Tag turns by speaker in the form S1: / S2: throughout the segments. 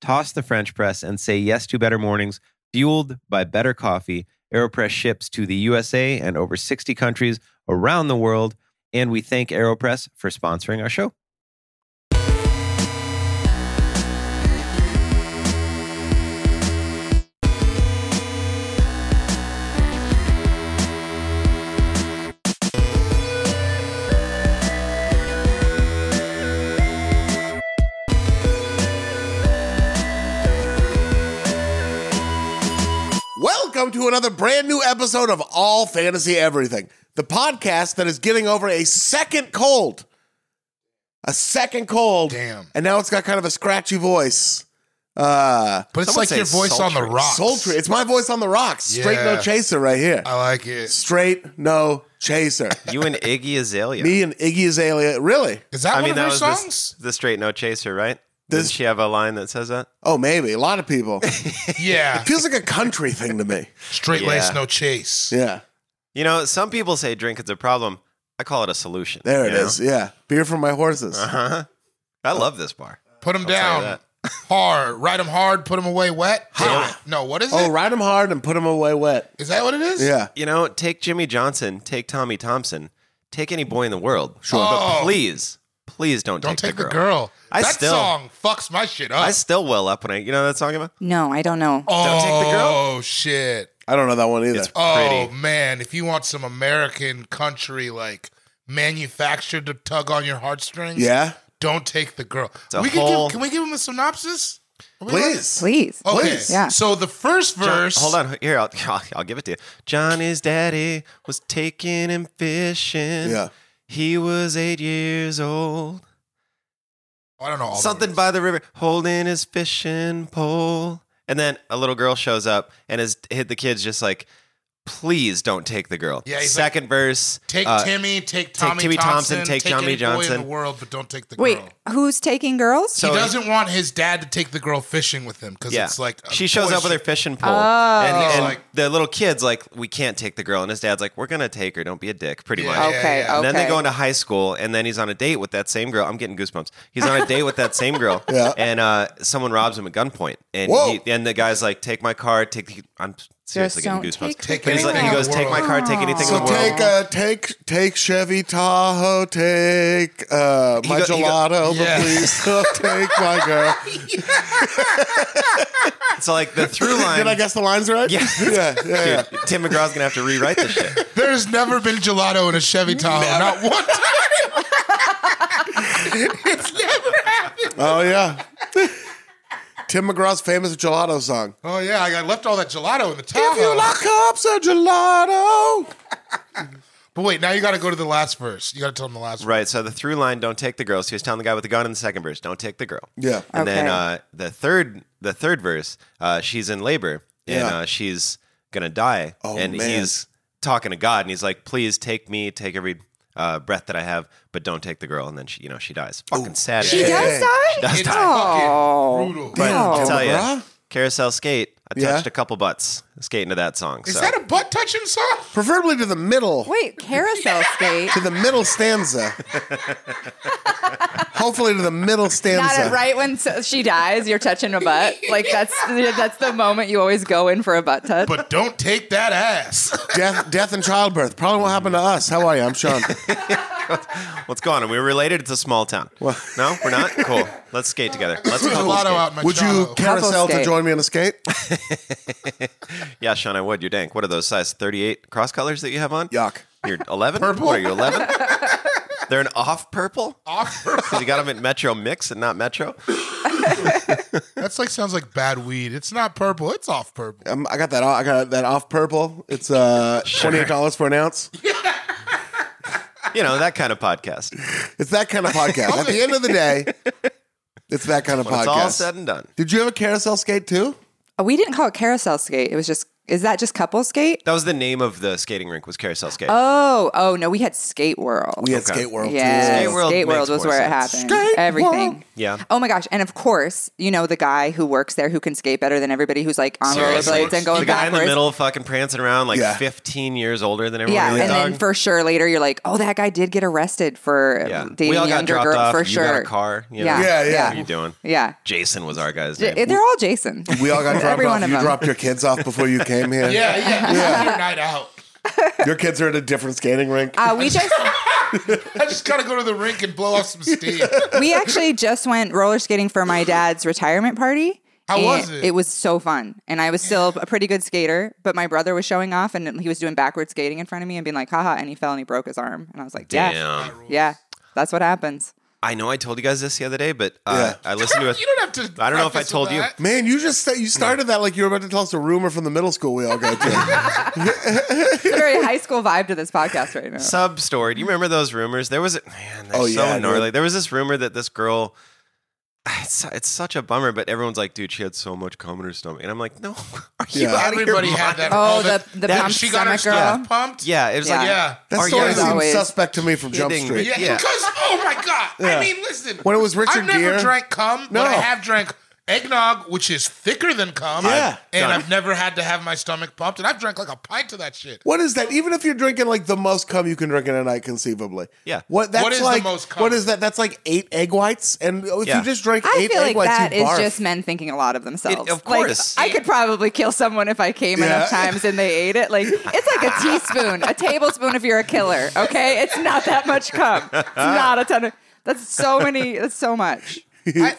S1: toss the French press, and say yes to better mornings fueled by better coffee. AeroPress ships to the USA and over 60 countries around the world. And we thank AeroPress for sponsoring our show.
S2: Welcome to another brand new episode of All Fantasy Everything, the podcast that is getting over a second cold. A second cold.
S3: Damn.
S2: And now it's got kind of a scratchy voice. Uh,
S3: But it's
S1: Someone
S3: like your
S1: say
S3: voice on the
S1: sultry.
S3: rocks.
S2: sultry. It's my voice on the rocks. Straight no
S3: Yeah. Uh,
S2: chaser right here.
S3: I like it.
S2: Straight no chaser.
S1: You and Iggy Azalea.
S2: Me and Iggy Azalea. Really?
S3: Is that
S1: I
S3: one
S1: mean,
S3: of
S1: that
S3: her
S1: was the, s-
S3: songs?
S1: the straight no chaser, right?
S2: This-
S1: Doesn't she have a line that says that?
S2: Oh, maybe. A lot of people.
S3: yeah.
S2: Feels like a country thing to me.
S3: Straight lace,
S1: Yeah.
S3: no chase.
S2: Yeah.
S1: You know, some people say drink is a problem. I call it a solution.
S2: There
S1: you
S2: it
S1: know?
S2: is. Yeah. Beer for my horses.
S1: Uh-huh. I love this bar.
S3: Put him
S1: tell you
S3: down hard. Ride him hard. Put him away wet. Hot. No, what is it? Is
S2: Oh, ride them hard and put them away wet.
S3: that what it is?
S2: Yeah.
S1: You know, take Jimmy Johnson, take Tommy Thompson, take any boy in the world. Sure.
S3: Oh.
S1: But please, please don't,
S3: Don't
S1: take,
S3: take, the girl.
S1: I
S3: that
S1: still-
S3: song fucks my shit up.
S1: I still well up when I, you know that song about?
S4: No, I don't know.
S3: oh,
S1: Don't take the girl?
S3: shit.
S2: I don't know that one either.
S1: It's
S3: Oh,
S1: pretty.
S3: man. If you want some American country, like, manufactured to tug on your heartstrings,
S2: yeah.
S3: don't take the girl.
S1: a
S3: we can,
S1: whole-
S3: give, can we give him a synopsis? Are we allowed-
S2: Please.
S4: Please.
S3: Okay.
S2: Please.
S4: Yeah.
S3: So the first
S1: John-
S3: verse.
S1: hold on, here I'll, I'll I'll give it to you. Johnny's daddy was taking him fishing.
S2: Yeah.
S1: He was eight years old.
S3: I don't know. all the
S1: Something
S3: words.
S1: by the river, holding his fishing pole. And then a little girl shows up and is hit the kids just like, please don't take the girl.
S3: Yeah, he's
S1: Second verse.
S3: Take
S1: uh,
S3: Timmy, take Tommy
S1: Timmy Thompson,
S3: Thompson,
S1: take Tommy
S3: any boy
S1: Johnson.
S3: in the world, but don't take the
S4: Wait,
S3: girl.
S4: who's taking girls?
S1: So-
S3: he doesn't want his dad to take the girl fishing with him because it's like a
S1: she shows
S3: boy
S1: up with her
S3: shit.
S1: fishing pole,
S4: Oh.
S1: and,
S3: And he's
S1: and
S3: like-
S1: the little kid's like, "We can't take the girl," and his dad's like, "We're gonna take her. Don't be a dick." Pretty
S3: Yeah,
S1: much.
S3: yeah,
S4: okay,
S3: yeah, yeah.
S4: okay.
S1: And then they go into high school, and then he's on a date with that same girl. I'm getting goosebumps. He's on a date with that same girl,
S2: Yeah.
S1: and uh, someone robs him at gunpoint, and
S2: Whoa.
S1: he, and the guy's like, "Take my car, take the, I'm Seriously, getting
S4: Just don't
S1: goosebumps.
S4: take
S3: Take
S1: But he's like, he
S3: anything
S1: goes,
S3: in the
S1: take my
S3: world."
S1: car, take anything
S2: So
S1: in the world.
S2: take uh, take take Chevy Tahoe, take uh,
S1: He
S2: my
S1: go- he go-
S2: gelato, but
S3: Yeah.
S2: please don't take my girl.
S1: so like the through line.
S2: Did I guess the lines right?
S1: Yeah.
S2: yeah, yeah. yeah.
S1: Dude, Tim McGraw's gonna have to rewrite this shit.
S3: There's never been gelato in a Chevy Tahoe. Not one time.
S2: Oh yeah. Tim McGraw's famous gelato song.
S3: Oh yeah, I got left all that gelato in the Tahoe.
S1: Oh.
S2: If you like cups of gelato.
S3: But wait, now you got to go to the last verse. You got to tell them the last.
S1: Right. So the through line, don't take the girl. So he was telling the guy with the gun in the second verse, don't take the girl.
S2: Yeah.
S1: And then
S4: Okay.
S1: uh, the third the third verse, uh, she's in labor and
S2: Yeah.
S1: uh, she's gonna die.
S2: Oh,
S1: and
S2: man.
S1: he's talking to God and he's like, please take me, take every uh, breath that I have, but don't take the girl. And then she, you know, she dies.
S2: Oh,
S1: Fucking sad.
S4: She
S1: as shit.
S4: does
S2: Yeah.
S4: die?
S1: does
S3: It's
S1: die.
S4: Oh.
S3: fucking brutal.
S1: But I'll
S4: Oh.
S1: tell
S2: Bruh.
S1: you, carousel skate. I
S2: Yeah.
S1: touched a couple butts skating to that song.
S3: Is
S1: so.
S3: that a butt touching song?
S2: Preferably to the middle.
S4: Wait, carousel skate.
S2: To the middle stanza. Hopefully to the middle
S4: Not
S2: stanza.
S4: at right when so- she dies, you're touching a butt. Like that's that's the moment you always go in for a butt touch.
S3: But don't take that ass.
S2: Death, death and childbirth. Probably won't happen to us. How are you? I'm Sean.
S1: What's going on? We're related. It's a small town. No, we're not. Cool. Let's skate together. Let's couple
S3: Gelato
S1: skate.
S3: out in my
S2: Would you
S3: Tahoe.
S2: carousel to
S4: skate.
S2: join me on a skate?
S1: Yeah, Sean, I would. You're dank. What are those size 38 cross colors that you have on?
S2: Yuck.
S1: You're 11.
S3: Purple?
S1: What are you 11? They're an off purple.
S3: offer?
S1: Because you got them at Metro Mix and not Metro.
S3: That's like sounds like bad weed. It's not purple. It's off purple.
S2: Um, I got that. I got that off purple. It's uh, twenty eight dollars for an ounce.
S1: You know that kind of podcast.
S2: It's that kind of podcast. At the end of the day, it's that kind of
S1: When
S2: podcast.
S1: it's all said and done.
S2: Did you have a carousel skate too?
S4: we didn't call it carousel skate. It was just is that just couple skate?
S1: That was the name of the skating rink was Carousel Skate.
S4: Oh, oh no, we had skate world.
S2: We had
S1: Okay.
S2: Skate World
S4: Yeah,
S1: Skate
S4: Skate
S1: World
S4: World,
S1: makes
S4: was
S1: more
S4: where it
S1: sense.
S4: happened.
S2: Skate
S4: Everything.
S2: World.
S1: Yeah.
S4: Oh my gosh! And of course, you know the guy who works there who can skate better than everybody who's like on
S1: Seriously.
S4: rollerblades and going
S1: the guy
S4: backwards.
S1: in the middle, fucking prancing around, like
S2: Yeah.
S1: 15 years older than everyone.
S4: yeah,
S1: else,
S4: and
S1: dog.
S4: then for sure later you're like, oh, that guy did get arrested for
S1: yeah,
S4: dating
S1: we all got
S4: younger
S1: dropped
S4: girl
S1: off.
S4: for
S1: you
S4: sure.
S1: got a car. You know?
S2: Yeah,
S4: Yeah,
S2: yeah.
S1: What are you
S4: yeah,
S1: doing?
S4: yeah.
S1: Jason was our guy's
S4: J-
S1: name.
S4: They're all Jason.
S2: We all got dropped
S4: Every
S2: off.
S4: one of
S2: you
S4: them.
S2: dropped your kids off before you came here.
S3: Yeah, yeah. yeah. Your night out.
S2: Your kids are at a different skating rink.
S4: Uh, we just
S3: I just gotta go to the rink and blow off some steam.
S4: we actually just went roller skating for my dad's retirement party.
S3: How
S4: and
S3: was it?
S4: It was so fun, and I was still a pretty good skater. But my brother was showing off, and he was doing backward skating in front of me and being like, "haha!" And he fell and he broke his arm, and I was like, "Yeah,
S1: Damn.
S4: yeah, that's what happens."
S1: I know I told you guys this the other day, but uh, I listened to
S3: you
S1: it.
S3: don't have to.
S1: I don't know if I
S3: preface
S1: told you.
S3: that.
S2: Man, you just sta- you started that like you were about to tell us a rumor from the middle school we all go to.
S4: It's a very high school vibe to this podcast right now.
S1: Sub story. Do you remember those rumors? There was a man. They're
S2: Oh,
S1: so
S2: yeah, dude.
S1: gnarly. There was this rumor that this girl. It's, it's such a bummer, but everyone's like, dude, she had so much cum in her stomach, and I'm like, no, are you
S2: Yeah.
S1: out of your
S3: Everybody had
S1: mind?
S3: that.
S4: Oh,
S3: all
S4: the-
S3: that-
S4: the
S3: that
S4: pumped
S3: She got her
S4: stomach girl?
S3: stuff pumped.
S1: Yeah, it was like,
S3: Yeah.
S2: That
S1: Are
S2: story
S1: you
S2: seems
S4: always-
S2: suspect to me from Jump
S1: kidding me?
S2: Street.
S3: Yeah,
S1: Yeah.
S3: because oh my god!
S2: Yeah.
S3: I mean, listen.
S2: When it was Richard
S3: I've never
S2: Gere-
S3: drank cum,
S2: No.
S3: but I have drank eggnog, which is thicker than cum.
S2: Yeah.
S3: and
S1: Done.
S3: I've never had to have my stomach pumped, and I've drank like a pint of that shit.
S2: What is that? Even if you're drinking like the most cum you can drink in a night, conceivably.
S1: Yeah.
S2: What that's
S3: What is the
S2: like?
S3: most cum?
S2: What is that? That's like eight egg whites, and if
S1: Yeah.
S2: you just drank
S4: I
S2: eight
S4: feel
S2: egg
S4: like
S2: whites,
S4: that
S2: you
S4: is
S2: barf.
S4: just men thinking a lot of themselves.
S1: It- of
S4: Like,
S1: course.
S4: I could probably kill someone if I came enough
S2: Yeah.
S4: times and they ate it. Like it's like a teaspoon, a tablespoon if you're a killer. Okay, it's not that much cum. It's not a ton of. That's so many. That's so much.
S3: I,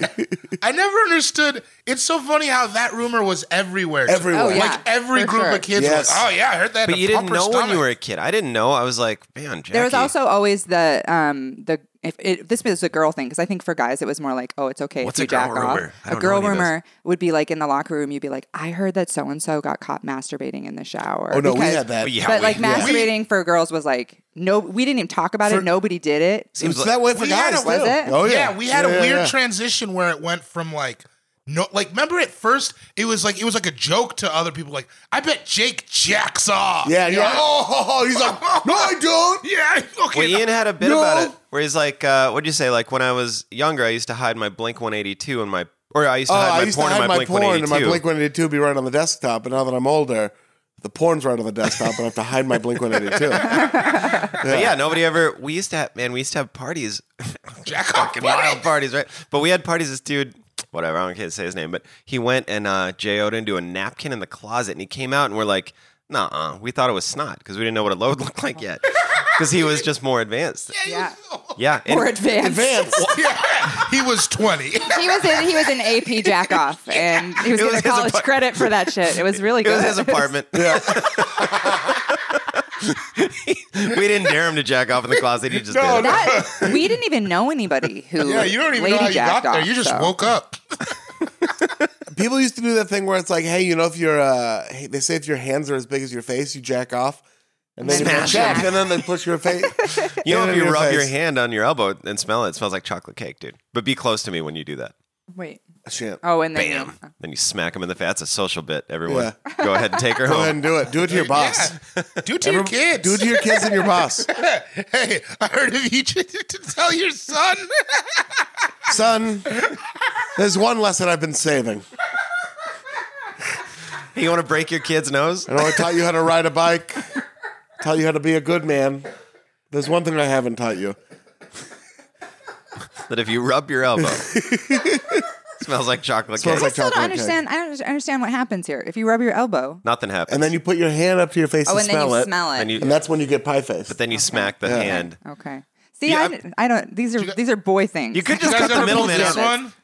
S3: I never understood. It's so funny how that rumor was everywhere.
S2: Everywhere. Oh,
S4: yeah.
S3: Like every
S4: For
S3: group
S4: sure.
S3: of kids
S2: Yes.
S3: was, oh yeah, I heard that.
S1: but you didn't know when you were a kid. I didn't know. I was like, man, Jackie.
S4: There was also always the um the if it, this was a girl thing because I think for guys it was more like oh it's okay
S1: What's
S4: if you
S1: a girl
S4: jack off.
S1: rumor? I
S4: A
S1: don't know
S4: girl
S1: any of those.
S4: rumor would be like in the locker room you'd be like I heard that so and so got caught masturbating in the shower.
S2: oh no, we
S4: because-
S2: had that.
S1: Yeah,
S4: but
S1: we-
S4: like
S1: yeah.
S4: masturbating for girls was like no we didn't even talk about
S2: For-
S4: it nobody did it
S2: It was
S1: like-
S2: that way for
S3: We had
S2: guys.
S3: it,
S2: too.
S4: was it?
S2: Oh yeah.
S3: yeah. we had
S2: Yeah,
S3: a weird
S2: yeah.
S3: transition where it went from like no like remember at first it was like it was like a joke to other people like I bet Jake jacks off.
S2: Yeah, you're like, oh, ho, ho. he's like, no, I don't.
S3: Yeah, okay.
S1: Well, Ian had a bit
S2: No.
S1: about it where he's like, uh, what'd you say? Like, when I was younger, I used to hide my Blink 182 in my, or I used
S2: Oh,
S1: to hide
S2: I
S1: my
S2: used to
S1: porn in my,
S2: hide my
S1: Blink
S2: porn, and my
S1: 182.
S2: Blink 182 would be right on the desktop. But now that I'm older, the porn's right on the desktop, and I have to hide my Blink 182.
S1: But yeah, nobody ever. We used to have man. We used to have parties,
S3: Jack off
S1: fucking wild parties, right? But we had parties. This dude, whatever. I don't care to say his name, but he went and uh, Jay Oden into a napkin in the closet, and he came out, and we're like, nah, we thought it was snot because we didn't know what a load looked like yet, because he was just more advanced.
S4: Yeah.
S1: Yeah, and-
S4: More advanced.
S2: Advanced.
S3: Yeah, he was 20.
S4: He was in, he was an AP jack off and he was
S1: It was
S4: getting
S1: his
S4: college
S1: apart-
S4: credit for that shit. It was really
S1: it
S4: good.
S1: was his apartment.
S2: yeah.
S1: we didn't dare him to jack off in the closet. He just
S3: No,
S1: did it.
S3: no.
S4: That- we didn't even know anybody who
S3: Yeah, you don't even know how you got
S4: lady-jacked
S3: there.
S4: off,
S3: You just
S4: so.
S3: woke up.
S2: People used to do that thing where it's like, hey, you know, if your uh, hey, they say if your hands are as big as your face, you jack off, and then
S1: Smash
S2: you jack,
S1: them.
S2: and then they push your face.
S1: You know,
S2: in
S1: if you
S2: your
S1: rub
S2: face.
S1: your hand on your elbow and smell it, it smells like chocolate cake, dude. But be close to me when you do that.
S4: Wait.
S2: Shit.
S4: Oh, and then
S1: Bam. Then you smack him in the face. That's a social bit, everyone.
S2: Yeah.
S1: Go ahead and take her
S2: Go ahead
S1: home.
S2: and do it. Do it to your boss.
S3: Yeah. Do it to your kids.
S2: Do it to your kids and your boss.
S3: hey, I heard of you to tell your son.
S2: Son, there's one lesson I've been saving.
S1: You want to break your kid's nose?
S2: I know I taught you how to ride a bike, taught you how to be a good man. There's one thing I haven't taught you.
S1: That if you rub your elbow, smells like chocolate
S2: Smells
S1: cake.
S2: like
S4: I still
S2: chocolate
S4: don't
S2: cake.
S4: understand. I don't understand what happens here. If you rub your elbow,
S1: Nothing happens.
S2: And then you put your hand up to your face
S4: oh,
S2: and,
S4: and then
S2: smell
S4: you
S2: it.
S4: smell it.
S1: And you-
S2: And that's when you get pie face.
S1: Then you smack the hand.
S4: okay. See,
S1: Yeah,
S4: I
S1: I'm-
S4: d- I, don't. These are these are boy things.
S1: You could
S3: You
S1: just
S3: guys
S1: cut the
S3: ever
S1: middleman
S3: this
S1: out.
S3: one? Ah,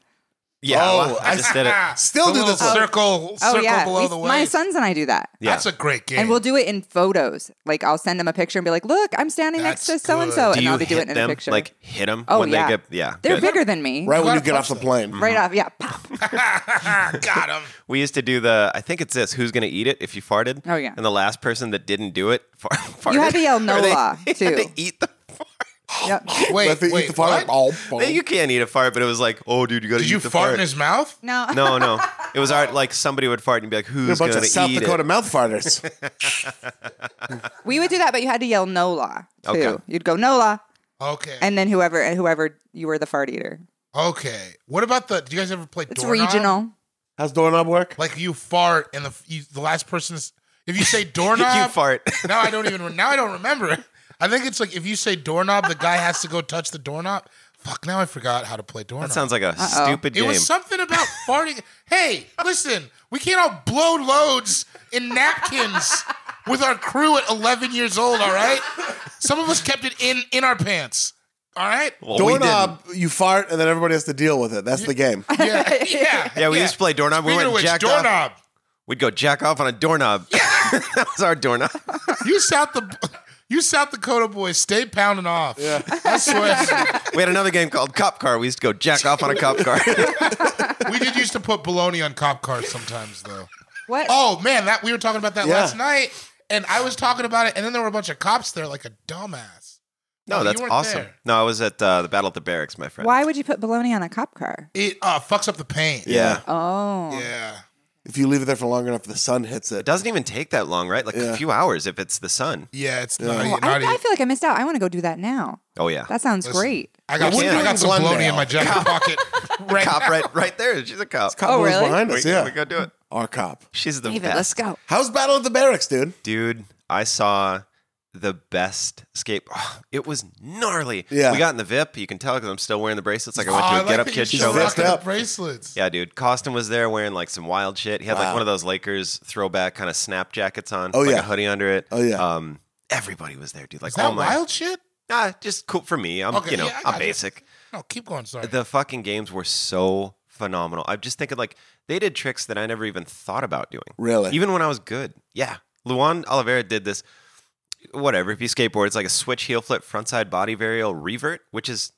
S1: Yeah,
S2: Oh,
S1: well, I
S2: I
S1: just did it.
S2: Still
S3: The
S2: do
S3: little
S2: this one.
S3: circle,
S4: Oh
S3: circle
S4: yeah,
S3: below
S4: We-
S3: the waist.
S4: my sons and I do that.
S1: Yeah.
S3: That's a great game.
S4: And we'll do it in photos. Like I'll send them a picture and be like, "Look, I'm standing next
S3: That's
S4: to so and so,"
S3: good.
S1: Do
S4: and
S1: you
S4: I'll be doing
S1: hit
S4: it in
S1: them?
S4: a picture.
S1: Like hit them
S4: oh
S1: when
S4: yeah,
S1: they get yeah.
S4: they're
S1: good.
S4: bigger than me.
S2: Right
S4: Right,
S2: when you
S3: gotta
S2: get off
S3: punch
S2: the
S3: them.
S2: plane.
S4: off, yeah. Pop.
S3: Ah, Got him.
S1: We used to do the. I think it's this. Who's gonna eat it if you farted?
S4: Oh, yeah.
S1: And the last person that didn't do it, far, farted.
S4: You had to yell no
S1: Or they-
S4: law,
S1: they had
S4: too.
S1: to eat the fart.
S4: Yep.
S3: Wait,
S2: Let the eat
S3: wait,
S2: the fart.
S3: what?
S2: Oh, boom.
S1: You can't eat a fart, but it was like, oh, dude, you gotta
S3: Did
S1: eat
S3: you
S1: the
S3: fart
S1: fart.
S3: in his mouth?
S4: No.
S1: no, no. It was our, like somebody would fart and be like, who's
S2: You're a bunch
S1: gonna
S2: of South
S1: eat
S2: Dakota
S1: it?
S2: mouth farters.
S4: We would do that, but you had to yell no law too.
S1: Okay.
S4: You'd go no law,
S3: Okay.
S4: and then whoever and whoever you were the fart eater.
S3: okay. What about the? Do you guys ever play?
S4: It's
S3: doorknob?
S4: regional.
S2: How's doorknob work?
S3: Like you fart and the you, the last person's. If you say doorknob,
S1: you fart.
S3: Now I don't even. Now I don't remember. I think it's like if you say doorknob, the guy has to go touch the doorknob. Fuck. Now I forgot how to play doorknob.
S1: That sounds like a stupid
S3: It
S1: game.
S3: was something about farting. Hey, listen, we can't all blow loads in napkins with our crew at 11 years old. All right, some of us kept it in in our pants. All right.
S1: Well, we didn't.
S2: Doorknob, you fart, and then everybody has to deal with it. That's the game.
S3: Yeah, yeah,
S1: Yeah, we used to play doorknob. We
S3: Speaking
S1: went
S3: of
S1: and
S3: which,
S1: jacked off.
S3: doorknob.
S1: We'd go jack off on a doorknob. that was our doorknob.
S3: You South the you South Dakota boys stay pounding off. Yeah. I swear.
S1: We had another game called Cop Car. We used to go jack off on a cop car.
S3: we did used to put bologna on cop cars sometimes though.
S4: What?
S3: Oh man, that we were talking about that
S2: Yeah.
S3: last night, and I was talking about it, and then there were a bunch of cops there, like a dumbass.
S1: no,
S3: you
S1: that's
S3: weren't
S1: awesome.
S3: there.
S1: No, I was at uh, the Battle at the Barracks, my friend.
S4: Why would you put bologna on a cop car?
S3: It uh, fucks up the paint.
S2: Yeah.
S4: Oh,
S3: Yeah.
S2: If you leave it there for long enough, the sun hits
S1: It
S2: it.
S1: doesn't even take that long, right? Like
S2: Yeah.
S1: a few hours if it's the sun.
S3: Yeah, it's
S2: Yeah.
S3: not, e-
S4: Well, I,
S3: not
S4: I
S3: even.
S4: feel like I missed out. I want to go do that now.
S1: Oh yeah.
S4: That sounds
S3: Listen,
S4: great.
S3: I got, some,
S1: wouldn't
S3: I
S1: you
S3: got some bologna in
S2: Glendale?
S3: my jacket pocket. right
S1: cop
S3: now.
S1: right right there. She's a cop.
S2: Cop
S4: Oh,
S2: goes
S4: really?
S2: behind us,
S1: we,
S2: yeah.
S1: we go do it.
S2: Our cop.
S1: She's the
S4: David,
S1: best.
S4: let's go.
S2: How's Battle at the Barracks, dude?
S1: Dude, I saw the best skate. oh, it was gnarly.
S2: Yeah.
S1: We got in the VIP. You can tell because I'm still wearing the bracelets. Like I
S3: Oh,
S1: went to
S3: I
S1: a
S3: like
S1: Get Up
S3: that
S1: Kids
S3: you
S1: show
S3: just
S2: Dressed
S1: last
S3: rocked the
S2: up.
S3: bracelets.
S1: Yeah, dude. Costin was there wearing like some wild shit. He had like
S2: Wow.
S1: one of those Lakers throwback kind of snap jackets on.
S2: Oh,
S1: like
S2: yeah.
S1: a hoodie under it.
S2: Oh, yeah.
S1: Um, everybody was there, dude. Like
S3: Is that
S1: oh my,
S3: wild shit?
S1: ah, just cool for me. I'm
S3: Okay,
S1: you know
S3: yeah, I
S1: I'm
S3: got you.
S1: basic.
S3: No, keep going. Sorry.
S1: The fucking games were so phenomenal. I'm just thinking like they did tricks that I never even thought about doing.
S2: Really?
S1: Even when I was good. Yeah. Luan Oliveira did this. Whatever. If you skateboard, it's like a switch heel flip, frontside body varial revert, which is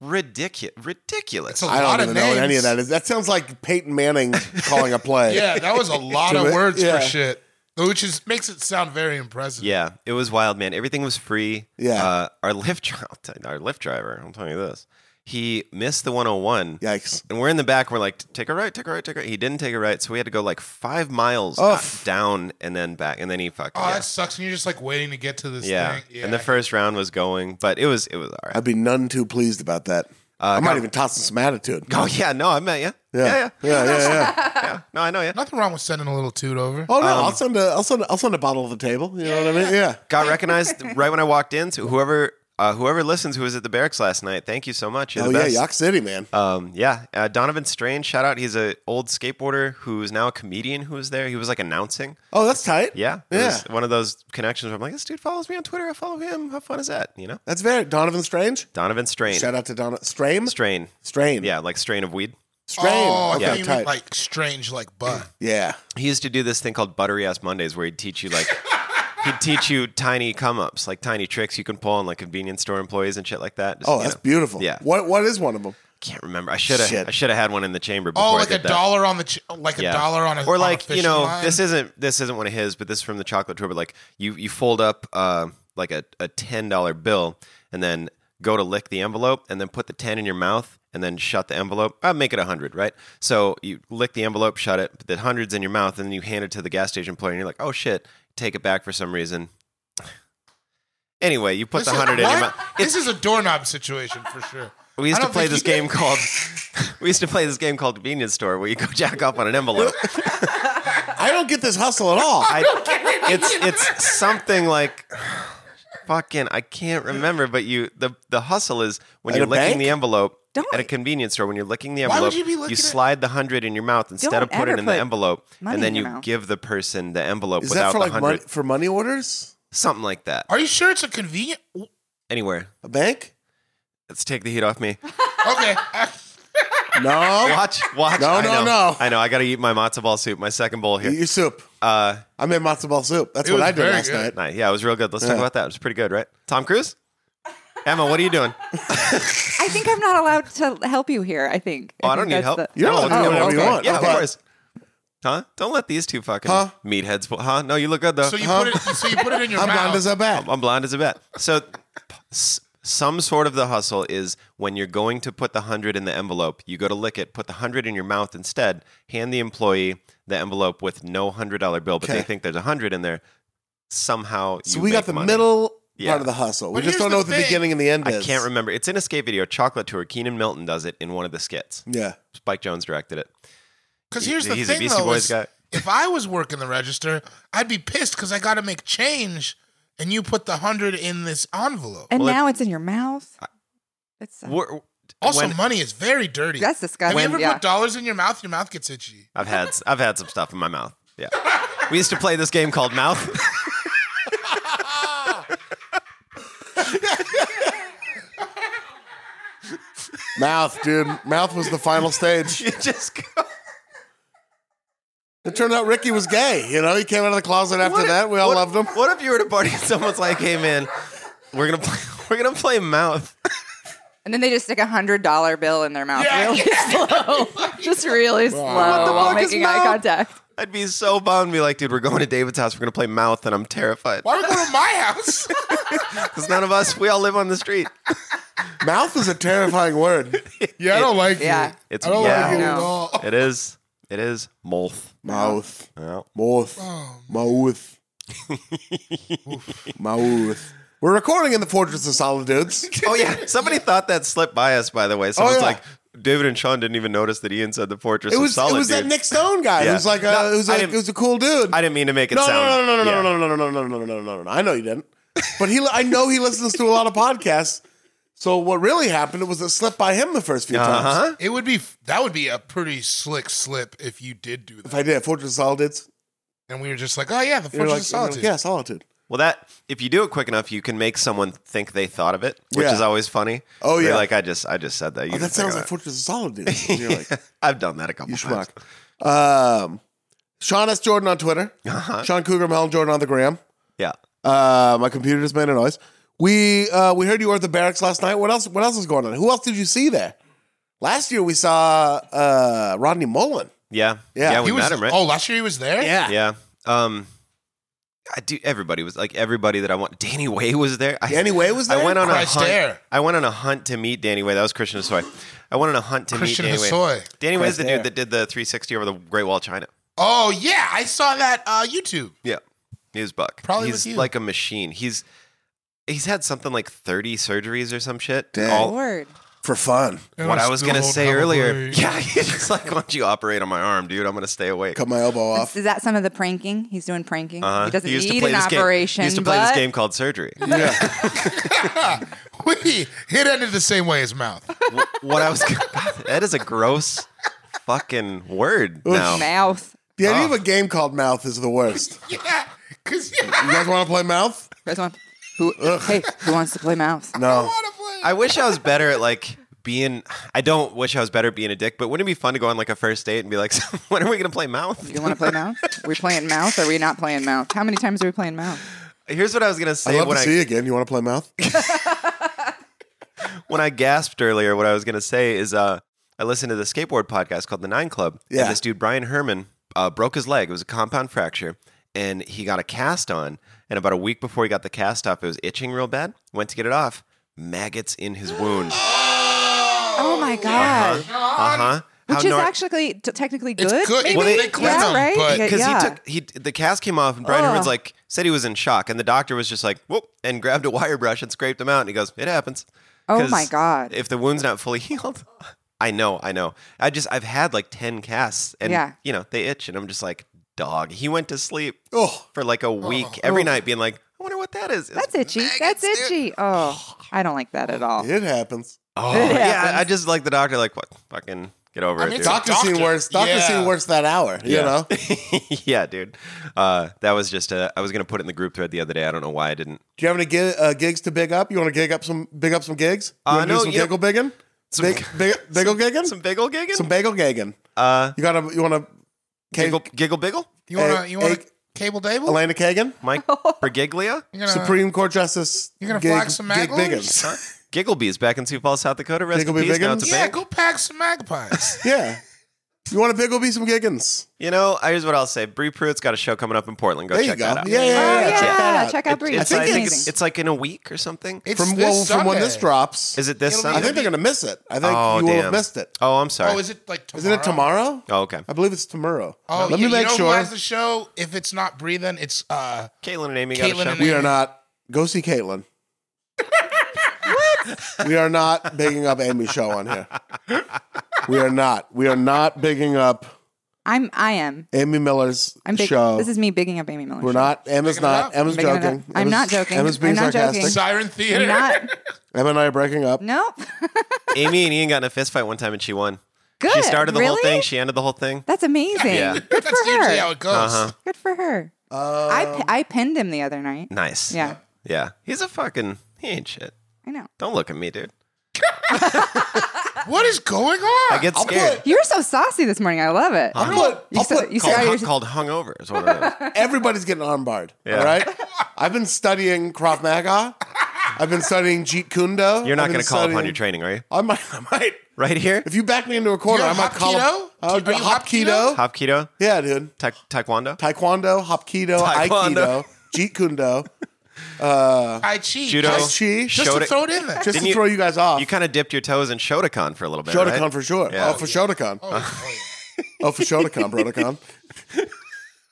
S1: ridiculous. Ridiculous.
S3: It's a-
S2: I
S3: lot
S2: don't
S3: of
S2: even know what any of
S3: names.
S2: that is. That sounds like Peyton Manning calling a play.
S3: yeah, that was a lot
S2: To
S3: of
S2: it-
S3: words
S2: yeah.
S3: for shit, which is makes it sound very impressive.
S1: Yeah, it was wild, man. Everything was free.
S2: Yeah.
S1: Uh, our lift, dri- I'll tell you- our lift driver. I'm telling you this. He missed the 101.
S2: Yikes.
S1: And we're in the back. We're like, take a right, take a right, take a right. He didn't take a right, so we had to go like five miles
S2: Oh,
S1: uh,
S2: f-
S1: down and then back, and then he fucked.
S3: Oh,
S1: yeah.
S3: that sucks. And you're just like waiting to get to this
S1: yeah.
S3: thing. Yeah.
S1: And the first round was going, but it was it was all right.
S2: I'd be none too pleased about that. I might even toss in some attitude.
S1: Uh, oh yeah, no, I met you.
S2: Yeah.
S1: Yeah, yeah,
S2: Yeah, yeah, yeah.
S1: yeah. No, I know you.
S3: Nothing wrong with sending a little toot over.
S2: Oh no,
S1: Um,
S2: I'll send a I'll send I'll send a bottle to the table. You know what I mean? Yeah.
S1: Got recognized right when I walked in. So whoever uh, whoever listens who was at the barracks last night, thank you so much. You're
S2: oh
S1: the
S2: yeah,
S1: best.
S2: Yuck City, man.
S1: Um, yeah, uh, Donovan Strange, shout out. He's a old skateboarder who's now a comedian who was there. He was like announcing.
S2: Oh, that's tight.
S1: Yeah, it
S2: Yeah.
S1: was one of those connections where I'm like, this dude follows me on Twitter. I follow him. How fun is that? You know,
S2: That's very Donovan Strange.
S1: Donovan Strain.
S2: Shout out to Donovan Strain.
S1: Strain.
S2: Strain.
S1: Yeah, like strain of weed.
S2: Strain.
S3: Oh, I
S2: okay,
S3: thought you meant
S2: tight.
S3: like strange, like butt.
S2: yeah.
S1: He used to do this thing called buttery ass Mondays where he'd teach you like. He'd teach you tiny come ups, like tiny tricks you can pull on like convenience store employees and shit like that. Just,
S2: Oh,
S1: you
S2: that's
S1: know.
S2: beautiful.
S1: Yeah,
S2: What What is one of them?
S1: can't remember. I should have.
S2: Shit.
S1: I should have had one in the chamber. Before
S3: Oh,
S1: I
S3: like a
S1: did that.
S3: dollar on the ch- like a
S1: Yeah.
S3: dollar on a
S1: or
S3: on a
S1: like you
S3: fishing
S1: know
S3: line.
S1: this isn't this isn't one of his, but this is from the chocolate tour. But like you you fold up uh, like a, a ten dollar bill and then go to lick the envelope and then put the ten in your mouth and then shut the envelope. I make it a hundred, right? So you lick the envelope, shut it, put the hundreds in your mouth, and then you hand it to the gas station employee, and you're like, oh shit, take it back for some reason. Anyway, you put
S3: This
S1: the
S3: is-
S1: hundred in your
S3: what?
S1: mouth.
S3: This is a doorknob situation for sure.
S1: We used
S3: I
S1: to
S3: don't
S1: play
S3: think
S1: this
S3: you-
S1: game called We used to play this game called convenience store where you go jack off on an envelope.
S2: I don't get this hustle at all.
S1: I, it's it's something like fucking I can't remember, but you the the hustle is when
S2: At
S1: you're
S2: a
S1: licking
S2: bank?
S1: the envelope
S4: Don't- e-
S1: at a convenience store when you're licking the
S3: Why would
S1: envelope,
S3: you be looking at-
S1: slide the hundred in your mouth instead
S4: Don't
S1: of putting
S4: ever
S1: it in the
S4: put
S1: envelope,
S4: money
S1: and then
S4: in your
S1: you
S4: mouth.
S1: give the person the envelope
S2: is that
S1: without
S2: for
S1: the
S2: like
S1: hundred,
S2: money, for money orders?
S1: something like that.
S3: Are you sure it's a convenient?
S1: Anywhere,
S2: A bank?
S1: let's take the heat off me.
S3: Okay,
S2: No.
S1: Watch, watch.
S2: No,
S1: I
S2: no,
S1: know.
S2: no.
S1: I know. I got to eat my matzo ball soup, my second bowl here.
S2: Your soup.
S1: Uh,
S2: I made matzo ball soup. That's
S3: It
S2: what
S3: was
S2: I did
S3: very
S2: last
S3: good.
S2: night.
S1: Nice. Yeah, it was real good. Let's talk
S2: Yeah.
S1: about that. It was pretty good, right? Tom Cruise? Emma, what are you doing?
S4: I think I'm not allowed to help you here. I think.
S1: Oh, I
S4: think
S1: don't need
S4: that's
S1: help.
S4: the-
S2: You're allowed to do
S4: Oh,
S2: whatever you
S4: okay.
S2: want.
S1: Yeah,
S2: Okay.
S1: of course. Huh? Don't let these two fucking
S2: Huh?
S1: meatheads. Huh? No, you look good though.
S3: so you put it. So you put it in your
S2: I'm
S3: mouth.
S2: blind as a bat.
S1: Uh-huh. I'm blind as a bat. So, p- s- some sort of the hustle is when you're going to put the hundred in the envelope, you go to lick it, put the hundred in your mouth instead, hand the employee the envelope with no hundred dollar bill, but they
S2: Okay.
S1: think there's a hundred in there. Somehow,
S2: So
S1: you
S2: we
S1: make
S2: got the
S1: money.
S2: middle
S1: Yeah.
S2: part of the hustle. We
S3: But
S2: just
S3: here's
S2: don't
S3: the
S2: know what the
S3: thing.
S2: beginning and the end is.
S1: I can't remember. It's in a skate video, Chocolate Tour. Keenan Milton does it in one of the skits.
S2: Yeah.
S1: Spike Jones directed it.
S3: Because here's the
S1: He's a
S3: thing,
S1: Beastie
S3: though,
S1: Boys
S3: is
S1: guy.
S3: if I was working the register, I'd be pissed because I got to make change, and you put the hundred in this envelope.
S4: And
S1: Well,
S4: now it's in your mouth. It's
S1: We're-
S3: Also,
S1: when-
S3: money is very dirty.
S4: that's
S3: Have
S4: disgusting.
S3: you ever
S4: yeah.
S3: put dollars in your mouth? Your mouth gets itchy.
S1: I've had I've had some stuff in my mouth. Yeah, we used to play this game called Mouth.
S2: Mouth, dude. Mouth was the final stage.
S1: you just go,
S2: It turned out Ricky was gay. You know, he came out of the closet after that. We all
S1: what-
S2: loved him.
S1: What if you were at a party and someone's like, "Hey man, we're gonna play, we're gonna play Mouth."
S4: And then they just stick a hundred dollar bill in their mouth.
S3: Yeah,
S4: really slow. just really slow while
S1: fuck is
S4: making eye
S1: mouth?
S4: contact.
S1: I'd be so bummed. Be like, "Dude, we're going to David's house. We're gonna play Mouth," and I'm terrified
S3: Why would we go to my house?
S1: because none of us we all live on the street.
S2: Mouth is a terrifying word.
S3: yeah, I don't like
S4: Yeah.
S3: it.
S1: It's
S3: I don't
S1: yeah,
S3: like it at
S4: No.
S3: all.
S1: it is it is Molth.
S2: Mouth.
S1: Yeah.
S2: Mouth.
S3: Oh,
S2: Mouth. Mouth. We're recording in the Fortress of Solitudes.
S1: Oh yeah, somebody thought that slipped by us. By the way, someone's
S2: yeah.
S1: like, David and Sean didn't even notice that Ian said the fortress
S2: It was
S1: of solid.
S2: it was that
S1: dude."
S2: Nick Stone guy
S1: Yeah.
S2: who's like a
S1: No,
S2: who's
S1: I
S2: like
S1: didn't-
S2: who's a cool dude.
S1: I didn't mean to make it
S2: no,
S1: sound.
S2: no, no, no,
S1: yeah.
S2: no, no, no, no, no, no, no, no, no, no, no. I know you didn't. But he, I know he listens to a lot of podcasts. So what really happened was it slipped by him the first few times.
S1: Uh-huh.
S3: It would be that would be a pretty slick slip if you did do
S2: If
S3: that.
S2: I did Fortress of Solitudes,
S3: And we were just like, oh yeah, the
S2: you're
S3: Fortress
S2: like, "Mm,
S3: of Solitude.
S2: yeah, Solitude.
S1: Well, that if you do it quick enough, you can make someone think they thought of it, which
S2: Yeah.
S1: is always funny.
S2: Oh,
S1: They're
S2: yeah.
S1: like I just, I just said that. You
S2: Oh, that
S1: didn't think
S2: sounds
S1: of
S2: like Fortress of Solitude. And you're like,
S1: I've done that a couple
S2: you
S1: times.
S2: schmuck. Um, Sean S. Jordan on Twitter.
S1: Uh-huh.
S2: Sean Cougar Mellon Jordan on the gram.
S1: Yeah.
S2: Uh, my computer just made a noise. We uh, we heard you were at the barracks last night. What else? What else is going on? Who else did you see there? Last year we saw uh, Rodney Mullen.
S1: Yeah.
S2: Yeah.
S1: Yeah.
S3: he
S1: We
S3: was.
S1: met him, right?
S3: Oh, last year he was there.
S1: Yeah. Um, I do. Everybody was like everybody that I want. Danny Way was there. I,
S2: Danny Way was
S1: I
S2: there?
S1: went on
S3: Christ
S1: a hunt.
S3: there.
S1: I went on a hunt to meet Danny Way. That was Christian Hassoy. I went on a hunt to
S3: Christian
S1: meet Danny Way.
S3: Hosoi.
S1: Danny Way is
S2: Christ
S1: the
S2: there.
S1: dude that did the 360 over the Great Wall of China.
S3: Oh yeah, I saw that uh, YouTube.
S1: Yeah. He was buck.
S3: Probably
S1: he's
S3: with you.
S1: like a machine. He's he's had something like 30 surgeries or some shit.
S2: Dang.
S1: All,
S4: Lord.
S2: for fun.
S5: what I was gonna say earlier.
S1: Yeah, he's just like, why don't you operate on my arm, dude? I'm gonna stay awake.
S2: Cut my elbow off.
S4: Is that some of the pranking? He's doing pranking.
S1: Uh-huh.
S4: He doesn't
S1: used to
S4: need
S1: play
S4: an
S1: this game-
S4: operation.
S1: He used to play this
S4: but-
S1: game called surgery.
S2: Yeah.
S3: we it ended the same way as mouth.
S1: what I was that is a gross fucking word now.
S4: Mouth.
S2: The
S1: Oh.
S2: idea of a game called Mouth is the worst.
S3: yeah, because
S2: You guys want to play Mouth?
S4: Press one. Who, hey, who wants to play mouth?
S2: No.
S3: want to play.
S1: I wish I was better at like being I don't wish I was better at being a dick, but wouldn't it be fun to go on like a first date and be like, "So, when are we gonna play mouth?
S4: You want to play mouth? Are we playing mouth? Or are we not playing mouth? How many times are we playing mouth?
S1: Here's what I was gonna
S2: I'd
S1: say
S2: love
S1: when
S2: to
S1: I
S2: see you again. You want to play Mouth?
S1: when I gasped earlier, what I was gonna say is uh I listened to the skateboard podcast called The Nine Club. and
S2: Yeah.
S1: this dude Brian Herman uh, broke his leg. It was a compound fracture, and he got a cast on. And about a week before he got the cast off, it was itching real bad. Went to get it off. Maggots in his wound.
S4: Oh
S1: Uh-huh.
S4: my god!
S1: Uh huh.
S4: Which is actually t- technically good.
S3: It's good.
S4: maybe?
S3: Well,
S1: they-
S3: they cleanse
S4: yeah,
S3: them,
S4: right?
S3: but-
S4: Yeah,
S1: because
S4: yeah.
S1: he took he the cast came off and Brian Herman's like said he was in shock and the doctor was just like whoop and grabbed a wire brush and scraped him out and he goes it happens.
S4: Oh
S1: 'Cause
S4: my God.
S1: If the wound's not fully healed, I know, I know. I just I've had like ten casts and
S4: Yeah.
S1: you know they itch and I'm just like dog. He went to sleep
S2: Oh.
S1: for like a week every night being like I wonder what that is. It's-
S4: That's itchy. That's itchy. Oh, I don't like that at all.
S2: It happens.
S1: Oh
S4: It
S1: yeah,
S4: happens.
S1: I just like the doctor like what fucking get over
S3: I
S1: it.
S3: mean,
S1: dude.
S3: it's
S2: Doctor's seen
S3: Doctor.
S2: worse. Doctor's
S3: Yeah.
S2: seen worse that hour, you
S1: Yeah.
S2: know?
S1: yeah, dude. Uh, that was just a, I was gonna put it in the group thread the other day. I don't know why I didn't.
S2: Do you have any gi- uh, gigs to big up? You want to gig up some big up some gigs? You
S1: Uh,
S2: wanna
S1: no,
S2: do some
S1: you know-
S2: giggle biggin?
S1: Some-
S2: big, big, biggle giggin?
S1: Some bagel gigging.
S2: Some bagel giggin.
S1: Uh,
S2: You gotta you wanna
S1: giggle, giggle, biggle.
S3: You want
S2: Egg-
S3: to? You want
S2: egg-
S3: to cable table?
S2: Elena Kagan?
S1: Mike
S2: Oh.
S1: Brigiglia.
S3: You're gonna-
S2: Supreme Court Justice.
S3: You're gonna
S2: gig,
S3: flag some
S2: gig
S3: maggots?
S2: biggins.
S1: Gigglebee's back in Sioux Falls, South Dakota. Rest in
S2: Giggleby
S1: peace. Now
S2: Biggins?
S1: it's a
S3: Yeah,
S1: bank.
S3: go pack some magpies.
S2: yeah. You want to biggle be some giggins?
S1: You know, here's what I'll say. Bree Pruitt's got a show coming up in Portland. Go
S2: There you
S1: check
S2: go.
S1: that out.
S2: Yeah, yeah,
S4: Oh,
S2: yeah.
S4: yeah.
S2: Check that out.
S4: Check out Bree.
S1: It's,
S4: That's
S1: I think
S4: amazing.
S1: it's, it's like in a week or something.
S3: It's
S2: From,
S3: this
S2: well, from when this
S3: Sunday.
S2: drops.
S1: Is it this
S3: It'll be-
S2: I
S1: Sunday?
S2: think they're gonna miss it. I think
S1: oh,
S2: you will have
S1: damn.
S2: missed it.
S1: Oh, I'm sorry.
S3: Oh, is it like tomorrow?
S2: Isn't it tomorrow?
S1: Oh, okay.
S2: I believe it's tomorrow.
S3: Oh,
S2: Let
S3: yeah,
S2: me make
S3: you know Who
S2: sure.
S3: has the show? If it's not breathing, it's uh.
S1: Caitlin and Amy
S3: Caitlin
S1: got a
S3: and
S1: show.
S2: we are not. Go see Caitlin. We are not bigging up Amy's show on here. We are not. We are not bigging up
S4: I'm. I am.
S2: Amy Miller's
S4: I'm big.
S2: show.
S4: This is me bigging up Amy Miller.
S2: We're not. Emma's
S3: Bigging it
S2: not.
S3: up.
S2: Emma's
S4: Bigging it up.
S2: joking.
S4: I'm
S2: Emma's-
S4: not joking.
S2: Emma's being
S4: I'm not
S2: sarcastic.
S4: joking.
S3: Siren Theater.
S4: I'm not.
S2: Emma and I are breaking up.
S4: Nope.
S1: Amy and Ian got in a fist fight one time and she won.
S4: Good.
S1: She started the
S4: really?
S1: whole thing. She ended the whole thing.
S4: That's amazing.
S1: Yeah.
S4: Good
S3: That's
S4: for
S3: usually how
S4: her.
S3: it goes.
S1: Uh-huh.
S4: Good for her.
S2: Uh,
S4: I pi- I pinned him the other night.
S1: Nice.
S4: Yeah.
S1: Yeah. He's a fucking, he ain't shit.
S4: I know.
S1: Don't look at me, dude.
S3: What is going
S1: I
S3: on?
S1: get scared.
S4: You were so saucy this morning. I love it.
S2: I'll put,
S4: You
S2: I'll
S4: said-
S2: put
S4: you said-
S1: Called,
S4: Yeah,
S1: hung,
S4: you're-
S1: called hungover is what it is.
S2: everybody's getting armbarred.
S1: Yeah.
S2: All right. I've been studying Krav Maga. I've been studying Jeet Kune Do.
S1: You're not
S2: I've been
S1: going to call upon
S2: studying-
S1: your training, are you?
S2: I might. I might.
S1: Right here?
S2: If you back me into a corner,
S3: You're
S2: I might
S3: hop
S2: call.
S3: keto?
S2: I'll
S3: Are
S2: do
S3: you
S2: hop
S3: hop
S2: keto.
S3: keto?
S1: Hop keto?
S2: Yeah, dude.
S1: Ta- taekwondo?
S2: Taekwondo, hop keto,
S1: Taekwondo.
S2: aikido, Jeet Kune Do.
S3: I cheat.
S1: Judo.
S3: Just,
S2: Just chi.
S3: just
S1: Shoda-
S3: to throw it in there.
S2: Just
S1: Didn't
S2: to
S1: you-
S2: throw you guys off.
S1: You kind of dipped your toes in Shotokan for a little bit.
S2: Shotokan
S1: right?
S2: for sure.
S1: Yeah.
S2: Oh, for Shotokan.
S3: Oh, oh, yeah.
S2: Oh, for Shotokan, Brotokan.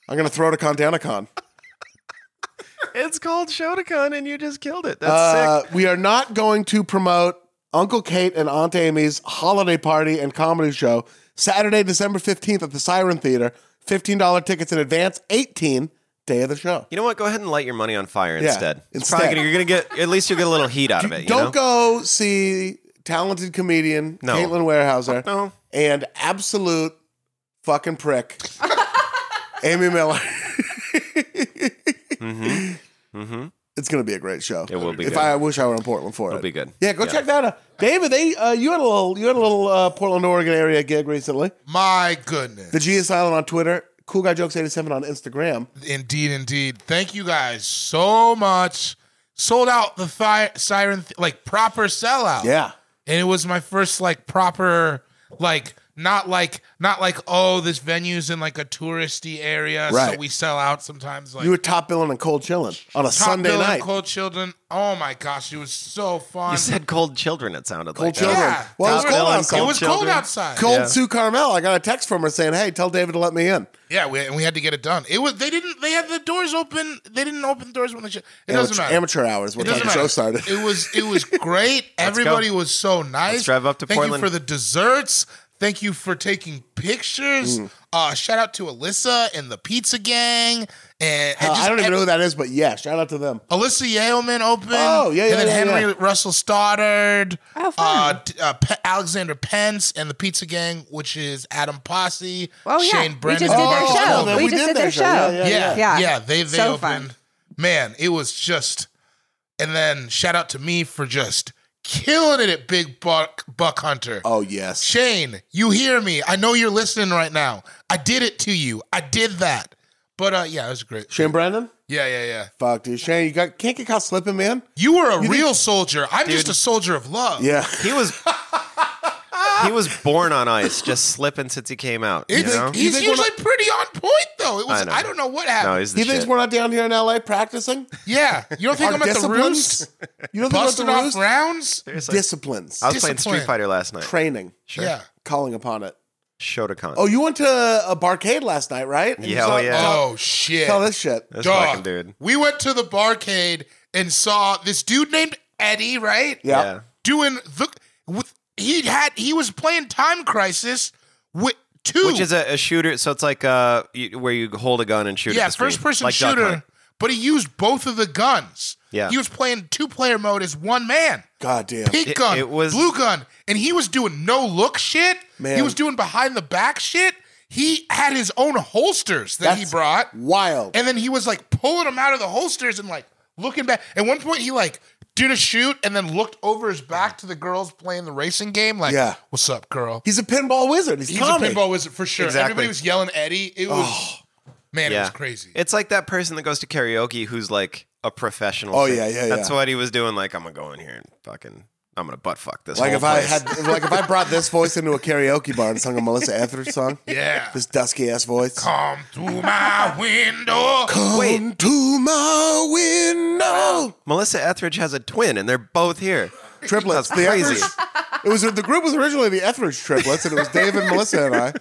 S2: I'm gonna throw to Downacon.
S1: It's called Shotokan, and you just killed it. That's
S2: Uh,
S1: sick.
S2: we are not going to promote Uncle Kate and Aunt Amy's holiday party and comedy show Saturday, December 15th at the Siren Theater. $15 tickets in advance, 18 day of the show.
S1: You know what? Go ahead and light your money on fire
S2: Yeah,
S1: instead. It's
S2: instead.
S1: probably gonna, you're gonna get at least you'll get a little heat out of it. You
S2: Don't
S1: know?
S2: go see talented comedian
S1: No.
S2: Caitlin Warehouser
S1: No.
S2: and absolute fucking prick Amy Miller. It's gonna be a great show. It
S1: Mm-hmm. will be
S2: If
S1: good.
S2: I wish I were in Portland for it,
S1: It'll be good.
S2: Yeah, go check that out, David. They uh, you had a little you had a little uh, Portland, Oregon area gig recently.
S3: My goodness.
S2: The G is silent on Twitter. Cool guy jokes eighty seven on Instagram.
S3: Indeed, indeed. Thank you guys so much. Sold out the thi- siren, th- like proper sellout.
S2: Yeah,
S3: And it was my first like proper, like Not like not like oh this venue's in like a touristy area,
S2: Right.
S3: so we sell out sometimes. Like
S2: You were top billing and cold chilling on a
S3: Top
S2: Sunday
S3: Bill and
S2: night.
S3: Cold Children. Oh my gosh, it was so fun.
S1: You said cold children. It sounded
S2: Cold
S1: like that.
S2: children.
S3: yeah,
S2: Well, it was cold
S3: Top Bill and-
S2: outside.
S3: It was cold
S1: Children.
S3: outside.
S2: Cold Sue Carmel. I got a text from her saying, "Hey, tell David to let me in."
S3: Yeah, we, and we had to get it done. It was they didn't they had the doors open. They didn't open the doors when they should. It doesn't
S2: amateur,
S3: matter.
S2: amateur hours. What
S3: It
S2: time
S3: doesn't
S2: the show
S3: matter.
S2: started?
S3: It was it was great. Everybody was so nice.
S1: Let's drive up to
S3: Thank
S1: Portland.
S3: you for the desserts. Thank you for taking pictures.
S2: Mm.
S3: Uh, shout out to Alyssa and the Pizza Gang. And, and
S2: Hell,
S3: just
S2: Uh, I don't even
S3: ev-
S2: know who that is, but yeah, shout out to them.
S3: Alyssa Yeoman opened.
S2: Oh, yeah, yeah,
S3: And then
S2: yeah,
S3: Henry
S2: yeah.
S3: Russell Stoddard.
S4: Oh, fun.
S3: Uh, t- uh, Pe- Alexander Pence and the Pizza Gang, which is Adam Posse,
S4: Oh, yeah.
S3: Shane
S4: We
S3: Brennan. Oh,
S4: just did their
S3: Mark
S4: show.
S3: Goldman.
S2: then
S4: We just did their show.
S2: Yeah, yeah,
S3: Yeah,
S2: yeah.
S3: yeah,
S4: Yeah.
S3: They they
S4: So
S3: opened.
S4: fun.
S3: Man, it was just. And then shout out to me for just killing it at Big Buck Buck Hunter.
S2: Oh yes,
S3: Shane, you hear me? I know you're listening right now. I did it to you. I did that. But uh, yeah, it was great.
S2: Shane Brandon.
S3: Yeah, yeah, yeah.
S2: Fuck, dude, Shane, you got, can't get caught slipping, man.
S3: You were a real soldier. I'm just a soldier of love.
S2: Yeah,
S1: He was. he was born on ice, just slipping since he came out. You
S3: It's,
S1: know?
S2: You
S3: He's
S2: think we're
S3: usually pretty on point, though. It was. I,
S1: I know.
S3: don't know what
S1: no,
S3: happened.
S1: he's the
S2: he thinks
S1: shit.
S2: we're not down here in L.A. practicing
S3: yeah, you don't think
S2: our
S3: I'm at the
S2: disciplines.
S3: roost,
S2: you don't think we're at the
S3: busting off
S2: roost?
S3: rounds?
S2: Disciplines,
S1: I was playing
S3: discipline.
S1: Street Fighter last night.
S2: training,
S3: Yeah.
S2: calling upon it.
S1: Shotokan.
S2: Oh, you went to a barcade last night, right? And you
S1: Yeah,
S2: saw-
S1: oh, yeah.
S3: Oh shit.
S2: Tell this shit.
S1: this
S3: Dog.
S1: fucking dude.
S3: We went to the barcade and saw this dude named Eddie, right?
S2: Yeah.
S1: Yeah.
S3: Doing the with he had he was playing Time Crisis with two
S1: Which is a, a shooter. So it's like uh, you, where you hold a gun and shoot. at
S3: yeah
S1: the screen,
S3: first person
S1: like Duck
S3: shooter,
S1: Hunt.
S3: but he used both of the guns.
S1: Yeah.
S3: he was playing two player mode as one man.
S2: God damn.
S3: Pink
S1: It-
S3: gun,
S1: it was-
S3: blue gun, and he was doing no look shit.
S2: Man.
S3: He was doing behind the back shit. He had his own holsters that he
S2: That's
S3: brought.
S2: Wild.
S3: And then he was like pulling them out of the holsters and like looking back. At one point, he like did a shoot and then looked over his back to the girls playing the racing game. Like,
S2: Yeah.
S3: what's up, girl?
S2: He's a pinball wizard. He's,
S3: He's
S2: Tommy.
S3: a pinball wizard for sure.
S1: Exactly.
S3: Everybody was yelling Eddie. It was,
S2: Oh.
S3: man, it
S1: Yeah.
S3: was crazy.
S1: It's like that person that goes to karaoke who's like a professional.
S2: Oh,
S1: singer.
S2: yeah, yeah,
S1: That's
S2: yeah.
S1: what he was doing. Like I'm gonna go in here and fucking I'm gonna butt fuck this.
S2: Like
S1: whole
S2: if I
S1: place.
S2: had, like if I brought this voice into a karaoke bar and sung a Melissa Etheridge song.
S3: yeah.
S2: This dusky ass voice.
S3: Come through my window.
S2: Come to my window.
S1: Melissa Etheridge has a twin and they're both here.
S2: Triplets. the
S1: Crazy.
S2: Etheridge- It was the group was originally the Etheridge triplets, and it was Dave and Melissa and I.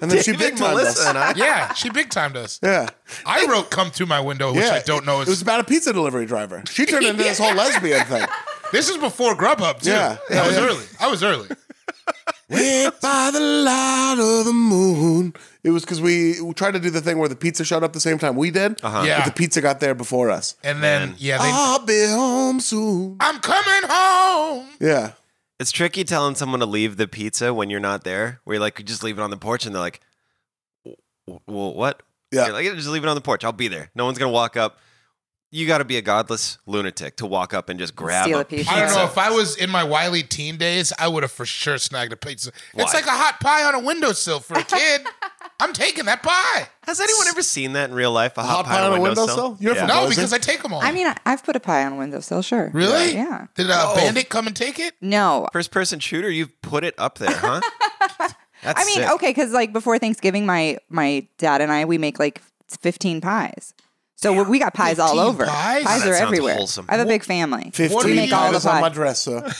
S2: And then she
S1: Even
S2: big timed
S1: Melissa
S2: us.
S1: and I.
S3: Yeah, she big timed us.
S2: Yeah.
S3: I wrote "Come Through My Window," which
S2: yeah.
S3: I don't know.
S2: It
S3: Is,
S2: was about a pizza delivery driver. She turned into this whole lesbian thing.
S3: this is before Grubhub too.
S2: Yeah, yeah,
S3: I was
S2: yeah.
S3: early. I was early.
S2: Lit by the light of the moon. It was because we we tried to do the thing where the pizza showed up the same time we did. Uh-huh.
S3: Yeah.
S2: But the pizza got there before us.
S3: And then yeah, they,
S2: I'll be home soon.
S3: I'm coming home.
S2: Yeah.
S1: It's tricky telling someone to leave the pizza when you're not there. Where you're like, you just leave it on the porch and they're like, "W- well, what?
S2: Yeah.
S1: You're like, "Yeah, just leave it on the porch. I'll be there. No one's gonna walk up. You got to be a godless lunatic to walk up and just grab
S4: Steal
S1: a
S4: a piece.
S3: I don't know.
S4: Yeah.
S3: If I was in my wily teen days, I would have for sure snagged a pizza. It's
S1: Why?
S3: like a hot pie on a windowsill for a kid. I'm taking that pie.
S1: Has anyone ever seen that in real life? A
S2: hot pie on a windowsill? You're
S1: yeah.
S2: from-
S3: No,
S2: Was it?
S3: because I take them all.
S4: I mean, I- I've put a pie on a windowsill, sure.
S3: really?
S4: Yeah.
S3: Did uh, Bandit come and take it?
S4: No.
S1: First person shooter, you've put it up there, huh? That's
S4: I mean,
S1: sick.
S4: okay, because like before Thanksgiving, my my dad and I we make like fifteen pies. So we- we got pies all
S3: 15
S4: over.
S3: pies?
S4: Pies
S1: That
S4: are
S1: sounds
S4: everywhere.
S1: wholesome.
S4: I have a big family.
S2: 15
S3: do
S4: we
S3: you
S4: make all the
S2: dollars on my
S4: pies.
S2: dress, sir.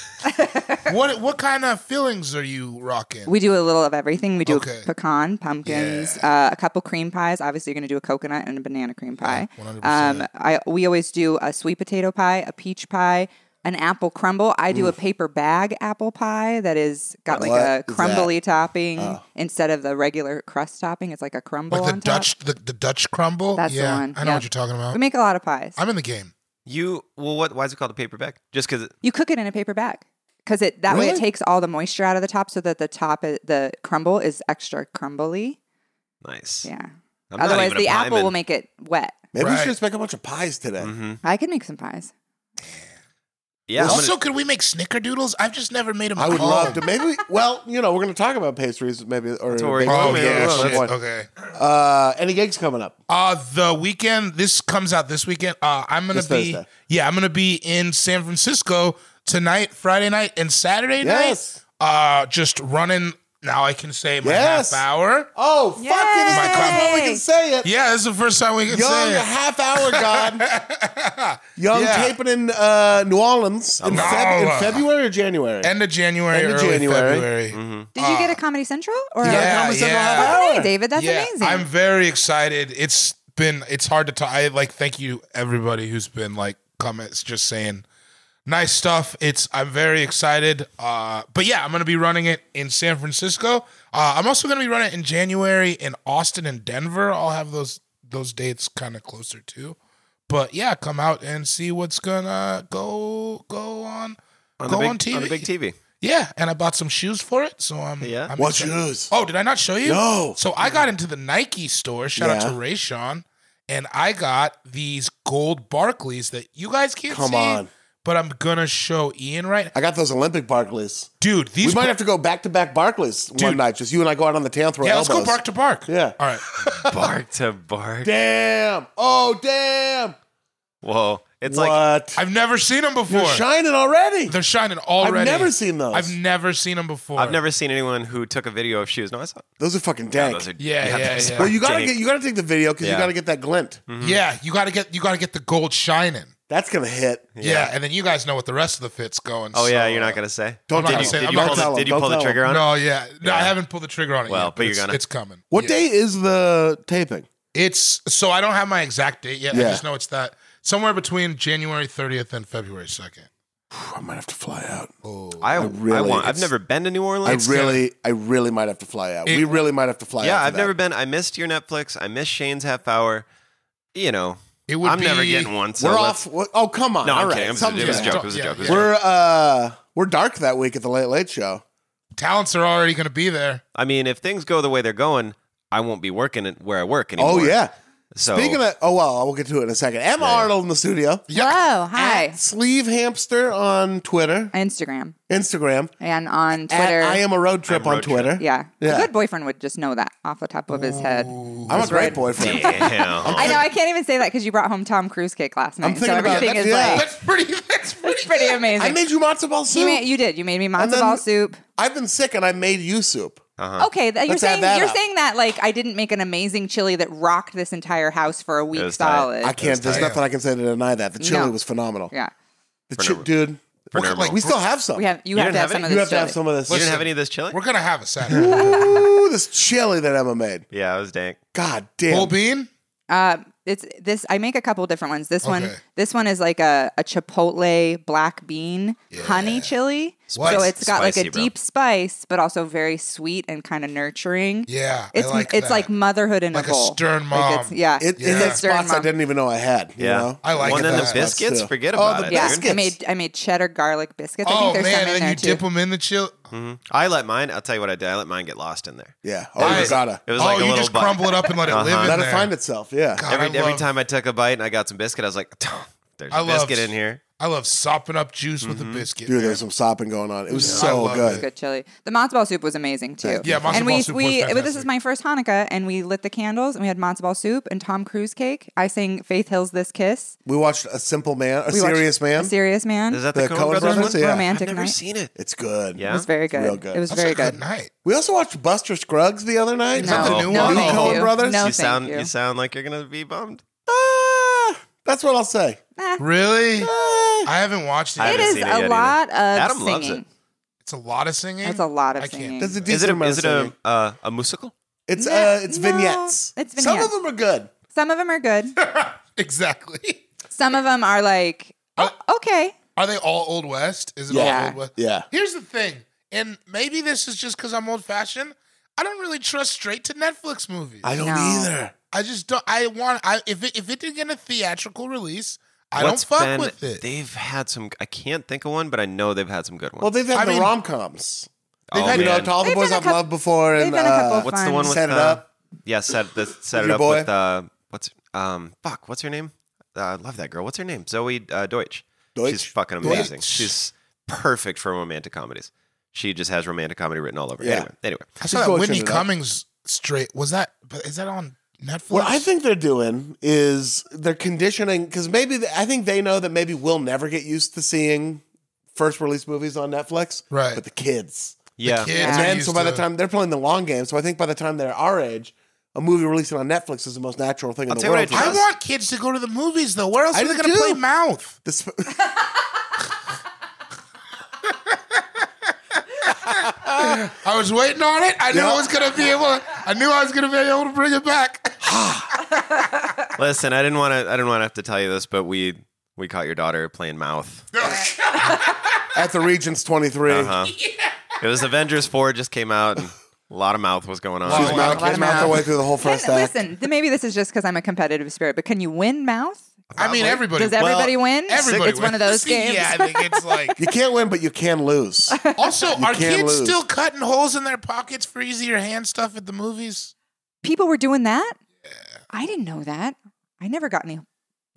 S3: What what kind of fillings are you rocking?
S4: We do a little of everything. We do
S3: Okay.
S4: pecan, pumpkins, uh, a couple cream pies. Obviously, you're going to do a coconut and a banana cream pie.
S3: 100%.
S4: Um, I we always do a sweet potato pie, a peach pie, an apple crumble. I do a paper bag apple pie that is got like
S2: What
S4: a
S2: is that?
S4: crumbly topping instead of the regular crust topping. It's like a crumble
S3: like the
S4: on top.
S3: Dutch the, the Dutch crumble?
S4: That's the
S3: yeah,
S4: one.
S3: I know
S4: Yeah.
S3: what you're talking
S2: Uh,
S3: about.
S4: We make a lot of pies.
S3: I'm in the game.
S1: You well, what? Why is it called a paper bag? Just because
S4: You cook it in a paper bag because it that way it
S2: Really?
S4: takes all the moisture out of the top, so that the top i- the crumble is extra crumbly.
S1: nice.
S4: Yeah.
S1: I'm not
S4: Otherwise,
S1: even a
S4: the apple
S1: pieman.
S4: will make it wet.
S2: Maybe we
S3: Right. Mm-hmm.
S2: should just make a bunch of pies today.
S4: I could make some pies.
S1: Mm-hmm. Yeah. I'm
S3: also,
S1: gonna-
S3: could we make snickerdoodles? I've just never made them.
S2: I
S3: at
S2: would
S3: home.
S2: love to. Maybe, we- well, you know, we're going to talk about pastries, maybe. Or
S1: That's what we're-
S3: Oh,
S1: Oh,
S3: yeah,
S1: yeah,
S3: shit.
S1: that's one.
S3: okay.
S2: Uh, any gigs coming up?
S3: Uh the weekend this comes out this weekend. Uh I'm gonna
S2: This
S3: be
S2: Thursday.
S3: yeah, I'm gonna be in San Francisco tonight, Friday night, and Saturday
S2: Yes.
S3: night. Uh just running Now I can say my
S2: Yes.
S3: half hour.
S2: Oh, fuck it. This is the
S3: Yay.
S2: first time we can say it.
S3: Yeah, this is the first time we can
S2: Young,
S3: say
S2: a
S3: it.
S2: half hour god. Young
S3: Yeah. Oh,
S2: taping in uh, New Orleans in,
S3: New
S2: Feb- in
S3: Orleans.
S2: February or January?
S3: End of January,
S2: End of
S3: early
S2: January. Mm-hmm.
S3: February.
S4: Did you
S2: Ah.
S4: get a Comedy Central? Or
S2: You got a
S3: Yeah,
S2: Comedy Central
S3: yeah.
S2: half
S4: Fucking
S2: hour?
S4: hey, David, that's
S3: yeah,
S4: amazing.
S3: I'm very excited. It's been it's hard to talk. I like thank you everybody who's been like comments just saying nice stuff. It's I'm very excited. Uh but yeah, I'm going to be running it in San Francisco. Uh I'm also going to be running it in January in Austin and Denver. I'll have those those dates kind of closer too. But yeah, come out and see what's going to go go on,
S1: on
S3: go
S1: the big,
S3: on TV.
S1: the big TV.
S3: Yeah, and I bought some shoes for it, so I'm
S1: Yeah?
S3: I'm
S2: What
S3: excited.
S2: shoes?
S3: Oh, did I not show you?
S2: No.
S3: So I got into the Nike store. Shout out
S2: Yeah.
S3: to Rayshon, and I got these gold Barclays that you guys can't
S2: Come
S3: see.
S2: on.
S3: But I'm gonna show Ian right,
S2: I got those Olympic Barclays.
S3: dude. These
S2: we might
S3: go-
S2: have to go back to back Barclays one
S3: Dude.
S2: night. Just you and I go out on the town throw
S3: Yeah,
S2: elbows.
S3: let's go bark to bark.
S2: Yeah.
S3: All right.
S1: Bark to bark.
S2: Damn. Oh, damn.
S1: Whoa. It's like
S2: what?
S3: I've never seen them before.
S2: You're shining already.
S3: They're shining already.
S2: never seen those.
S3: I've never seen them before.
S1: I've never seen anyone who took a video of shoes. No, I saw
S2: Those are fucking
S1: yeah,
S2: dank.
S1: those. Are,
S3: Yeah, yeah,
S1: those
S3: yeah.
S1: are
S2: well, you gotta
S1: dank.
S2: get you gotta take the video because you
S1: Yeah.
S2: gotta get that glint.
S3: Yeah, you gotta get you gotta get the gold shining.
S2: That's gonna hit.
S3: Yeah. and then you guys know what the rest of the fit's going.
S1: Oh yeah,
S3: so,
S1: you're
S3: uh,
S1: not gonna say.
S2: Don't
S1: did
S3: tell
S1: you,
S3: him.
S1: did you
S3: Don't
S1: pull,
S2: tell
S1: the,
S2: him.
S1: did you
S2: Don't
S1: pull the
S2: tell
S1: trigger on? it?
S3: No, yeah. No, I
S1: Yeah.
S3: haven't pulled the trigger on it
S1: Well,
S3: yet.
S1: but you're
S3: it's-
S1: gonna.
S3: It's coming.
S2: What
S3: Yeah.
S2: day is the taping?
S3: It's so I don't have my exact date yet. I
S2: Yeah.
S3: just know it's that somewhere between January 30th and February Oh. 2nd.
S2: Phew, I might have to fly out.
S1: I, I
S2: really-
S1: want. I've
S2: it's-
S1: never been to New
S2: I
S1: Orleans.
S2: really, I really might have to fly out.
S3: It-
S2: we really might have to fly out.
S1: yeah,
S2: for
S1: I've
S2: that.
S1: never been. I missed your Netflix. I missed Shane's half hour. You know,
S3: It would
S1: I'm
S3: be,
S1: never getting one. So
S2: We're
S1: let's-
S2: off. we're- Oh come on!
S1: No,
S2: All
S1: I'm
S2: right,
S1: kidding. It was a-
S2: something's
S1: It was a
S3: Yeah.
S2: gonna-
S1: joke. It was a
S3: Yeah,
S1: joke. It was a
S3: yeah.
S1: joke.
S2: We're uh, we're dark that week at the Late Late Show.
S3: Talents are already going to be there.
S1: I mean, if things go the way they're going, I won't be working at where I work anymore.
S2: Oh yeah.
S1: So
S2: Speaking of, oh well, we'll get to it in a second. Emma Arnold in the studio.
S4: Hello, Oh, hi.
S2: At Sleeve Hamster on Twitter,
S4: Instagram
S2: Instagram.
S4: and on Twitter.
S2: At I am a road trip
S1: I'm
S2: on
S1: road trip.
S2: Twitter.
S4: yeah.
S2: Yeah.
S4: a good boyfriend would just know that off the top of his head.
S2: I'm a great boyfriend.
S1: damn.
S4: I know I can't even say that because you brought home Tom Cruise cake last night, so
S2: thinking about
S4: everything
S2: that,
S4: is
S2: yeah.
S4: like
S3: That's pretty. That's
S4: it's
S3: pretty.
S4: pretty amazing.
S2: I made you matzo ball
S4: you,
S2: soup.
S4: made, you did. You made me matzo
S2: And then-
S4: ball soup.
S2: I've been sick and I made you soup.
S4: Okay, that, you're
S2: Let's add
S4: saying
S2: that
S4: you're
S2: up.
S4: saying that like I didn't make an amazing chili that rocked this entire house for a week
S1: was tight.
S4: solid.
S2: I can't. There's
S3: tight.
S2: nothing I can say to deny that. The chili
S4: No.
S2: was phenomenal.
S4: Yeah,
S2: The chi- dude.
S1: For
S2: What-
S1: normal.
S2: like, we still have some.
S4: we have. You,
S1: You
S4: have
S1: didn't
S4: to have,
S1: have
S4: some of
S1: any?
S4: this.
S2: you have to have
S4: chili.
S2: some of this.
S1: you didn't have any of this chili?
S3: We're going to have a Saturday.
S2: Ooh, this chili that Emma made.
S1: Yeah, it was dank.
S2: God damn.
S3: Whole bean?
S4: Uh, it's this. I make a couple different ones. This one,
S3: Okay.
S4: this one is like a, a chipotle black bean honey chili. So
S1: Spice-
S4: it's got like a
S1: spicy, bro.
S4: deep spice, but also very sweet and kind of nurturing.
S3: Yeah. I
S4: it's
S3: like
S4: it's
S3: that.
S4: like motherhood in
S3: Like a
S4: a bowl.
S3: stern
S4: it's-
S3: mom.
S4: yeah,
S2: It,
S4: it's
S2: It
S4: a
S2: hit
S4: stern
S2: spots I
S4: mom.
S2: didn't even know I had. You
S1: Yeah.
S2: know?
S3: I like
S1: One
S3: it
S1: and
S3: that
S1: the
S3: way.
S1: biscuits.
S2: Too.
S1: Forget
S2: Oh,
S1: about
S2: the
S1: it.
S4: Yeah,
S1: dude.
S4: I made I made cheddar garlic biscuits. I
S3: Oh, man.
S4: think there's some in
S3: Then
S4: there
S3: you
S4: too.
S3: dip them in the chill.
S1: I let mine. I'll tell you what I did. I let mine get lost in there.
S2: Yeah. Oh, you
S3: Nice.
S2: gotta.
S1: It was
S3: oh,
S1: like a
S3: you
S1: little Uh-huh.
S3: just
S1: bite.
S3: crumble it up and let it live in
S2: Let
S3: there.
S2: it find itself. Yeah.
S3: God,
S1: Every
S3: I
S1: every
S3: love-
S1: time I took a bite and I got some biscuit, I was like, "There's
S3: I
S1: a
S3: love-
S1: biscuit in here."
S3: I love sopping up juice with
S1: Mm-hmm.
S3: a biscuit.
S2: Dude,
S3: man.
S2: there's some sopping going on. It was
S3: I
S2: so
S3: love
S2: good.
S4: good chili. The matzo ball soup was amazing too.
S3: Yeah, matzo
S4: and
S3: ball
S4: we
S3: soup was
S4: we well, this
S3: fantastic.
S4: is my first Hanukkah, and we lit the candles, and we had matzo ball soup and Tom Cruise cake. I sang Faith Hill's "This Kiss."
S2: We watched A Simple Man, A
S4: We watched
S2: Serious Man.
S4: A serious man.
S1: Is that the,
S2: The
S1: Coen
S2: Coen
S1: Brothers,
S2: Brothers?
S1: one?
S2: Yeah.
S4: Romantic
S1: I've never
S4: night.
S1: seen it.
S2: it's good.
S4: It
S1: Yeah,
S4: was very good.
S2: real good.
S4: It was
S3: That's
S4: very
S3: a good
S4: good.
S3: night.
S2: We also watched Buster Scruggs the other night.
S4: No,
S3: the
S4: no,
S3: new one?
S4: thank
S3: Coen
S4: you.
S2: Brothers?
S4: No,
S1: you sound
S4: thank you.
S1: you sound like you're gonna be bummed.
S2: Ah, that's what I'll say.
S3: Really?
S2: Ah.
S3: I haven't watched it.
S1: I
S4: it
S1: haven't
S4: is
S1: seen it
S4: a
S1: yet either.
S4: lot of
S1: Adam
S4: singing.
S1: loves it.
S3: It's a lot of singing.
S4: It's a lot of
S3: I can't.
S4: singing.
S2: That's a decent
S1: Is it a
S2: amount
S1: is it
S2: of
S1: a
S2: singing.
S1: uh, a musical?
S2: It's
S4: No,
S2: uh, it's
S4: no,
S2: vignettes.
S4: it's
S2: Some of
S4: vignettes.
S2: them are good.
S4: Some of them are good.
S3: Exactly.
S4: Some of them are like, oh, okay.
S3: Are they all Old West? Is it all
S4: Yeah.
S3: Old West?
S2: Yeah.
S3: Here's the thing, and maybe this is just because I'm old fashioned. I don't really trust straight to Netflix movies. I,
S2: I don't
S4: No.
S2: either.
S3: just don't. I want. I if it, if it didn't get a theatrical release, I
S1: What's
S3: don't fuck
S1: been-
S3: with it.
S1: They've had some. I can't think of one, but I know they've had some good ones.
S2: Well, they've had
S3: I
S2: the
S3: mean-
S2: rom coms. They've
S1: Oh,
S2: had you know
S1: man.
S2: to all the
S4: They've
S2: boys
S4: done a
S2: I've
S4: couple-
S2: loved before
S4: they've
S2: and
S4: done a couple
S2: uh,
S4: of-
S1: What's the
S4: Fun.
S1: one with
S2: Set It
S1: uh,
S2: Up.
S1: Yeah, set the set it
S2: Your
S1: up
S2: boy.
S1: with uh, what's um fuck what's her name? Uh, I love that girl. What's her name? Zoe uh, Deutsch. She's
S2: Deutsch?
S1: fucking amazing.
S3: Deutsch.
S1: She's perfect for romantic comedies. She just has romantic comedy written all over.
S2: Yeah.
S1: Anyway, anyway.
S3: I saw
S2: Keep
S3: that
S2: going,
S3: Whitney
S2: Trinidad.
S3: Cummings straight. Was that? But is that on Netflix?
S2: What I think they're doing is they're conditioning because maybe th- I think they know that maybe we'll never get used to seeing first release movies on Netflix.
S3: Right.
S2: But the kids,
S1: Yeah.
S3: kids
S4: Yeah.
S3: are
S2: And then, so
S3: used
S2: by
S3: to
S2: the time they're playing the long game, so I think by the time they're our age, a movie releasing on Netflix is the most natural thing
S1: I'll
S2: in the
S1: tell you
S2: world.
S1: what I
S3: I
S1: Yes.
S3: want kids to go to the movies though. Where else
S2: I
S3: are they
S2: do
S3: going to
S2: too.
S3: play mouth?
S2: The sp-
S3: I was waiting on it. I knew
S2: Yeah.
S3: I was going to be able. To, I knew I was going to be able to bring it back.
S1: Listen, I didn't want to. I didn't want to have to tell you this, but we we caught your daughter playing mouth.
S2: at the Regents 23.
S1: Uh-huh. It was Avengers Four just came out, and a lot of mouth was going on.
S2: She's mouth,
S3: Wow.
S4: Lot of
S2: she's mouth
S4: mouth.
S2: the way through the whole
S4: Can-
S2: first act.
S4: listen, th- maybe this is just because I'm a competitive spirit, but can you win mouth?
S3: I mean, everybody.
S4: Does everybody win?
S3: Everybody.
S4: it's one of
S3: wins.
S4: those games.
S3: Yeah, I think it's like.
S2: You can't win, but you can lose.
S3: Also, are
S2: can't
S3: kids
S2: lose.
S3: still cutting holes in their pockets for easier hand stuff at the movies?
S4: People were doing that. I didn't know that. I never got any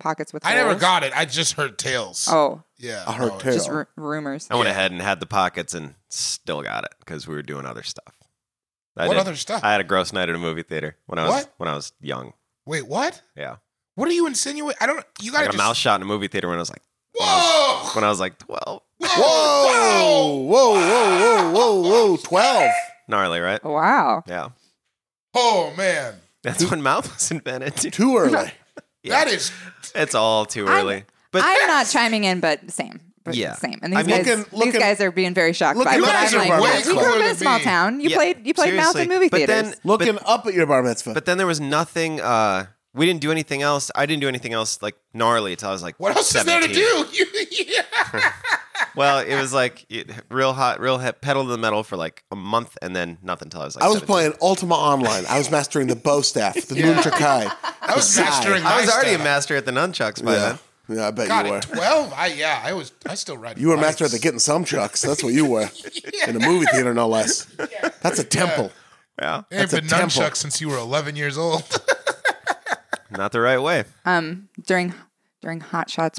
S4: pockets with.
S3: I never
S4: holes.
S3: got it. I just heard tales.
S4: Oh,
S3: yeah.
S2: I heard
S3: no,
S2: tales.
S4: just ru- rumors.
S1: I went ahead and had the pockets and still got it because we were doing other stuff. I
S3: What
S1: did-
S3: other stuff?
S1: I had a gross night at a movie theater when I was
S3: What?
S1: when I was young.
S3: Wait, what?
S1: Yeah,
S3: What are you insinuating? I don't. You
S1: I
S3: gotta
S1: got a
S3: just.
S1: mouse shot in a movie theater when I was like
S3: Whoa!
S1: when I was like twelve.
S2: Whoa, whoa, whoa, whoa, whoa, whoa, 12.
S1: Gnarly, right?
S4: Wow.
S1: Yeah,
S3: Oh man,
S1: that's when mouth was invented. dude.
S2: Too early.
S1: Yeah.
S3: that is.
S1: It's all too
S4: I'm-
S1: early. But
S4: I'm not chiming in, but same. But
S1: Yeah.
S4: Same. And these,
S1: I mean,
S4: guys,
S2: looking- looking-
S4: these guys are being very shocked
S2: Look
S4: by
S2: at
S4: it.
S2: you
S4: but
S3: guys
S4: I'm
S3: are
S4: like,
S3: way
S4: yeah, we grew up in
S3: cooler
S4: a
S3: than
S4: small
S3: me.
S4: town. You
S1: Yeah,
S4: played you played mouth in
S1: seriously.
S4: movie
S1: But
S4: theaters.
S1: then- but-
S2: Looking up at your bar mitzvah.
S1: But then there was nothing. uh We didn't do anything else. I didn't do anything else like gnarly until I was like.
S3: What else is
S1: 17.
S3: there to do? You- yeah.
S1: Well, it was like it, real hot, real hot, pedal to the metal for like a month, and then nothing until I was like.
S2: I was
S1: 17.
S2: playing Ultima Online. I was mastering the bow staff, the yeah.
S3: I was mastering.
S1: I was
S3: my
S1: already
S3: stuff.
S1: a master at the nunchucks by
S2: Yeah.
S1: then.
S2: yeah, I bet
S3: God,
S2: you were.
S3: at twelve, I yeah, I was. I still ride.
S2: You were
S3: bikes.
S2: master at the getting some chucks. That's what you were. In a movie theater, no less. That's a temple.
S1: Yeah,
S3: It ain't
S2: That's a
S3: been
S2: temple.
S3: nunchucks since you were 11 years old.
S1: not the right way.
S4: during during Hot Shots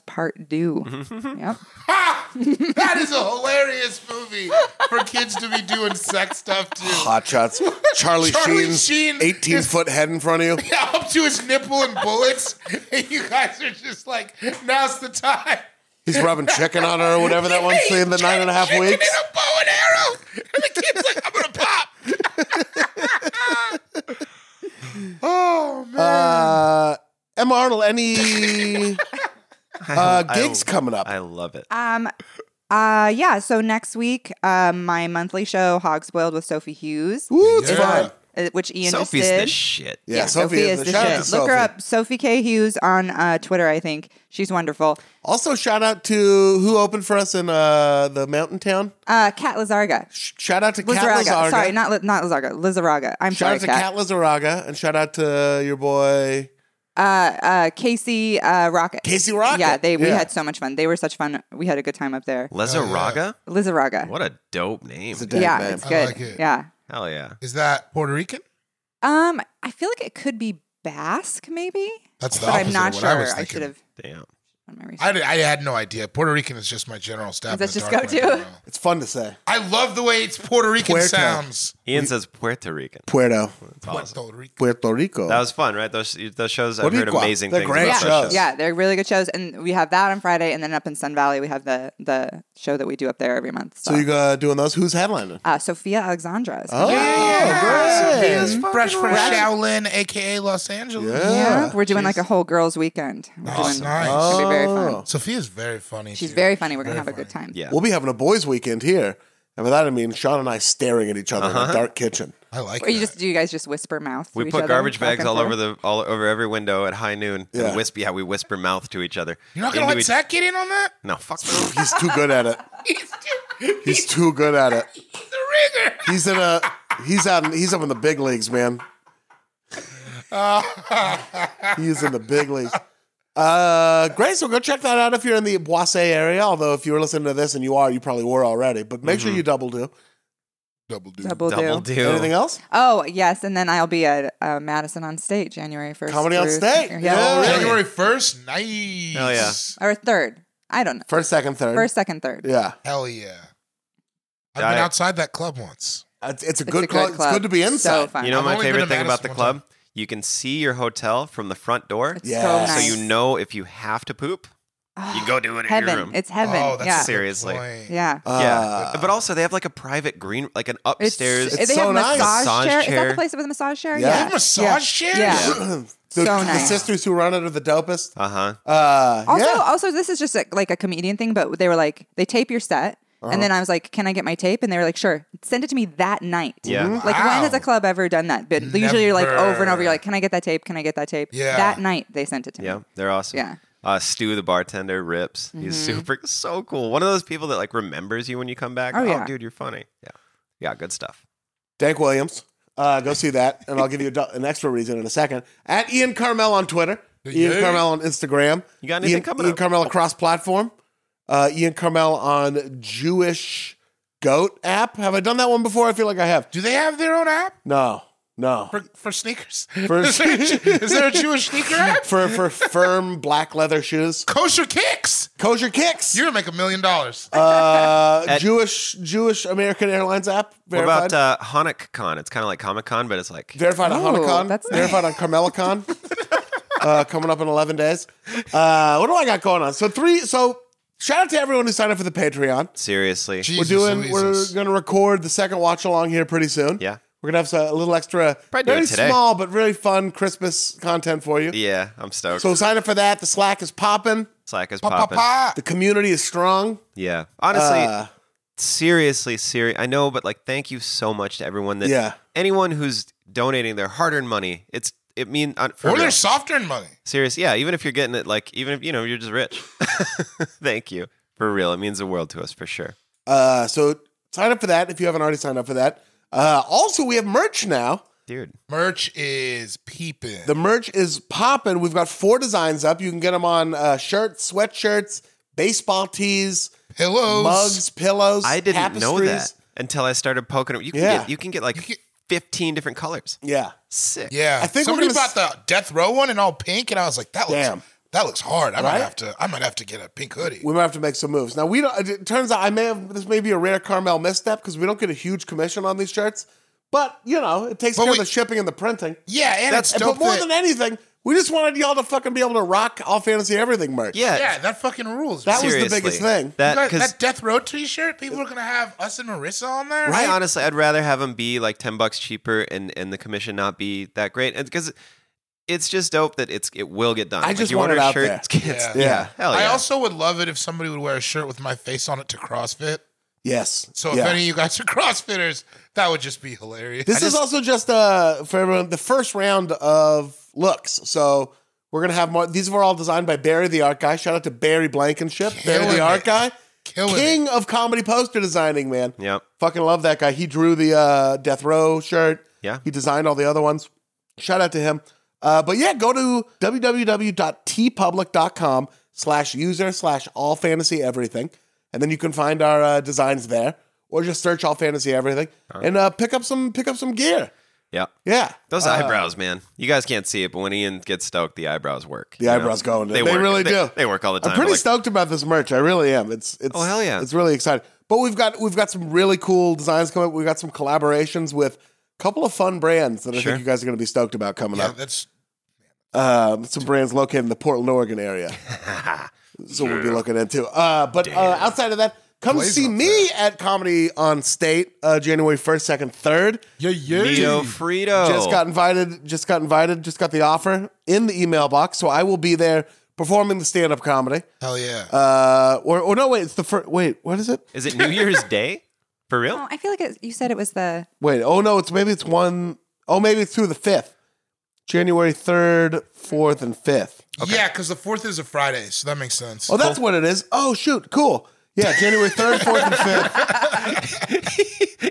S4: Part Two. yep.
S3: that is a hilarious movie for kids to be doing sex stuff too.
S2: Hot shots. Charlie,
S3: Charlie
S2: Sheen's
S3: Sheen
S2: 18 foot head in front of you.
S3: Yeah, up to his nipple and bullets, and you guys are just like, now's the time.
S2: He's rubbing chicken on her or whatever that one's in the nine and a half
S3: Chicken
S2: weeks.
S3: and a bow and arrow, and the kid's like, I'm gonna pop. oh man,
S2: Uh, M. Arnold, any uh, gigs coming up?
S1: I love it.
S4: Um. Uh. Yeah. So next week, um, my monthly show Hogs Boiled with Sophie Hughes,
S2: Ooh, it's
S3: Yeah.
S2: fun.
S4: uh, which Ian
S1: Sophie's
S4: just
S1: the
S4: did.
S1: shit.
S2: Yeah, Sophie, is the, shout out to
S4: Look her
S2: Sophie.
S4: up, Sophie K Hughes on uh, Twitter. I think she's wonderful.
S2: Also, shout out to who opened for us in uh, the mountain town.
S4: Uh, Kat Lazarga.
S2: Sh- Shout out to Kat
S4: Lizaraga.
S2: Lazarga.
S4: Sorry, not Li- not Lazarga. Lizaraga. I'm
S2: shout
S4: sorry,
S2: out to
S4: Kat.
S2: Kat Lazaraga and shout out to your boy.
S4: uh, uh, Casey uh, Rocket.
S2: Casey Rocket.
S4: Yeah, they we
S2: Yeah.
S4: had so much fun. They were such fun. We had a good time up there.
S1: Lezaraga?
S4: Lizaraga.
S1: What a dope name.
S2: Oh, a dope-
S4: Yeah,
S2: Dang,
S4: it's
S3: man.
S4: good.
S3: I like it.
S4: Yeah.
S1: Hell yeah.
S3: is that Puerto Rican?
S4: Um, I feel like it could be Basque, maybe,
S3: That's the
S4: but I'm
S3: opposite
S4: not
S3: of what
S4: sure.
S3: I, was
S4: I,
S3: thinking.
S4: should have
S1: Damn.
S4: done my research.
S3: I, did- I had no idea. Puerto Rican is just my general staff.
S4: Is that
S3: in the
S4: just
S3: dark
S4: go-to?
S3: right now.
S2: It's fun to say.
S3: I love the way it's Puerto Rican
S2: Puerto.
S3: sounds.
S1: Ian says Puerto Rican.
S2: Puerto.
S1: That's awesome.
S3: Puerto Rico.
S2: Puerto Rico.
S1: That was fun, right? Those those shows. I've
S2: Puerto
S1: heard
S2: Rico.
S1: amazing
S2: They're
S1: things
S2: great
S1: about
S2: shows.
S1: those shows.
S4: Yeah, they're really good shows, and we have that on Friday, and then up in Sun Valley we have the the show that we do up there every month. So,
S2: so you uh, doing those? Who's headlining?
S4: uh, Sophia Alexandra. Is
S2: Oh, great.
S3: Fresh from Shaolin, aka Los Angeles.
S2: Yeah.
S4: yeah, we're doing like a whole girls' weekend. We're
S3: Oh,
S4: doing,
S3: nice.
S4: It's gonna be very
S2: Oh.
S4: fun.
S3: Sophia's very funny.
S4: She's
S3: too.
S4: very funny. We're gonna
S3: Very
S4: have a good time.
S1: Yeah.
S2: We'll be having a boys' weekend here. And by that I mean Sean and I staring at each other
S1: Uh-huh.
S2: in a dark kitchen.
S3: I like
S4: Or you
S3: it.
S4: just do you guys just whisper mouth? to
S1: We
S4: each
S1: put
S4: other
S1: garbage
S4: back
S1: bags
S4: and
S1: all
S4: forth?
S1: over the all over every window at high noon
S2: Yeah.
S1: and whisper. Yeah, we whisper mouth to each other.
S3: You're not gonna
S1: Into
S3: let
S1: each-
S3: Zach get in on that?
S1: No, fuck.
S2: He's too good at it.
S3: He's too, he's
S2: He's too good at it.
S3: the rigger.
S2: He's in a he's out in, he's up in the big leagues, man. he's in the big leagues. Uh, great. So go check that out if you're in the Boise area. Although if you were listening to this and you are, you probably were already. But make
S1: Mm-hmm.
S2: sure you double do.
S3: Double dude.
S4: double,
S1: Double
S4: do.
S1: do.
S2: Anything else?
S4: Oh yes, and then I'll be at uh, Madison on State January first.
S2: Comedy on State.
S4: Yeah,
S2: Yeah.
S4: really.
S3: January first, nice.
S1: Hell yeah.
S4: or third. I don't know.
S2: First, second, third.
S4: First, second, third.
S2: Yeah,
S3: Hell yeah. I've
S1: Diet.
S3: been outside that club once.
S2: it's, it's a
S4: It's
S2: good,
S4: a
S2: club.
S4: good club.
S2: It's good to be
S4: So
S2: inside.
S4: fun.
S1: You know
S3: I've
S1: my
S3: only been
S1: favorite
S3: to
S1: thing about
S3: Madison
S1: the
S3: one
S1: club? You can see your hotel from the front door.
S4: It's
S2: Yeah.
S4: so
S2: So
S4: nice.
S1: So you know if you have to poop You go do it in your
S4: heaven.
S1: room.
S4: It's heaven.
S3: Oh, that's
S4: yeah.
S3: a good
S1: Seriously.
S3: point.
S4: Yeah.
S1: yeah,
S2: Uh,
S1: but also they have like a private green, like an upstairs.
S4: It's,
S2: It's
S4: they
S2: so
S4: have a
S2: nice.
S4: massage,
S1: Massage
S4: chair. Is that
S1: chair.
S4: the place with a massage chair?
S2: Yeah.
S3: They have massage
S4: yeah.
S3: chairs?
S4: Yeah.
S2: the,
S4: So
S2: the
S4: nice.
S2: sisters who run it are the dopest.
S1: uh huh.
S2: Uh,
S4: Also,
S2: yeah.
S4: also, this is just a, like a comedian thing, but they were like, they tape your set, and then I was like, can I get my tape? And they were like, sure, send it to me that night.
S1: Yeah. Mhm.
S4: Like, when has
S3: Wow.
S4: a club ever done that? But usually, you're like over and over,
S3: Never.
S4: you're like, can I get that tape? Can I get that tape?
S3: Yeah.
S4: That night they sent it to
S1: Yeah,
S4: me.
S1: they're awesome.
S4: Yeah. Mm-hmm.
S1: Uh, Stu, the bartender, rips. He's super, so cool. One of those people that like remembers you when you come back.
S4: Oh, yeah.
S1: dude, you're funny. Yeah, yeah, good stuff.
S2: Dank Williams. Uh, go see that, and I'll give you a, do- an extra reason in a second. At Ian Carmel on Twitter, Ian
S3: Yeah.
S2: Carmel on Instagram.
S1: You got anything
S2: Ian,
S1: coming
S2: Ian
S1: up?
S2: Carmel across platform. Uh, Ian Carmel on Jewish Goat app. Have I done that one before? I feel like I have.
S3: Do they have their own app
S2: No, no.
S3: for, for sneakers?
S2: For-
S3: is, there a, is there a Jewish sneaker app?
S2: For for firm black leather shoes,
S3: Kosher Kicks.
S2: kosher kicks.
S3: You're gonna make a million dollars.
S2: Uh,
S1: At-
S2: Jewish Jewish American Airlines app.
S1: What
S2: Verified.
S1: about uh, Hanukkah Con? It's kind of like Comic Con, but it's like
S2: Verified on
S4: Ooh,
S2: Hanukkah.
S4: that's nice.
S2: verified on Carmelicon. uh, coming up in eleven days. Uh, what do I got going on? So three. So shout out to everyone who signed up for the Patreon.
S1: seriously.
S3: Jesus
S2: we're doing.
S3: Louises.
S2: We're going to record the second watch along here pretty soon.
S1: Yeah.
S2: We're gonna have a little extra,
S1: Probably do it
S2: very
S1: today.
S2: small but really fun Christmas content for you.
S1: Yeah, I'm stoked.
S2: So sign up for that. The Slack is popping.
S1: Slack is
S3: Pa, pa,
S1: popping.
S3: pa.
S2: The community is strong.
S1: Yeah, honestly,
S2: Uh,
S1: seriously, serious. I know, but like, thank you so much to everyone that.
S2: Yeah.
S1: Anyone who's donating their hard-earned money, it's it mean on for
S3: Or
S1: real.
S3: their soft earned money.
S1: Serious, yeah. Even if you're getting it, like, even if you know you're just rich. Thank you for real. It means the world to us for sure.
S2: Uh, so sign up for that if you haven't already signed up for that. Uh, also, we have merch now.
S1: Dude,
S3: Merch is peeping.
S2: The merch is popping. We've got four designs up. You can get them on uh, shirts, sweatshirts, baseball tees,
S3: pillows.
S2: mugs, pillows.
S1: I didn't know that
S2: tapestries.
S1: until I started poking it. You can
S2: Yeah.
S1: get you can get like
S3: can-
S1: 15 different colors.
S2: Yeah.
S1: Sick.
S3: Yeah.
S2: I think we're
S3: somebody
S2: gonna
S3: bought the death row one in all pink, and I was like, that looks
S2: Damn.
S3: that looks hard. I
S2: Right?
S3: might have to I might have to get a pink hoodie.
S2: We might have to make some moves. Now we don't. It turns out I may have. This may be a rare Carmel misstep because we don't get a huge commission on these shirts. But you know, it takes
S3: But
S2: care
S3: we-
S2: of the shipping and the printing.
S3: yeah, and
S2: That's
S3: it's dope
S2: but more
S3: that-
S2: than anything, we just wanted y'all to fucking be able to rock all fantasy everything merch.
S1: Yeah.
S3: yeah, that fucking rules.
S2: That
S3: man.
S2: was the
S1: seriously.
S2: biggest thing.
S3: You
S1: That
S3: guys-
S1: because
S3: that death row t shirt, people are gonna have us and Marissa on there.
S1: I honestly I'd rather have them be like 10 bucks cheaper and and the commission not be that great because it's just dope that it's it will get done.
S2: I
S1: Like,
S2: just
S1: you
S2: want
S1: order
S2: it
S1: a
S2: out
S1: shirt,
S2: there.
S1: it's- it's-
S3: Yeah.
S2: Yeah.
S1: Hell yeah.
S3: I also would love it if somebody would wear a shirt with my face on it to CrossFit.
S2: Yes.
S3: So
S2: Yeah.
S3: if any of you guys are CrossFitters, that would just be hilarious.
S2: This is also just uh, for everyone the first round of looks. So we're gonna have more. These were all designed by Barry the Art Guy. Shout out to Barry Blankenship, Barry
S3: Killing
S2: the Art
S3: it.
S2: Guy,
S3: Killing
S2: king of comedy poster designing, man.
S1: Yep.
S2: Fucking love that guy. He drew the uh, Death Row shirt.
S1: Yeah.
S2: He designed all the other ones. Shout out to him. Uh, but yeah, go to www.tpublic.com slash user slash all fantasy everything. And then you can find our uh, designs there or just search all fantasy everything and uh, pick up some pick up some gear.
S1: Yeah.
S2: Yeah.
S1: Those eyebrows, man. You guys can't see it, but when Ian gets stoked, the eyebrows work.
S2: The
S1: you know?
S2: eyebrows go in.
S1: They, work.
S2: really
S1: They-
S2: do.
S1: They work all the time.
S2: I'm pretty
S1: Like,
S2: stoked about this merch. I really am. It's it's
S1: Oh, hell yeah.
S2: It's really exciting. But we've got we've got some really cool designs coming up. We've got some collaborations with a couple of fun brands that I
S1: Sure.
S2: think you guys are going to be stoked about coming
S3: Yeah,
S2: up.
S3: that's
S2: Um, some brands located in the Portland, Oregon area. so we'll be looking into. Uh, but uh, outside of that, come
S3: Blaze
S2: see
S3: up
S2: me at Comedy on State uh, January first, second, third.
S3: yeah, yeah.
S1: Neo Frito.
S2: Just got invited. Just got invited. Just got the offer in the email box. So I will be there performing the stand up comedy.
S3: Hell yeah.
S2: Uh, or, or no, wait, it's the first. Wait, what is it?
S1: Is it New Year's Day? For real?
S4: Oh, I feel like it, you said it was the.
S2: Wait, oh no, it's maybe it's one oh maybe it's through the fifth, January third, fourth, and fifth.
S3: Yeah, because the fourth is a Friday, so that makes sense.
S2: Oh, that's what it is. Oh shoot, cool. Yeah, January third, fourth, and fifth. Oh,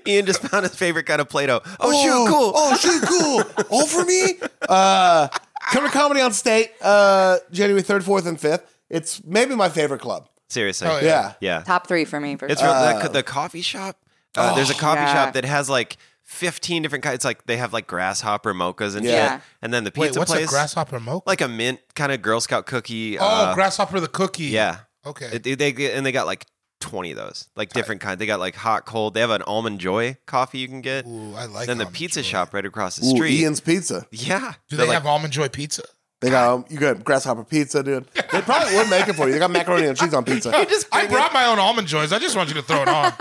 S1: Ian just found his favorite kind of Play-Doh. Oh,
S2: Oh,
S1: shoot, cool.
S2: Oh shoot, cool. All for me. Uh, come to comedy on state. Uh, January third, fourth, and fifth. It's maybe my favorite club.
S1: Seriously.
S3: Oh,
S2: Yeah.
S1: Yeah.
S4: Top three for me. For
S1: It's
S4: sure.
S1: real,
S3: Um,
S1: the, the coffee shop. Uh,
S3: Oh,
S1: there's a coffee
S4: yeah.
S1: shop that has like 15 different kinds. It's like they have like grasshopper mochas and
S2: Yeah.
S1: shit. And then the pizza
S3: Wait, what's
S1: place.
S3: a grasshopper mocha?
S1: Like a mint kind of Girl Scout cookie.
S3: oh,
S1: uh,
S3: grasshopper the cookie.
S1: Yeah.
S3: Okay.
S1: It- it- they get- and they got like 20 of those, like different kind. They got like hot, cold. They have an almond joy coffee you can get.
S3: Ooh, I like
S1: Then the
S3: Almond
S1: pizza
S3: Joy.
S1: shop right across the
S2: Ooh,
S1: street.
S2: Ian's Pizza.
S1: yeah.
S3: Do
S1: They're
S3: they
S1: like-
S3: have almond joy pizza?
S2: They got um, you got grasshopper pizza, dude. They probably would make it for you. They got macaroni and cheese on pizza.
S3: I brought my own almond joys. I just want you to throw it on.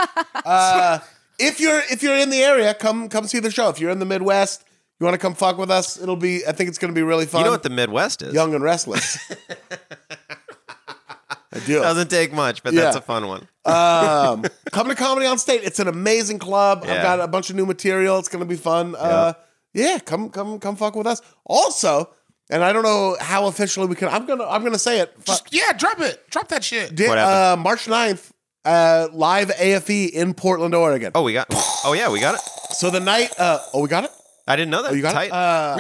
S2: If you're if you're in the area, come come see the show. If you're in the Midwest, you want to come fuck with us. It'll be. I think it's going to be really fun.
S1: You know what the Midwest is?
S2: young and restless. I do.
S1: Doesn't take much, but that's
S2: Yeah.
S1: a fun one.
S2: um, come to Comedy on State. It's an amazing club. I've
S1: Yeah.
S2: got a bunch of new material. It's gonna be fun. Uh, yeah, come come come fuck with us. Also, and I don't know how officially we can. I'm gonna I'm gonna say it. Fu-
S3: Just- yeah, drop it. Drop that shit.
S2: Di-
S1: what
S2: uh,
S1: happened?
S2: March 9th, uh, live AFE in Portland, Oregon.
S1: Oh, we got. Oh yeah, we got it.
S2: so the night. Uh, oh, we got it.
S1: I didn't know that.
S2: Oh, you got
S1: Tight.
S2: it. Uh,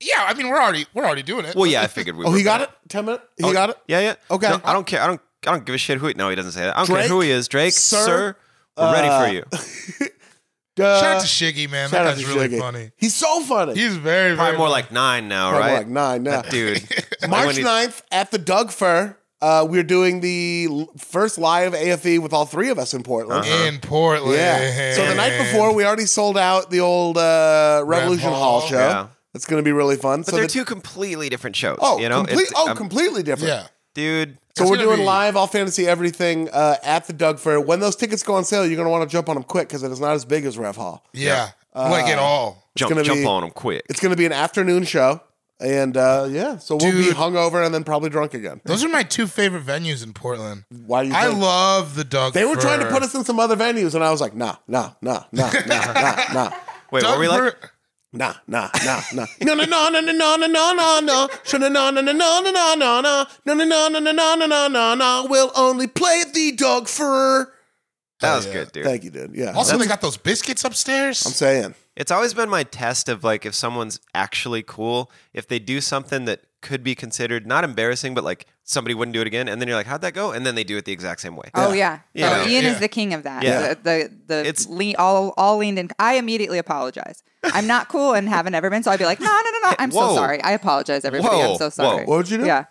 S3: yeah, I mean we're already we're already doing it.
S1: well, yeah, I figured we.
S2: oh,
S1: were
S2: he got
S1: gonna-
S2: it. Ten minutes. He
S1: Oh,
S2: got it.
S1: Yeah, yeah.
S2: Okay.
S1: No, I don't care. I don't. I don't give a shit who. He, no, he doesn't say that. I don't
S2: Drake,
S1: care who he is. Drake,
S2: sir,
S1: sir, we're ready for you.
S2: Uh,
S3: Shout out to Shiggy, man. That
S2: shout out
S3: guy's
S2: to
S3: really
S2: Shiggy.
S3: funny.
S2: He's so funny.
S3: He's very, very
S1: Probably more
S3: funny.
S1: like nine now,
S2: Probably
S1: right?
S2: like nine now.
S1: Dude, Like
S2: March
S1: when he-
S2: 9th at the Doug Fur. Uh, we're doing the l- first live AFE with all three of us in
S1: uh,
S2: Portland.
S1: Uh-huh.
S3: in Portland.
S2: Yeah. So the night before, we already sold out the old uh, Revolution
S3: Rev
S2: Hall
S3: Hall.
S2: show.
S1: Yeah.
S2: It's going to be really fun.
S1: But
S2: so
S1: they're
S2: the-
S1: two completely different shows.
S2: oh,
S1: you know,
S2: complete-
S1: It's- um,
S2: oh,
S1: I'm-
S2: completely different.
S3: Yeah.
S1: dude.
S2: So we're
S3: gonna
S2: doing
S3: be-
S2: live all fantasy everything uh, at the Doug Fair. When those tickets go on sale, you're going to want to jump on them quick because it is not as big as Rev Hall.
S3: Yeah. like
S2: Uh,
S3: at all.
S1: Jump,
S2: gonna
S1: jump
S2: be-
S1: on them quick.
S2: It's going to be an afternoon show, and uh, yeah, so we'll be
S3: Dude.
S2: hungover and then probably drunk again.
S3: Those are my two favorite venues in Portland.
S2: Why do you?
S3: I
S2: think-
S3: love the Doug.
S2: They were trying to
S3: Fir.
S2: put us in some other venues, and I was like, nah, nah, nah, nah, nah, nah, nah.
S1: Wait,
S3: Doug
S1: were we like?
S3: Fir-
S2: Nah, nah, nah, nah. No, no, no, no, no, no, no, no, no, no. Shuna, no, no, no, no, no, no, no, no. No, no, no, no, no, no, no, no, no, no. We'll only play the dog fur.
S1: That was
S3: yeah.
S1: good, dude.
S2: Oh, Thank you, dude. Yeah.
S3: Also, they got those biscuits upstairs.
S2: I'm saying.
S1: It's always been my test of like if someone's actually cool, if they do something that could be considered not embarrassing, but like somebody wouldn't do it again, and then you're like, how'd that go? And then they do it the exact same way.
S4: Oh yeah,
S1: Yeah.
S4: No, Ian
S3: Yeah.
S4: is the king of that.
S1: Yeah.
S4: The the, the
S1: It's-
S4: lean, all all leaned in. I immediately apologize. I'm not cool and haven't ever been, so I'd be like, no, no, no, no. I'm so
S1: Whoa.
S4: sorry. I apologize, everybody.
S1: Whoa.
S4: I'm so
S1: Whoa.
S4: sorry.
S2: What would you do?
S4: Yeah.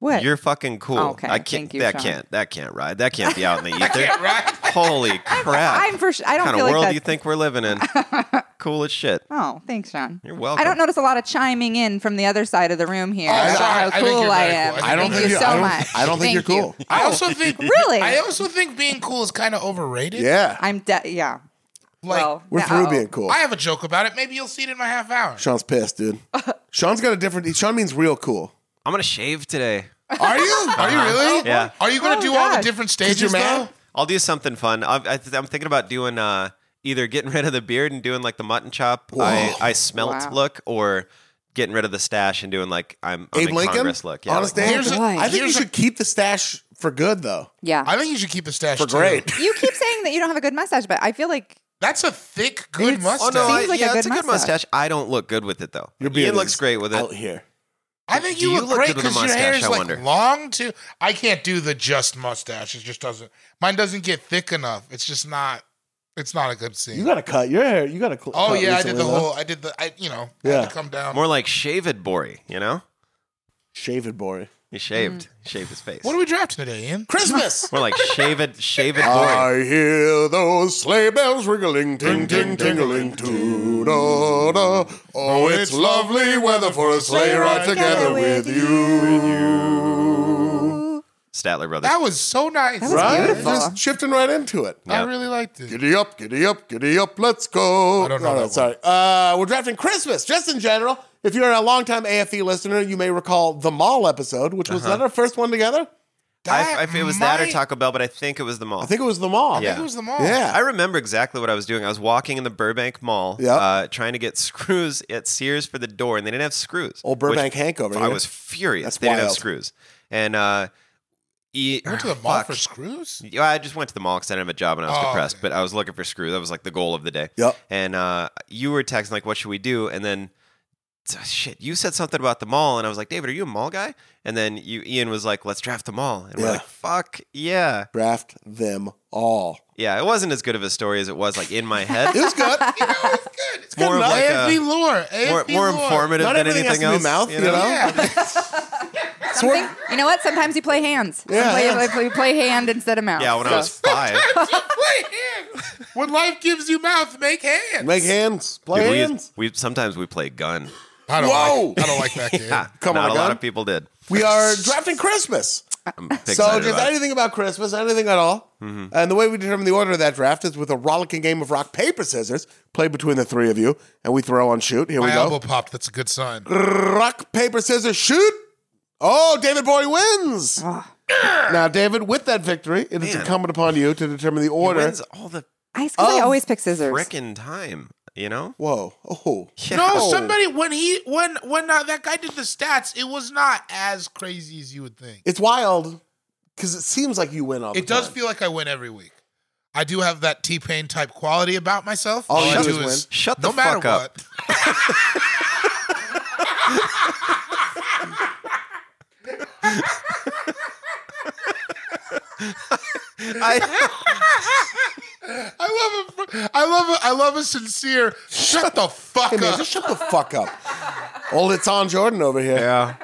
S4: What? Oh,
S1: You're fucking cool.
S4: Okay,
S1: I can't.
S4: thank you,
S1: that
S4: Sean.
S1: can't. That can't ride. That can't be out in the ether.
S3: right?
S1: Holy crap!
S4: I'm for sure. I don't
S1: kind
S4: feel
S1: of
S4: like
S1: world
S4: that.
S1: you think we're living in? cool as shit.
S4: Oh, thanks, Sean.
S1: You're welcome.
S4: I don't notice a lot of chiming in from the other side of the room here.
S3: Oh,
S4: about
S3: sorry. I
S4: How
S3: think
S4: cool
S3: you're
S4: I
S3: very
S4: am.
S3: cool. I
S2: I don't
S4: Thank
S2: think
S4: you
S2: you-
S4: so
S2: I don't-
S4: much.
S2: I don't think you're
S4: Thank you.
S2: cool.
S3: I also think
S4: Really?
S3: I also think being cool is kind of overrated.
S2: Yeah.
S4: I'm de- yeah.
S3: Like
S4: well,
S2: We're
S4: yeah, oh,
S2: through
S4: uh-oh.
S2: being cool.
S3: I have a joke about it. Maybe you'll see it in my half hour.
S2: Sean's pissed, dude. Sean's got a different Sean means real cool.
S1: I'm gonna shave today.
S3: Are you? Are you really?
S1: Yeah.
S3: Are you going to
S4: Oh,
S3: do all the
S4: God.
S3: different
S2: you're
S3: stages
S2: mad?
S3: though?
S1: I'll do something fun. I, I th- I'm thinking about doing uh, either getting rid of the beard and doing like the mutton chop I, I smelt
S4: Wow.
S1: look, or getting rid of the stash and doing like I'm, I'm
S2: Abe
S1: in
S2: Lincoln?
S1: Congress look. Yeah,
S2: Honest
S1: like-
S2: Abe?
S3: Here's a-
S4: Why?
S2: I think you
S3: here's a-
S2: should keep the stash for good though.
S4: Yeah.
S3: I think you should keep the stash
S2: For
S3: too.
S2: great.
S4: you keep saying that you don't have a good mustache, but I feel like
S3: That's a thick, good
S4: It's-
S1: Oh
S3: mustache.
S1: no! I,
S4: Seems like a
S1: yeah,
S4: good
S1: it's a good
S4: mustache.
S1: mustache. I don't look good with it though.
S2: Your beard
S1: Ian looks
S2: is
S1: great with
S2: out
S1: it.
S2: here.
S3: I think
S1: Do
S3: you
S1: you
S3: look
S1: look
S3: great
S1: good with a
S3: because your
S1: mustache,
S3: hair is
S1: I
S3: like
S1: wonder?
S3: long too. I can't do the just mustache. It just doesn't. Mine doesn't get thick enough. It's just not. It's not a good scene.
S2: You got to cut your hair. You got to cl-
S3: oh
S2: cut
S3: yeah, I
S2: recently,
S3: did the
S2: though.
S3: whole. I did the. I you know. I
S2: Yeah.
S3: had to come down.
S1: More like shaved bory, you know?
S2: shaved boy.
S1: He
S4: Mm.
S1: shaved, shaved his face.
S3: what are we drafting today, Ian?
S2: Christmas.
S1: More like shaved, shaved bory.
S2: I hear those sleigh bells ringling, ting ting tingling, too. Da, da. Oh, it's lovely weather for a sleigh ride together with you.
S1: Statler brothers.
S3: That was so nice.
S4: was Right? beautiful.
S2: Just shifting right into it.
S3: I
S1: Yep.
S3: really liked it.
S2: Giddy up, giddy up, giddy up, let's go.
S3: I don't know
S2: No, no,
S3: that one.
S2: sorry. Uh, we're drafting Christmas, just in general. If you're a longtime AFE listener, you may recall the mall episode, which was that our first one together?
S1: I, I, it was that or
S3: might-
S1: Taco Bell, but I think it was the mall.
S2: I think it was the mall.
S3: I think it was the mall.
S2: Yeah.
S1: I remember exactly what I was doing. I was walking in the Burbank Mall,
S2: Yeah.
S1: uh, trying to get screws at Sears for the door, and they didn't have screws.
S2: Old Burbank
S1: which
S2: Hank over
S1: I
S2: here.
S1: was furious.
S2: That's
S1: they didn't have
S2: wild.
S1: screws, and uh, e-
S3: You went to the mall
S1: fuck.
S3: for screws.
S1: Yeah, I just went to the mall because I didn't have a job and I was
S3: Oh,
S1: depressed.
S3: okay.
S1: But I was looking for screws. That was like the goal of the day.
S2: Yep.
S1: And uh, you were texting like, "What should we do?" And then, so- shit, you said something about the mall, and I was like, "David, are you a mall guy?" And then you, Ian, was like, "Let's draft the mall," and
S2: Yeah.
S1: we're like, "Fuck yeah,
S2: Draft them all.
S1: yeah." It wasn't as good of a story as it was like in my head.
S2: It was good.
S3: You know, it's good. It's
S1: More
S3: good.
S1: of like a-
S3: AFB lore. AFB
S1: more, more
S3: lore.
S1: informative
S2: Not
S1: than
S2: everything
S1: anything
S2: has to be
S1: else.
S2: mouth, you know?
S3: Yeah.
S4: something. You know what? Sometimes you play hands.
S2: Yeah.
S4: Sometimes you play, you play hand instead of mouth.
S1: Yeah, when I
S4: So-
S1: was five,
S3: when life gives you mouth, make hands.
S2: Make hands. Play
S1: dude, we,
S2: hands.
S1: used- we sometimes we play gun.
S3: I don't
S2: Whoa!
S3: like. I don't like that game.
S2: Come
S1: Not
S2: on,
S1: a lot
S2: gun.
S1: of people did.
S2: We are drafting Christmas.
S1: I'm excited
S2: So just
S1: about it.
S2: anything about Christmas, anything at all. And the way we determine the order of that draft is with a rollicking game of rock, paper, scissors played between the three of you. And we throw on shoot. Here we
S3: My
S2: go.
S3: elbow popped. That's a good sign.
S2: Rock, paper, scissors, shoot. Oh, David Bowie wins. Now, David, with that victory, it is
S1: Man.
S2: incumbent upon you to determine the
S1: He
S2: order.
S1: wins all the
S4: I, 'cause I
S2: Of
S4: always pick scissors.
S1: frickin' time, you know?
S2: Whoa. Oh.
S1: Yeah.
S3: No, somebody when he when when uh, that guy did the stats, it was not as crazy as you would think.
S2: It's wild because it seems like you win all the
S3: It does
S2: time.
S3: feel like I win every week. I do have that T Pain type quality about myself.
S2: All you
S3: I
S2: do is win.
S1: Shut the
S3: no matter
S1: fuck up.
S3: what.
S1: I,
S3: I love a, I love a, I love a sincere. Shut the fuck
S2: Hey, man,
S3: up.
S2: just shut the fuck up. Old it's on Jordan over here.
S1: yeah.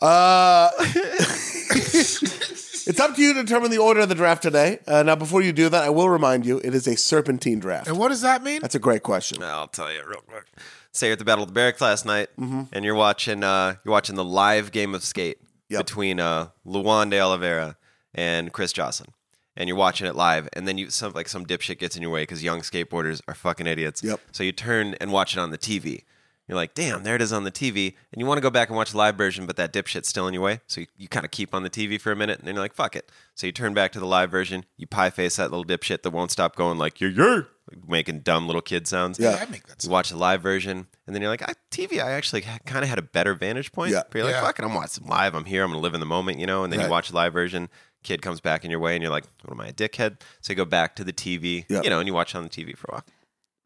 S2: Uh, it's up to you to determine the order of the draft today. Uh, now, before you do that, I will remind you it is a serpentine draft.
S3: and what does that mean?
S2: That's a great question.
S1: I'll tell you real quick. Say you're at the Battle of the Barracks last night,
S2: Mm-hmm.
S1: and you're watching uh, you're watching the live game of skate
S2: Yep.
S1: between uh, Luan de Oliveira and Chris Jocelyn, and you're watching it live, and then you some like some dipshit gets in your way because young skateboarders are fucking idiots.
S2: Yep.
S1: So you turn and watch it on the TV. You're like, damn, there it is on the TV, and you want to go back and watch the live version, but that dipshit's still in your way. So you, you kind of keep on the TV for a minute, and then you're like, fuck it. So you turn back to the live version, you pie face that little dipshit that won't stop going like, yeah, yeah, like, making dumb little kid sounds.
S2: Yeah.
S3: I make that.
S1: You watch the live version, and then you're like, I, TV, I actually kind of had a better vantage point.
S2: Yeah.
S1: But you're like,
S3: Yeah.
S1: fuck it, I'm watching live. I'm here. I'm going to live in the moment, you know? And then
S2: Right.
S1: you watch the live version. Kid comes back in your way, and you're like, what am I, a dickhead? So you go back to the TV,
S2: Yeah.
S1: you know, and you watch it on the TV for a while.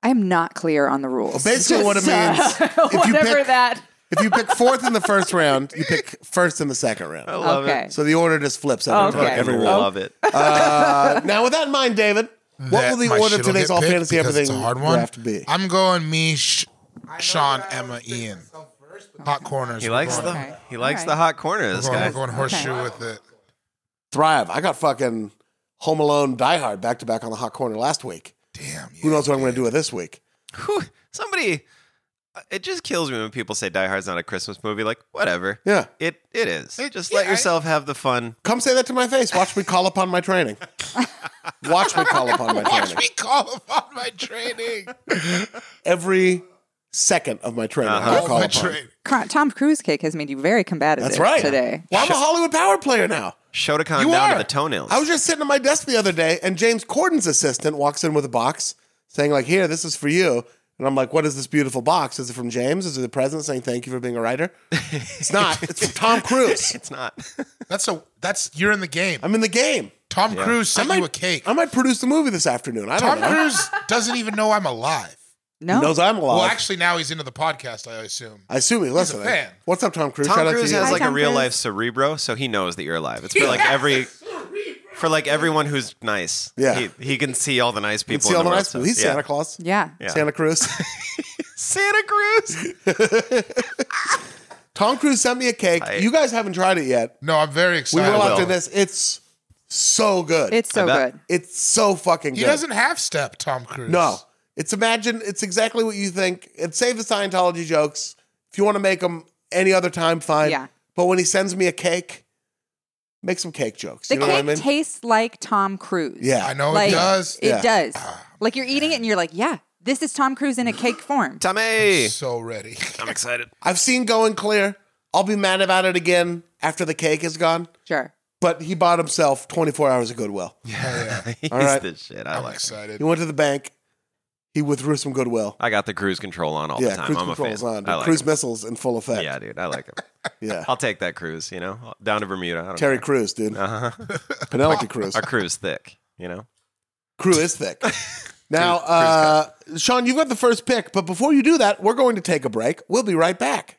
S4: I am not clear on the rules. uh,
S2: Basically, what it means if you
S4: Whatever
S2: pick
S4: that.
S2: if you pick fourth in the first round, you pick first in the second
S1: I
S2: round.
S1: love
S4: Okay.
S1: it.
S2: So the order just flips every
S4: Okay.
S2: time. Every
S1: I
S2: round.
S1: love it.
S2: Uh, now, with that in mind, David, what
S3: That
S2: will the
S3: my
S2: order of
S3: shit'll
S2: today's
S3: get
S2: All
S3: picked
S2: Fantasy
S3: because
S2: Everything
S3: it's a hard one.
S2: draft be?
S3: I'm going me, Sh- Sean, Emma, Ian. Hot corners.
S1: He likes the
S4: Okay.
S1: he likes
S4: All right.
S1: the hot corner. This
S3: We're going,
S1: guy.
S3: we're going horseshoe with it.
S2: Thrive. I got fucking Home Alone, Die Hard back to back on the hot corner last week.
S3: Damn.
S2: Who knows what I'm going to do with this week?
S1: Whew, somebody. uh, It just kills me when people say Die Hard's not a Christmas movie. Like whatever.
S2: Yeah.
S1: It it is.
S3: It-
S1: just
S3: yeah,
S1: let
S3: I-
S1: yourself have the fun.
S2: Come say that to my face. Watch me call upon my training. Watch me call upon my
S3: Watch
S2: training.
S3: me call upon my training.
S2: Every second of my training, I
S3: Call
S2: call
S3: Uh-huh. my
S2: upon.
S3: training.
S4: Cr- Tom Cruise cake has made you very combative
S2: That's right.
S4: today.
S2: Well, I'm a Hollywood power player now.
S1: Shotokan
S3: You
S1: down
S3: are.
S1: to the toenails.
S2: I was just sitting at my desk the other day, and James Corden's assistant walks in with a box saying, like, here, this is for you. And I'm like, what is this beautiful box? Is it from James? Is it the president saying thank you for being a writer? It's not. It's from Tom Cruise.
S1: it's not.
S3: That's a. That's you're in the game.
S2: I'm in the game.
S3: Tom Cruise sent you a cake.
S2: I might produce the movie this afternoon. I don't
S3: Tom
S2: know.
S3: Cruise doesn't even know I'm alive.
S4: No.
S2: Knows I'm alive.
S3: Well, actually, now he's into the podcast. I assume.
S2: I assume he listen.
S3: a fan.
S2: What's up, Tom Cruise?
S1: Tom
S2: Shout out to
S1: Cruise
S2: you.
S1: has
S4: Hi,
S1: like
S4: Tom
S1: a real
S4: Cruise.
S1: life cerebro, so he knows that you're alive. It's for like every for like everyone who's nice.
S2: Yeah.
S1: he, he can see all the nice people.
S2: You can see
S1: in
S2: all
S1: the
S2: the
S1: world,
S2: nice
S1: so-
S2: people. He's
S1: yeah.
S2: Santa Claus.
S4: Yeah.
S1: Yeah.
S2: Santa Cruz.
S1: Santa Cruz.
S2: Tom Cruise sent me a cake.
S1: Tight.
S2: You guys haven't tried it yet.
S3: No, I'm very
S2: We
S3: excited.
S2: will after
S1: will.
S2: this. It's so good.
S4: It's so
S1: I bet.
S4: good.
S2: it's so fucking
S3: He
S2: good.
S3: doesn't have step, Tom Cruise.
S2: No, it's imagine. It's exactly what you think. And save the Scientology jokes. If you want to make them any other time, fine.
S4: Yeah.
S2: But when he sends me a cake, make some cake jokes.
S4: The
S2: you know
S4: cake
S2: what I mean?
S4: tastes like Tom Cruise.
S2: yeah.
S3: I know
S4: Like,
S3: it does.
S4: It
S2: Yeah.
S4: does. Like you're eating it and you're like, yeah, this is Tom Cruise in a cake form.
S2: Eh.
S1: Tommy,
S3: So ready.
S1: I'm excited.
S2: I've seen Going Clear. I'll be mad about it again after the cake is gone.
S4: Sure.
S2: But he bought himself 24 hours of Goodwill.
S1: He's
S2: right.
S1: the shit. I
S3: I'm
S1: like. him.
S3: excited.
S2: He went to the bank. He withdrew some Goodwill.
S1: I got the cruise control on all
S2: yeah,
S1: the time.
S2: cruise
S1: I'm a fan.
S2: control's on.
S1: I like
S2: cruise
S1: him.
S2: missiles in full effect.
S1: Yeah, dude, I like him.
S2: Yeah.
S1: I'll take that cruise. You know, down to Bermuda. I don't
S2: Terry Crews, dude.
S1: Uh huh.
S2: Penelope Cruz.
S1: Our crew's thick. You know.
S2: Crew is thick. Now, uh, Sean, you've got the first pick, but before you do that, we're going to take a break. We'll be right back.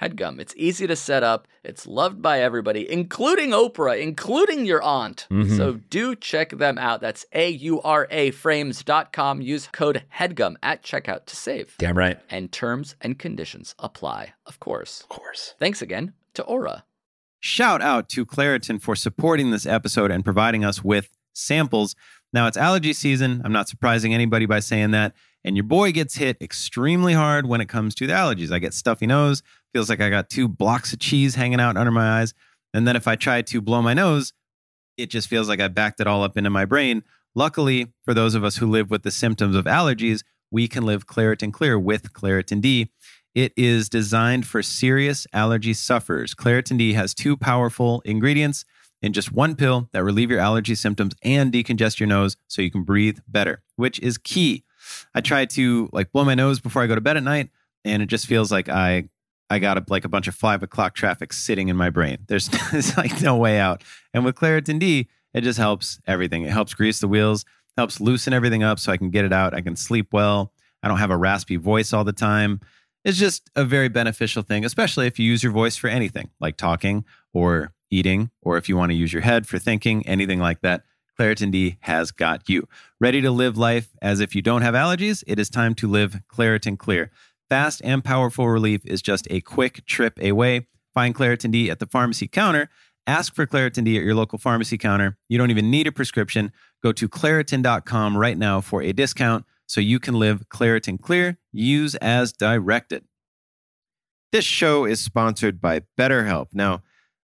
S6: HEADGUM. It's easy to set up, it's loved by everybody, including Oprah, including your aunt. So do check them out. That's A U R A frames.com. Use code HEADGUM at checkout to save.
S7: Damn right. Of
S6: And terms and conditions apply, of course.
S7: course.
S6: Thanks again to Aura.
S1: Shout out to Claritin for supporting this episode and providing us with samples. Now it's allergy season. I'm not surprising anybody by saying that. And your boy gets hit extremely hard when it comes to the allergies. I get stuffy nose, feels like I got two blocks of cheese hanging out under my eyes. And then if I try to blow my nose, it just feels like I backed it all up into my brain. Luckily, for those of us who live with the symptoms of allergies, we can live Claritin Clear with Claritin D. It is designed for serious allergy sufferers. Claritin D has two powerful ingredients in just one pill that relieve your allergy symptoms and decongest your nose so you can breathe better, which is key. I try to like blow my nose before I go to bed at night, and it just feels like I I got a, like a bunch of five o'clock traffic sitting in my brain. There's, there's like no way out. And with Claritin D, it just helps everything. It helps grease the wheels, helps loosen everything up so I can get it out. I can sleep well. I don't have a raspy voice all the time. It's just a very beneficial thing, especially if you use your voice for anything like talking or eating, or if you want to use your head for thinking, anything like that. Claritin D has got you. Ready to live life as if you don't have allergies? It is time to live Claritin Clear. Fast and powerful relief is just a quick trip away. Find Claritin D at the pharmacy counter. Ask for Claritin D at your local pharmacy counter. You don't even need a prescription. Go to Claritin.com right now for a discount so you can live Claritin Clear. Use as directed. This show is sponsored by BetterHelp. Now,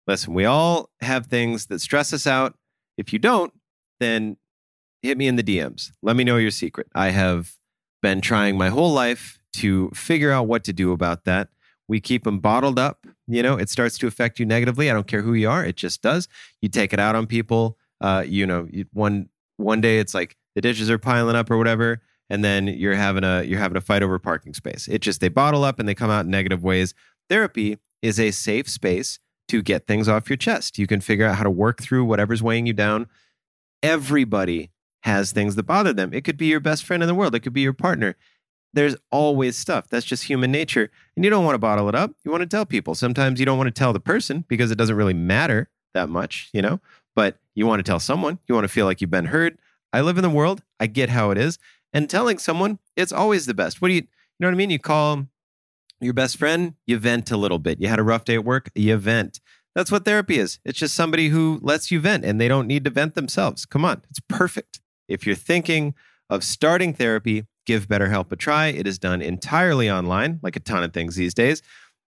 S1: listen, we all have things that stress us out. If you don't, then hit me in the DMs. Let me know your secret. I have been trying my whole life to figure out what to do about that. We keep them bottled up. You know, it starts to affect you negatively. I don't care who you are; it just does. You take it out on people. Uh, you know, you, one one day it's like the dishes are piling up or whatever, and then you're having a you're having a fight over parking space. It just they bottle up and they come out in negative ways. Therapy is a safe space to get things off your chest. You can figure out how to work through whatever's weighing you down. Everybody has things that bother them. It could be your best friend in the world. It could be your partner there's always stuff. That's just human nature. And you don't want to bottle it up. You want to tell people. Sometimes you don't want to tell the person because it doesn't really matter that much, you know? But you want to tell someone. You want to feel like you've been heard. I live in the world. I get how it is. And telling someone, it's always the best. What do you, you know what I mean? You call your best friend, you vent a little bit. You had a rough day at work, you vent. That's what therapy is. It's just somebody who lets you vent and they don't need to vent themselves. Come on, it's perfect. If you're thinking, of starting therapy, give BetterHelp a try. It is done entirely online, like a ton of things these days.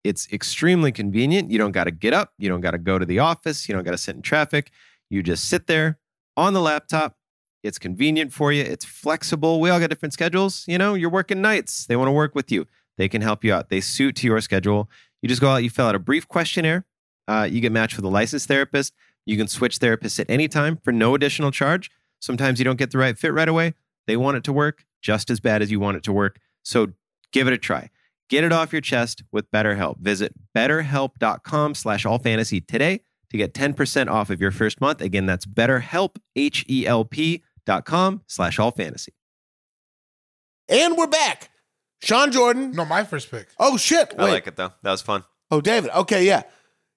S1: It's extremely convenient. You don't got to get up, you don't got to go to the office, you don't got to sit in traffic. You just sit there on the laptop. It's convenient for you, it's flexible. We all got different schedules. You know, you're working nights, they want to work with you, they can help you out. They suit to your schedule. You just go out, you fill out a brief questionnaire, uh, you get matched with a licensed therapist. You can switch therapists at any time for no additional charge. Sometimes you don't get the right fit right away. They want it to work just as bad as you want it to work. So give it a try. Get it off your chest with BetterHelp. Visit betterhelp.com slash allfantasy today to get 10% off of your first month. Again, that's E betterhelp, H-E-L-P dot com slash allfantasy.
S2: And we're back. Sean Jordan.
S3: No, my first pick.
S2: Oh shit! Wait.
S1: I like it though. That was fun.
S2: Oh, David. Okay, yeah.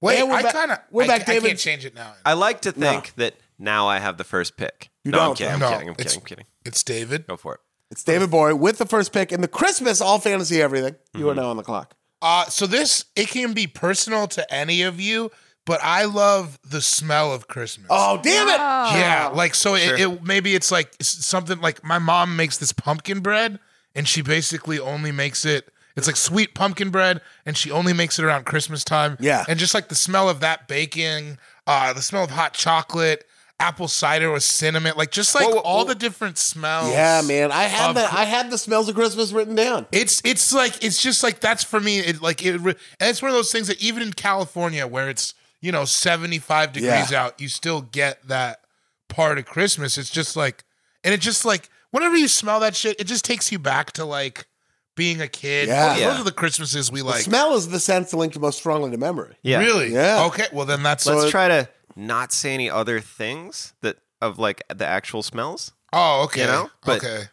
S3: Wait,
S2: And we're
S3: I
S2: back-
S3: kind of
S2: we're
S3: I,
S2: back,
S3: I
S2: David.
S3: can't change it now.
S1: I like to think that now I have the first pick.
S2: You
S1: no,
S2: don't.
S1: I'm kidding. I'm
S3: No,
S1: kidding. I'm
S3: it's-
S1: kidding. I'm kidding.
S3: It's David.
S1: Go for it.
S2: It's David Bory with the first pick in the Christmas all fantasy everything. You
S3: Mm-hmm.
S2: are now on the clock.
S3: Uh, so this it can be personal to any of you, but I love the smell of Christmas.
S2: Oh damn it!
S3: Yeah, like so it, it maybe it's like s- something like my mom makes this pumpkin bread and she basically only makes it it's like sweet pumpkin bread and she only makes it around Christmas time.
S2: Yeah.
S3: And just like the smell of that baking, uh the smell of hot chocolate, apple cider with cinnamon, like just like
S1: Whoa, whoa,
S3: all
S1: whoa.
S3: the different smells.
S2: Yeah, man. I had
S3: Of
S2: the
S3: cou-
S2: I had the smells of Christmas written down.
S3: It's it's like it's just like that's for me. It like it, re- and it's one of those things that even in California where it's you know seventy five degrees
S2: Yeah.
S3: out, you still get that part of Christmas. It's just like, and it just like whenever you smell that shit, it just takes you back to like being a kid.
S2: Yeah.
S3: Those, those
S1: Yeah.
S3: are the Christmases we
S2: The
S3: like.
S2: smell is the sense linked most strongly to memory.
S1: Yeah.
S3: Really?
S2: Yeah.
S3: Okay. Well, then that's
S1: Let's try to not say any other things that of like the actual smells.
S3: Oh, okay.
S1: You know, but-
S3: okay.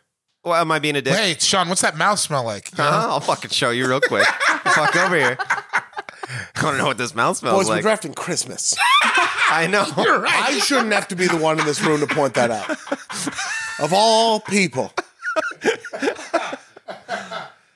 S1: Well, am I being a dick?
S3: Hey, Sean, what's that mouth smell like?
S1: Uh-huh, I'll fucking show you real quick. Fuck over here. I want to know what this mouth smells
S2: Boys, we're
S1: like.
S2: drafting Christmas.
S1: I know.
S3: You're right.
S2: I shouldn't have to be the one in this room to point that out. Of all people.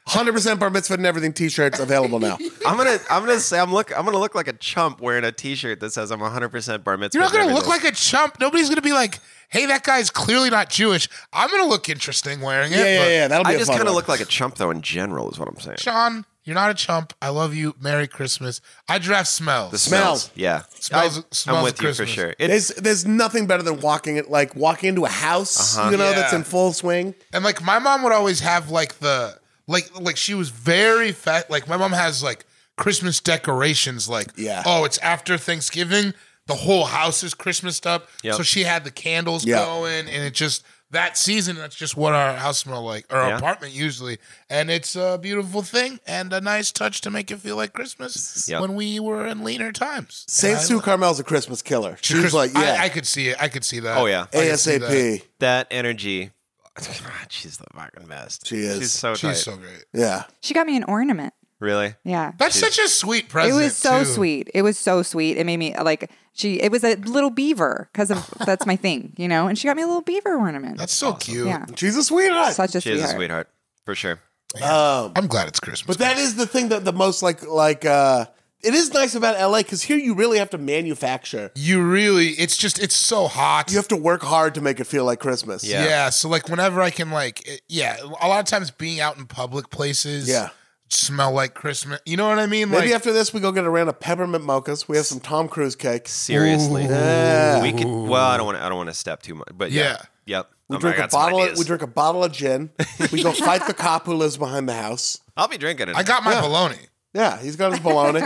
S2: 100% bar mitzvah and everything t-shirts available now.
S1: I'm gonna. I'm gonna say. I'm look. I'm gonna look like a chump wearing a T-shirt that says I'm 100 percent bar mitzvah.
S3: You're not
S1: and
S3: going to look
S1: everything.
S3: like a chump. Nobody's going to be like, hey, that guy's clearly not Jewish. I'm going to look interesting wearing it.
S2: Yeah, yeah,
S3: but-
S2: yeah. That'll be
S1: I
S2: a
S1: just
S2: fun
S1: kind of
S2: one.
S1: look like a chump though. In general, is what I'm saying.
S3: Sean, you're not a chump. I love you. Merry Christmas. I draft smells.
S1: The
S2: Smell.
S1: smells. Yeah.
S3: Smells-
S1: I,
S3: smells
S1: I'm with
S3: of
S1: you
S3: Christmas.
S1: for sure. It,
S2: There's there's nothing better than walking it like walking into a house, you know, that's
S3: Uh-huh. Yeah.
S2: in full swing.
S3: and like my mom would always have like the like like she was very fat. Like my mom has like Christmas decorations. Like
S2: Yeah.
S3: oh, it's after Thanksgiving. The whole house is Christmased up.
S1: Yep.
S3: So she had the candles
S2: Yeah.
S3: going, and it just that season. That's just what our house smelled like, or our
S1: Yeah.
S3: apartment usually. And it's a beautiful thing and a nice touch to make it feel like Christmas
S1: Yep.
S3: when we were in leaner times.
S2: Saint Sue Carmel's a Christmas killer. She's
S3: Christ-
S2: like, yeah,
S3: I, I could see it. I could see that.
S1: oh yeah.
S3: I can see
S2: ASAP.
S1: That energy. She's the fucking best.
S2: She is.
S1: She's so tight.
S3: She's so great.
S2: Yeah.
S4: She got me an ornament.
S1: really.
S4: Yeah.
S3: That's such a sweet
S4: It
S3: present.
S4: was so
S3: too.
S4: sweet. It was so sweet. It made me like she. It was a little beaver because of that's my thing, you know. And she got me a little beaver ornament.
S3: That's so cute.
S4: yeah,
S2: She's a sweetheart.
S4: such a
S1: She is a
S4: sweetheart.
S1: sweetheart for sure.
S2: Um,
S3: I'm glad it's Christmas.
S2: but that is the thing that the most like like uh it is nice about LA because here you really have to manufacture.
S3: you really, it's just, it's so hot.
S2: You have to work hard to make it feel like Christmas.
S1: Yeah.
S3: yeah. So like, whenever I can, like, it- yeah, a lot of times being out in public places,
S2: Yeah.
S3: smell like Christmas. You know what I mean?
S2: Maybe
S3: like,
S2: after this we go get a round of peppermint mochas. We have some Tom Cruise cakes.
S1: Seriously.
S2: Yeah.
S1: We could. Well, I don't want. to. I don't want to step too much. But yeah. Yep.
S2: We
S1: I'm- I
S2: drink a
S1: got oh some
S2: bottle. Of,
S1: ideas.
S2: we drink a bottle of gin. We go fight the cop who lives behind the house.
S1: I'll be drinking it.
S3: I got my bologna.
S2: Yeah, he's got his bologna.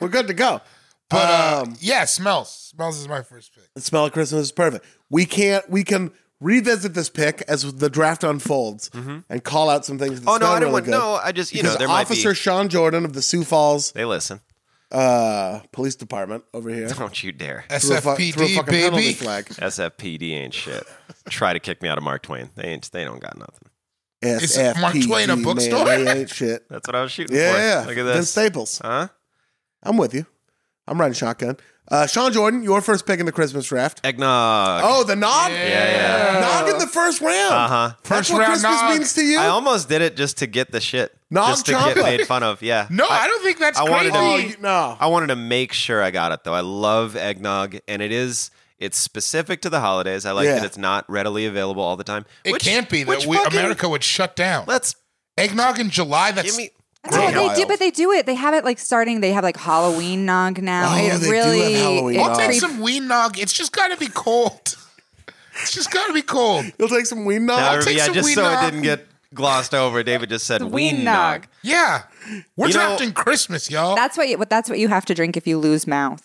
S2: We're good to go.
S3: But uh,
S2: Um,
S3: yeah, smells. Smells is my first pick.
S2: The smell of Christmas is perfect. We can't. We can revisit this pick as the draft unfolds and call out some things. That
S1: Mm-hmm. Oh no,
S2: smell
S1: I don't
S2: really
S1: want.
S2: good.
S1: No, I just you
S2: because
S1: know there
S2: Officer
S1: might be.
S2: Sean Jordan of the Sioux Falls
S1: They listen.
S2: uh, Police Department over here
S1: Don't you dare.
S2: threw a, fu- threw a
S3: SFPD,
S2: fucking penalty
S3: baby.
S2: flag.
S1: SFPD ain't shit. Try to kick me out of Mark Twain. They ain't. They don't got nothing.
S2: SFPD,
S3: Mark Twain a
S2: man,
S3: bookstore?
S2: They ain't shit.
S1: That's what I was shooting for.
S2: Yeah,
S1: Look at
S2: Vince
S1: this.
S2: Staples.
S1: huh?
S2: I'm with you. I'm riding shotgun. Uh, Sean Jordan, your first pick in the Christmas draft.
S1: Eggnog.
S2: Oh, the nog.
S1: yeah, yeah.
S2: Nog in the first round.
S1: Uh huh.
S2: That's
S3: First
S2: what
S3: round
S2: Christmas
S3: nog.
S2: means to you.
S1: I almost did it just to get the shit.
S2: Nog
S1: just to
S2: chocolate.
S1: get made fun of. Yeah.
S3: No, I, don't think that's
S1: I wanted
S3: crazy.
S1: to-
S2: oh, you, no.
S1: I wanted to make sure I got it though. I love eggnog, and it is it's specific to the holidays. I like
S2: Yeah.
S1: that it's not readily available all the time.
S3: it
S1: Which-
S3: can't be that
S1: which
S3: we
S1: fucking-
S3: America would shut down.
S1: Let's
S3: Eggnog in July. That's
S1: give me.
S4: That's what
S2: Wild.
S4: they do, but they do it. They have it like starting. They have like Halloween nog now.
S2: Oh,
S4: it
S2: they do
S4: really,
S2: have Halloween
S4: it
S2: nog.
S3: I'll take
S4: creep-
S3: some ween nog. It's just gotta be cold. It's just gotta be cold.
S2: You'll take some weed nog.
S1: Now,
S3: take
S1: yeah,
S3: some
S1: just
S3: ween
S1: so
S3: nog.
S1: it didn't get glossed over. David just said
S4: The ween
S1: ween
S4: nog.
S1: nog.
S3: Yeah. We're
S1: You know-
S3: drafting Christmas, y'all.
S4: That's what. You, that's what you have to drink if you lose mouth.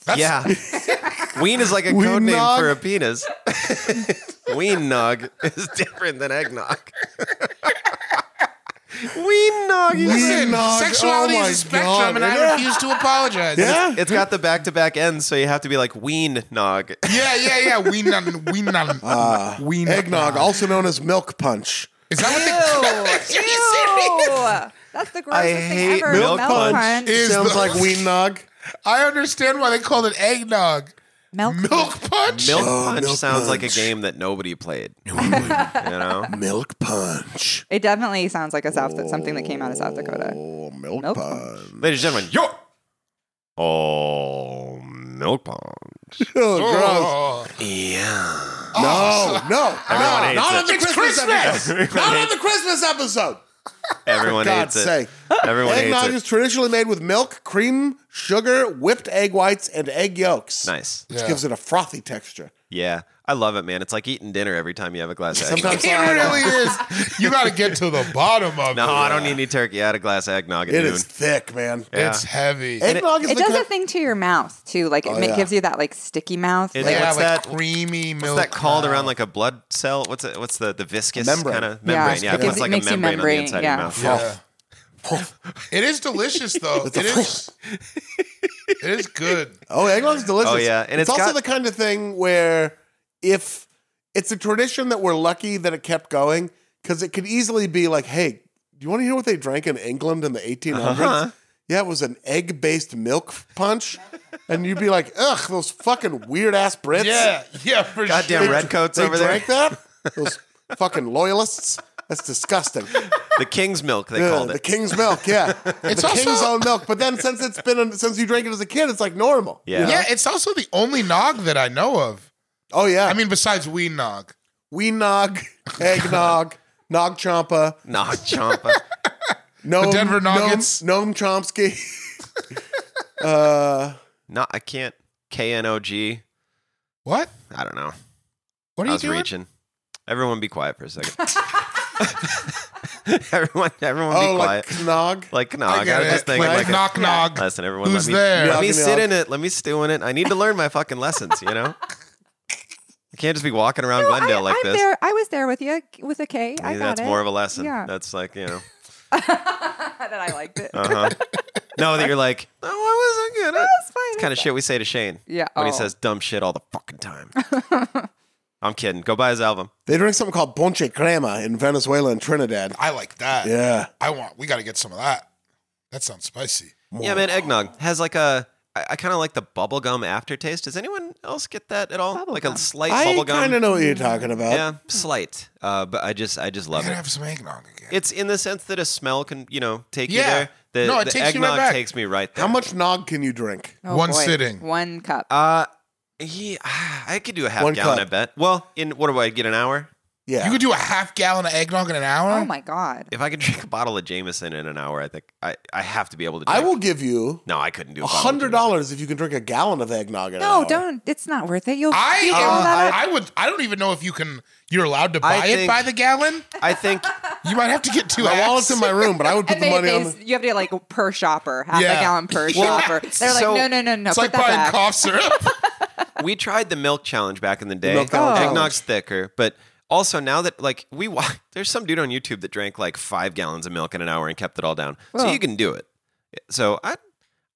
S3: That's-
S1: Yeah, ween is like a
S2: Ween
S1: code name
S2: nog.
S1: for a penis. ween nog is different than eggnog. ween nog. you
S2: Ween-
S1: said.
S3: Listen,
S2: nog.
S3: sexuality
S2: Oh my
S3: is a spectrum,
S2: God.
S3: and I
S2: Yeah.
S3: refuse to apologize.
S2: yeah.
S1: It's got the back-to-back ends, so you have to be like ween nog.
S2: Ah,
S3: Yeah, yeah, yeah. Ween nog. Ween nog. ween
S2: Eggnog, also known as milk punch.
S3: Is that
S4: Ew.
S3: what the? Are you serious?
S4: Ew. That's the grossest thing ever.
S1: Milk Punch.
S3: Is
S2: Sounds
S3: the-
S2: like ween nog.
S3: I understand why they called it eggnog.
S4: Milk.
S3: Milk punch.
S1: Milk
S2: Oh,
S1: Punch
S2: Milk
S1: sounds like a
S2: Punch.
S1: game that nobody played. you know,
S2: Milk punch.
S4: It definitely sounds like a South something that came out of South Dakota.
S2: Oh, milk,
S4: Milk
S2: punch.
S1: ladies and gentlemen, yo, oh, Milk Punch.
S2: Oh, gross.
S3: Oh.
S1: Yeah.
S2: No, no,
S1: Everyone
S2: no.
S1: hates
S2: Not
S1: it.
S2: on the
S3: It's
S2: Christmas,
S3: Christmas!
S2: episode. Not on the Christmas episode.
S1: Everyone
S2: God's
S1: hates it.
S2: sake.
S1: Everyone hates
S2: Eggnog
S1: it.
S2: is traditionally made with milk, cream, sugar, whipped egg whites, and egg yolks.
S1: Nice.
S2: Which
S3: Yeah.
S2: gives it a frothy texture.
S1: Yeah, I love it, man. It's like eating dinner every time you have a glass of eggnog.
S2: Sometimes
S3: It really is. You got to get to the bottom of it.
S1: No, I don't need any turkey. I had a glass of eggnog at
S2: It
S1: noon.
S2: is thick, man.
S1: Yeah.
S3: It's heavy.
S2: Eggnog is
S4: It
S2: the
S4: does a
S2: kind-
S4: thing to your mouth too. Like it,
S2: Oh,
S4: ma-
S2: yeah.
S4: gives you that like sticky mouth.
S1: It-
S4: like,
S3: yeah,
S1: what's
S3: like
S1: that-
S3: creamy milk.
S1: What's that called around like a blood cell? What's it? What's the the viscous
S2: Membrane.
S1: kind of
S4: Yeah,
S1: membrane?
S4: it
S1: Yeah, it
S4: gives-
S1: puts
S4: it
S1: like a
S4: makes you
S1: membrane, on
S4: membrane,
S1: the inside
S4: yeah.
S1: of your mouth.
S3: Yeah.
S1: Oh,
S3: It is delicious though. it
S2: a-
S3: is. it is good.
S2: Oh, eggnog is delicious.
S1: Oh, yeah, and
S2: it's,
S1: it's
S2: also
S1: got-
S2: the kind of thing where if it's a tradition that we're lucky that it kept going because it could easily be like, hey, do you want to hear what they drank in England in the 1800s?
S1: Uh-huh.
S2: Yeah, it was an egg based milk punch. and you'd be like, ugh, those fucking weird ass Brits.
S3: Yeah, yeah, for sure.
S1: Goddamn redcoats
S2: They
S1: over there.
S2: drank that? Those fucking loyalists? That's disgusting.
S1: The king's milk they
S2: Yeah,
S1: called
S2: the
S1: it.
S2: king's milk, yeah. the
S3: also-
S2: king's own milk. But then since it's been since you drank it as a kid, it's like normal.
S1: Yeah.
S3: Yeah, it's also the only nog that I know of.
S2: Oh yeah.
S3: I mean, besides we nog.
S2: We nog, eggnog, nog champa,
S1: Nah, Champa.
S2: gnome,
S3: Denver
S2: gnome-
S3: Nuggets.
S2: gnome, Chomsky. uh,
S1: No, I can't. K N O G.
S3: What?
S1: I don't know.
S3: What are
S1: I
S3: you
S1: was
S3: doing?
S1: reaching. Everyone, be quiet for a second. everyone, everyone, be
S2: oh, like
S1: quiet.
S2: knog.
S1: Like, no, I,
S3: I get
S1: gotta
S3: it.
S1: just think
S3: Like,
S1: like, a-
S3: knock nog.
S1: Listen, everyone,
S3: Who's
S1: let me,
S3: there?
S1: Let me
S2: Knock,
S1: sit
S2: knock.
S1: in it. Let me stew in it. I need to learn my fucking lessons. You know, I can't just be walking around
S4: No, I,
S1: Glendale like
S4: I'm
S1: this.
S4: there. I was there with you with a K. I
S1: Maybe
S4: got
S1: that's
S4: it.
S1: more of a lesson.
S4: Yeah.
S1: That's like you know.
S4: that I liked it.
S1: Uh huh. no, that you're like, oh, I wasn't good. at-"
S4: That's fine.
S1: It's kind of shit we say to Shane.
S4: Yeah,
S1: When he
S4: oh.
S1: says dumb shit all the fucking time. I'm kidding. Go buy his album.
S2: They drink something called ponche crema in Venezuela and Trinidad.
S3: I like that.
S2: Yeah.
S3: I want. We got to get some of that. That sounds spicy.
S1: Yeah, man, eggnog has like a. I, I kind of like the bubblegum aftertaste. Does anyone else get that at all? like a slight
S2: I kind of
S1: bubblegum.
S2: know what you're talking about.
S1: Yeah, slight. Uh, but I just, I just
S3: I
S1: love
S3: gotta
S1: it.
S3: have some eggnog again.
S1: It's in the sense that a smell can, you know, take
S3: Yeah.
S1: you there. The,
S3: No, it
S1: the
S3: takes you right
S1: eggnog
S3: back.
S1: takes me right there.
S2: How much nog can you drink?
S4: Oh,
S3: One
S4: boy.
S3: sitting.
S4: One cup.
S1: Uh, yeah, I could do a half
S2: One
S1: gallon.
S2: cup.
S1: I bet. Well, in what do I get an hour?
S2: Yeah.
S3: you could do a half gallon of eggnog in an hour.
S4: oh my god.
S1: If I could drink a bottle of Jameson in an hour, I think I, I have to be able to. Drink.
S2: I will give you
S1: No, I couldn't do a
S2: a
S1: bottle of Jameson.
S2: hundred dollars if you can drink a gallon of
S1: uh,
S2: eggnog. In an
S4: No,
S2: hour.
S4: don't. It's not worth it. You'll.
S3: I
S4: you
S3: am,
S4: all that up.
S3: I would. I don't even know if you can. You're allowed to
S1: I
S3: buy it
S1: think-
S3: by the gallon.
S1: I think
S3: You might have to get two.
S2: My
S3: hats.
S2: wallet's in my room, but I would put
S4: And
S2: the
S4: they,
S2: money
S4: they,
S2: on. The-
S4: you have to like per shopper, half
S3: Yeah.
S4: a gallon per shopper. They're like,
S1: so-
S4: no, no, no, no.
S3: It's like
S4: put that
S3: buying
S4: back.
S3: cough syrup.
S1: we tried the milk challenge back in the day.
S2: milk challenge. Oh.
S1: Eggnog's thicker, but also now that like we wa- there's some dude on YouTube that drank like five gallons of milk in an hour and kept it all down. So
S4: Whoa.
S1: you can do it. So I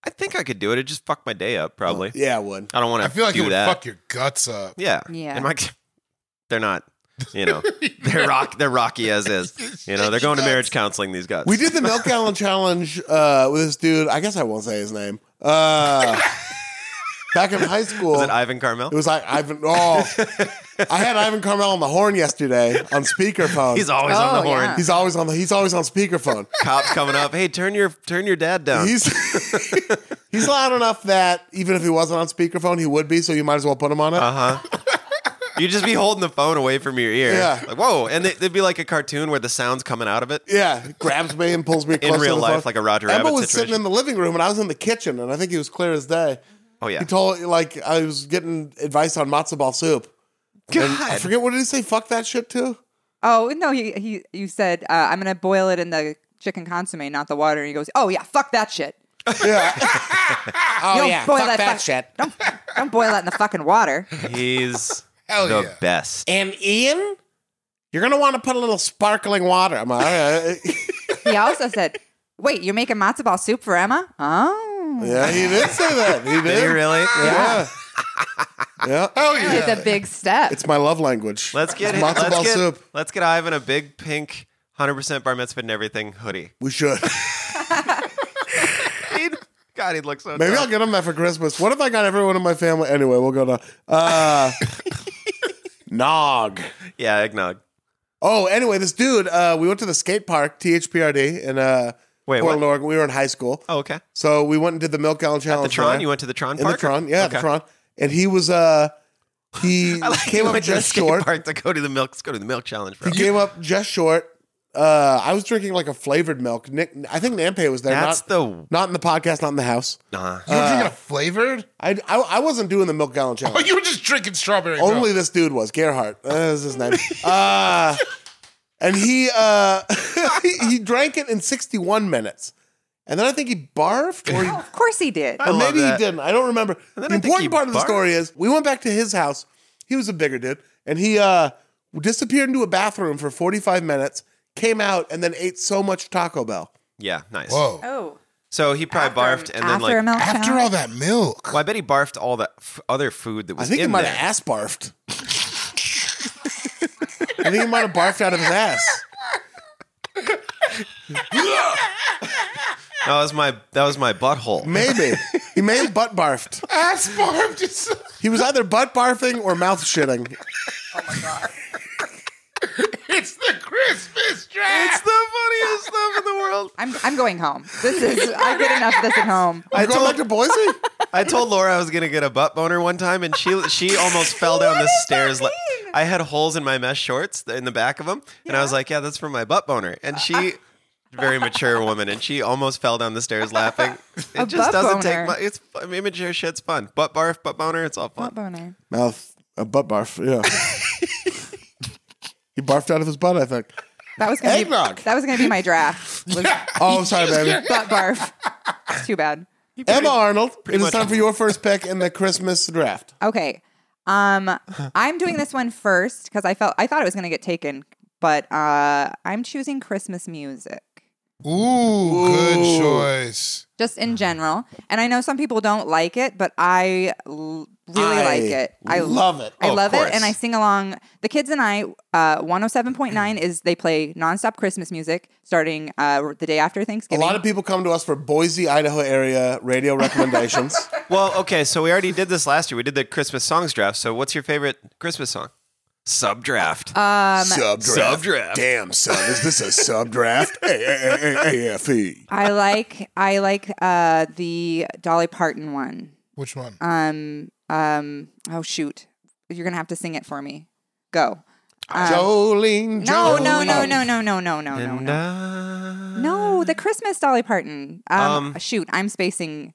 S1: I think I could do it. It just fucked my day up probably.
S2: yeah, I would.
S1: I don't want to.
S3: I feel like
S1: do
S3: it would
S1: that.
S3: fuck your guts up.
S1: Yeah.
S4: Yeah.
S1: And my, they're not. You know, they're rock. They're rocky as is. You know, they're going to marriage counseling. These guys.
S2: We did the milk gallon challenge uh, with this dude. I guess I won't say his name. Uh, back in high school,
S1: Was it Ivan Carmel?
S2: it was like Ivan. Oh, I had Ivan Carmel on the horn yesterday on speakerphone.
S1: He's always on the
S4: Oh,
S1: horn.
S4: yeah.
S2: He's always on the. He's always on speakerphone.
S1: Cop coming up. Hey, turn your turn your dad down.
S2: He's he's loud enough that even if he wasn't on speakerphone, he would be. So you might as well put him on it.
S1: Uh huh. You'd just be holding the phone away from your ear.
S2: Yeah.
S1: Like, whoa. And it- it'd be like a cartoon where the sound's coming out of it.
S2: Yeah, he grabs me and pulls me closer
S1: real
S2: to the
S1: life,
S2: phone.
S1: like a Roger
S2: Emma
S1: Rabbit
S2: was
S1: situation.
S2: sitting in the living room, and I was in the kitchen, and I think he was clear as day.
S1: Oh, yeah.
S2: He told like I was getting advice on matzo ball soup. And I
S1: God.
S2: forget what did he say. Fuck that shit too.
S4: Oh no, he he. You said uh, I'm gonna boil it in the chicken consomme, not the water. And he goes, oh yeah, fuck that shit.
S2: Yeah. oh
S4: don't boil that, fuck-
S2: shit.
S4: Don't boil that in the fucking water.
S1: He's
S3: Hell
S1: the
S3: yeah.
S1: best.
S2: And Ian, you're gonna want to put a little sparkling water. I'm like, all right.
S4: He also said, wait, you're making matzo ball soup for Emma? Oh,
S2: yeah, he did say that. He did.
S1: Did he really?
S2: Yeah. Yeah.
S3: Hell yeah.
S4: It's a big step.
S2: It's my love language.
S1: Let's get
S2: It's matzo
S1: let's
S2: ball
S1: get,
S2: soup.
S1: Let's get Ivan a big pink 100% bar mitzvah and everything hoodie.
S2: We should.
S1: He'd- God, he'd look so.
S2: Maybe
S1: dumb.
S2: I'll get him that for Christmas. What if I got everyone in my family? Anyway, we'll go to uh, Nog.
S1: Yeah, eggnog.
S2: Oh, anyway, this dude. Uh, we went to the skate park, THPRD, in uh,
S1: Wait,
S2: Portland,
S1: what?
S2: Oregon. We were in high school,
S1: Oh, okay.
S2: so we went and did the milk gallon challenge.
S1: The Tron.
S2: there.
S1: You went to the Tron
S2: in
S1: park.
S2: the Tron, yeah,
S1: Okay.
S2: the Tron. And he was uh, he
S1: I like
S2: came
S1: you
S2: up
S1: went to the
S2: just
S1: skate
S2: short.
S1: park to go to the milk. Let's go to the milk challenge, bro.
S2: He came up just short. Uh, I was drinking like a flavored milk. Nick, I think Nampe was there.
S1: That's
S2: not,
S1: the
S2: not in the podcast, not in the house.
S1: nah.
S3: You were drinking a flavored?
S2: I, I, I wasn't doing the milk gallon
S3: Oh,
S2: challenge.
S3: you were just drinking strawberry. milk.
S2: Only this dude was Gerhardt. Uh, is his name. Uh, and he uh, he, he drank it in 61 minutes, and then I think he barfed, or, he,
S4: Oh, of course he did.
S2: or maybe he
S1: that.
S2: didn't. I don't remember. The
S1: then I think he
S2: important part of the
S1: barfed.
S2: story is we went back to his house. He was a bigger dude, and he uh, disappeared into a bathroom for 45 minutes, came out, and then ate so much Taco Bell.
S1: Yeah, nice.
S3: Whoa.
S4: Oh.
S1: So he probably barfed and then
S4: After a
S1: like.
S4: milk
S3: After
S4: challenge?
S3: all that milk.
S1: Well, I bet he barfed all the f- other food that
S2: I
S1: was
S2: think he
S1: in
S2: might
S1: there.
S2: have ass barfed. I think he might have barfed out of his ass.
S1: that was my that was my butthole.
S2: Maybe. He may have butt barfed.
S3: Ass barb just
S2: He was either butt barfing or mouth shitting.
S3: It's the Christmas
S1: It's
S3: draft.
S1: the funniest stuff in the world.
S4: I'm, I'm going home. This is, I get enough of this at home.
S2: I going back to Boise?
S1: I told Laura I was gonna get a butt boner one time, and she she almost fell down the stairs. Like I had holes in my mesh shorts in the back of them, and I was like, "Yeah, that's for my butt boner." And
S4: Uh,
S1: she, very mature woman, and she almost fell down the stairs laughing. It
S4: A
S1: just
S4: butt
S1: doesn't
S4: boner.
S1: take much. It's I mean, immature shit's fun. Butt barf, butt boner, it's all fun.
S4: Butt boner.
S2: Mouth, a butt barf, yeah. he barfed out of his butt, I think.
S4: That was gonna be
S2: Eggnog.
S4: that was gonna be my draft. Was
S2: Oh, I'm sorry, baby.
S4: butt barf. It's too bad.
S2: Emma Arnold, it is
S1: much-
S2: time for your first pick in the Christmas draft.
S4: Okay. Um I'm doing this one first because I felt I thought it was gonna get taken, but uh I'm choosing Christmas music.
S3: Ooh, good choice.
S4: Just
S2: Mm-hmm.
S4: in general. And I know some people don't like it, but I l- really
S2: I
S4: like it. I
S2: love it.
S4: I
S1: Oh, of
S4: love it.
S1: course.
S4: And I sing along. The kids and I, uh, 107.9 is they play nonstop Christmas music starting uh, the day after
S2: A
S4: Thanksgiving.
S2: lot of people come to us for Boise, Idaho area radio recommendations.
S1: Well, okay, so we already did this last year. We did the Christmas songs draft. So, what's your favorite Christmas song? Sub draft.
S4: Uh, Um,
S2: sub draft. Damn, son, is this a sub draft? AFE.
S4: I like I like uh the Dolly Parton one.
S3: Which one?
S4: Um um oh shoot. You're gonna have to sing it for me. Go. Um,
S2: Jolene,
S4: No,
S2: Jolene.
S4: no, no, no, no, no, no, no, no,
S1: And
S4: no.
S1: I-
S4: No, the Christmas Dolly Parton. Um,
S1: Um,
S4: shoot, I'm spacing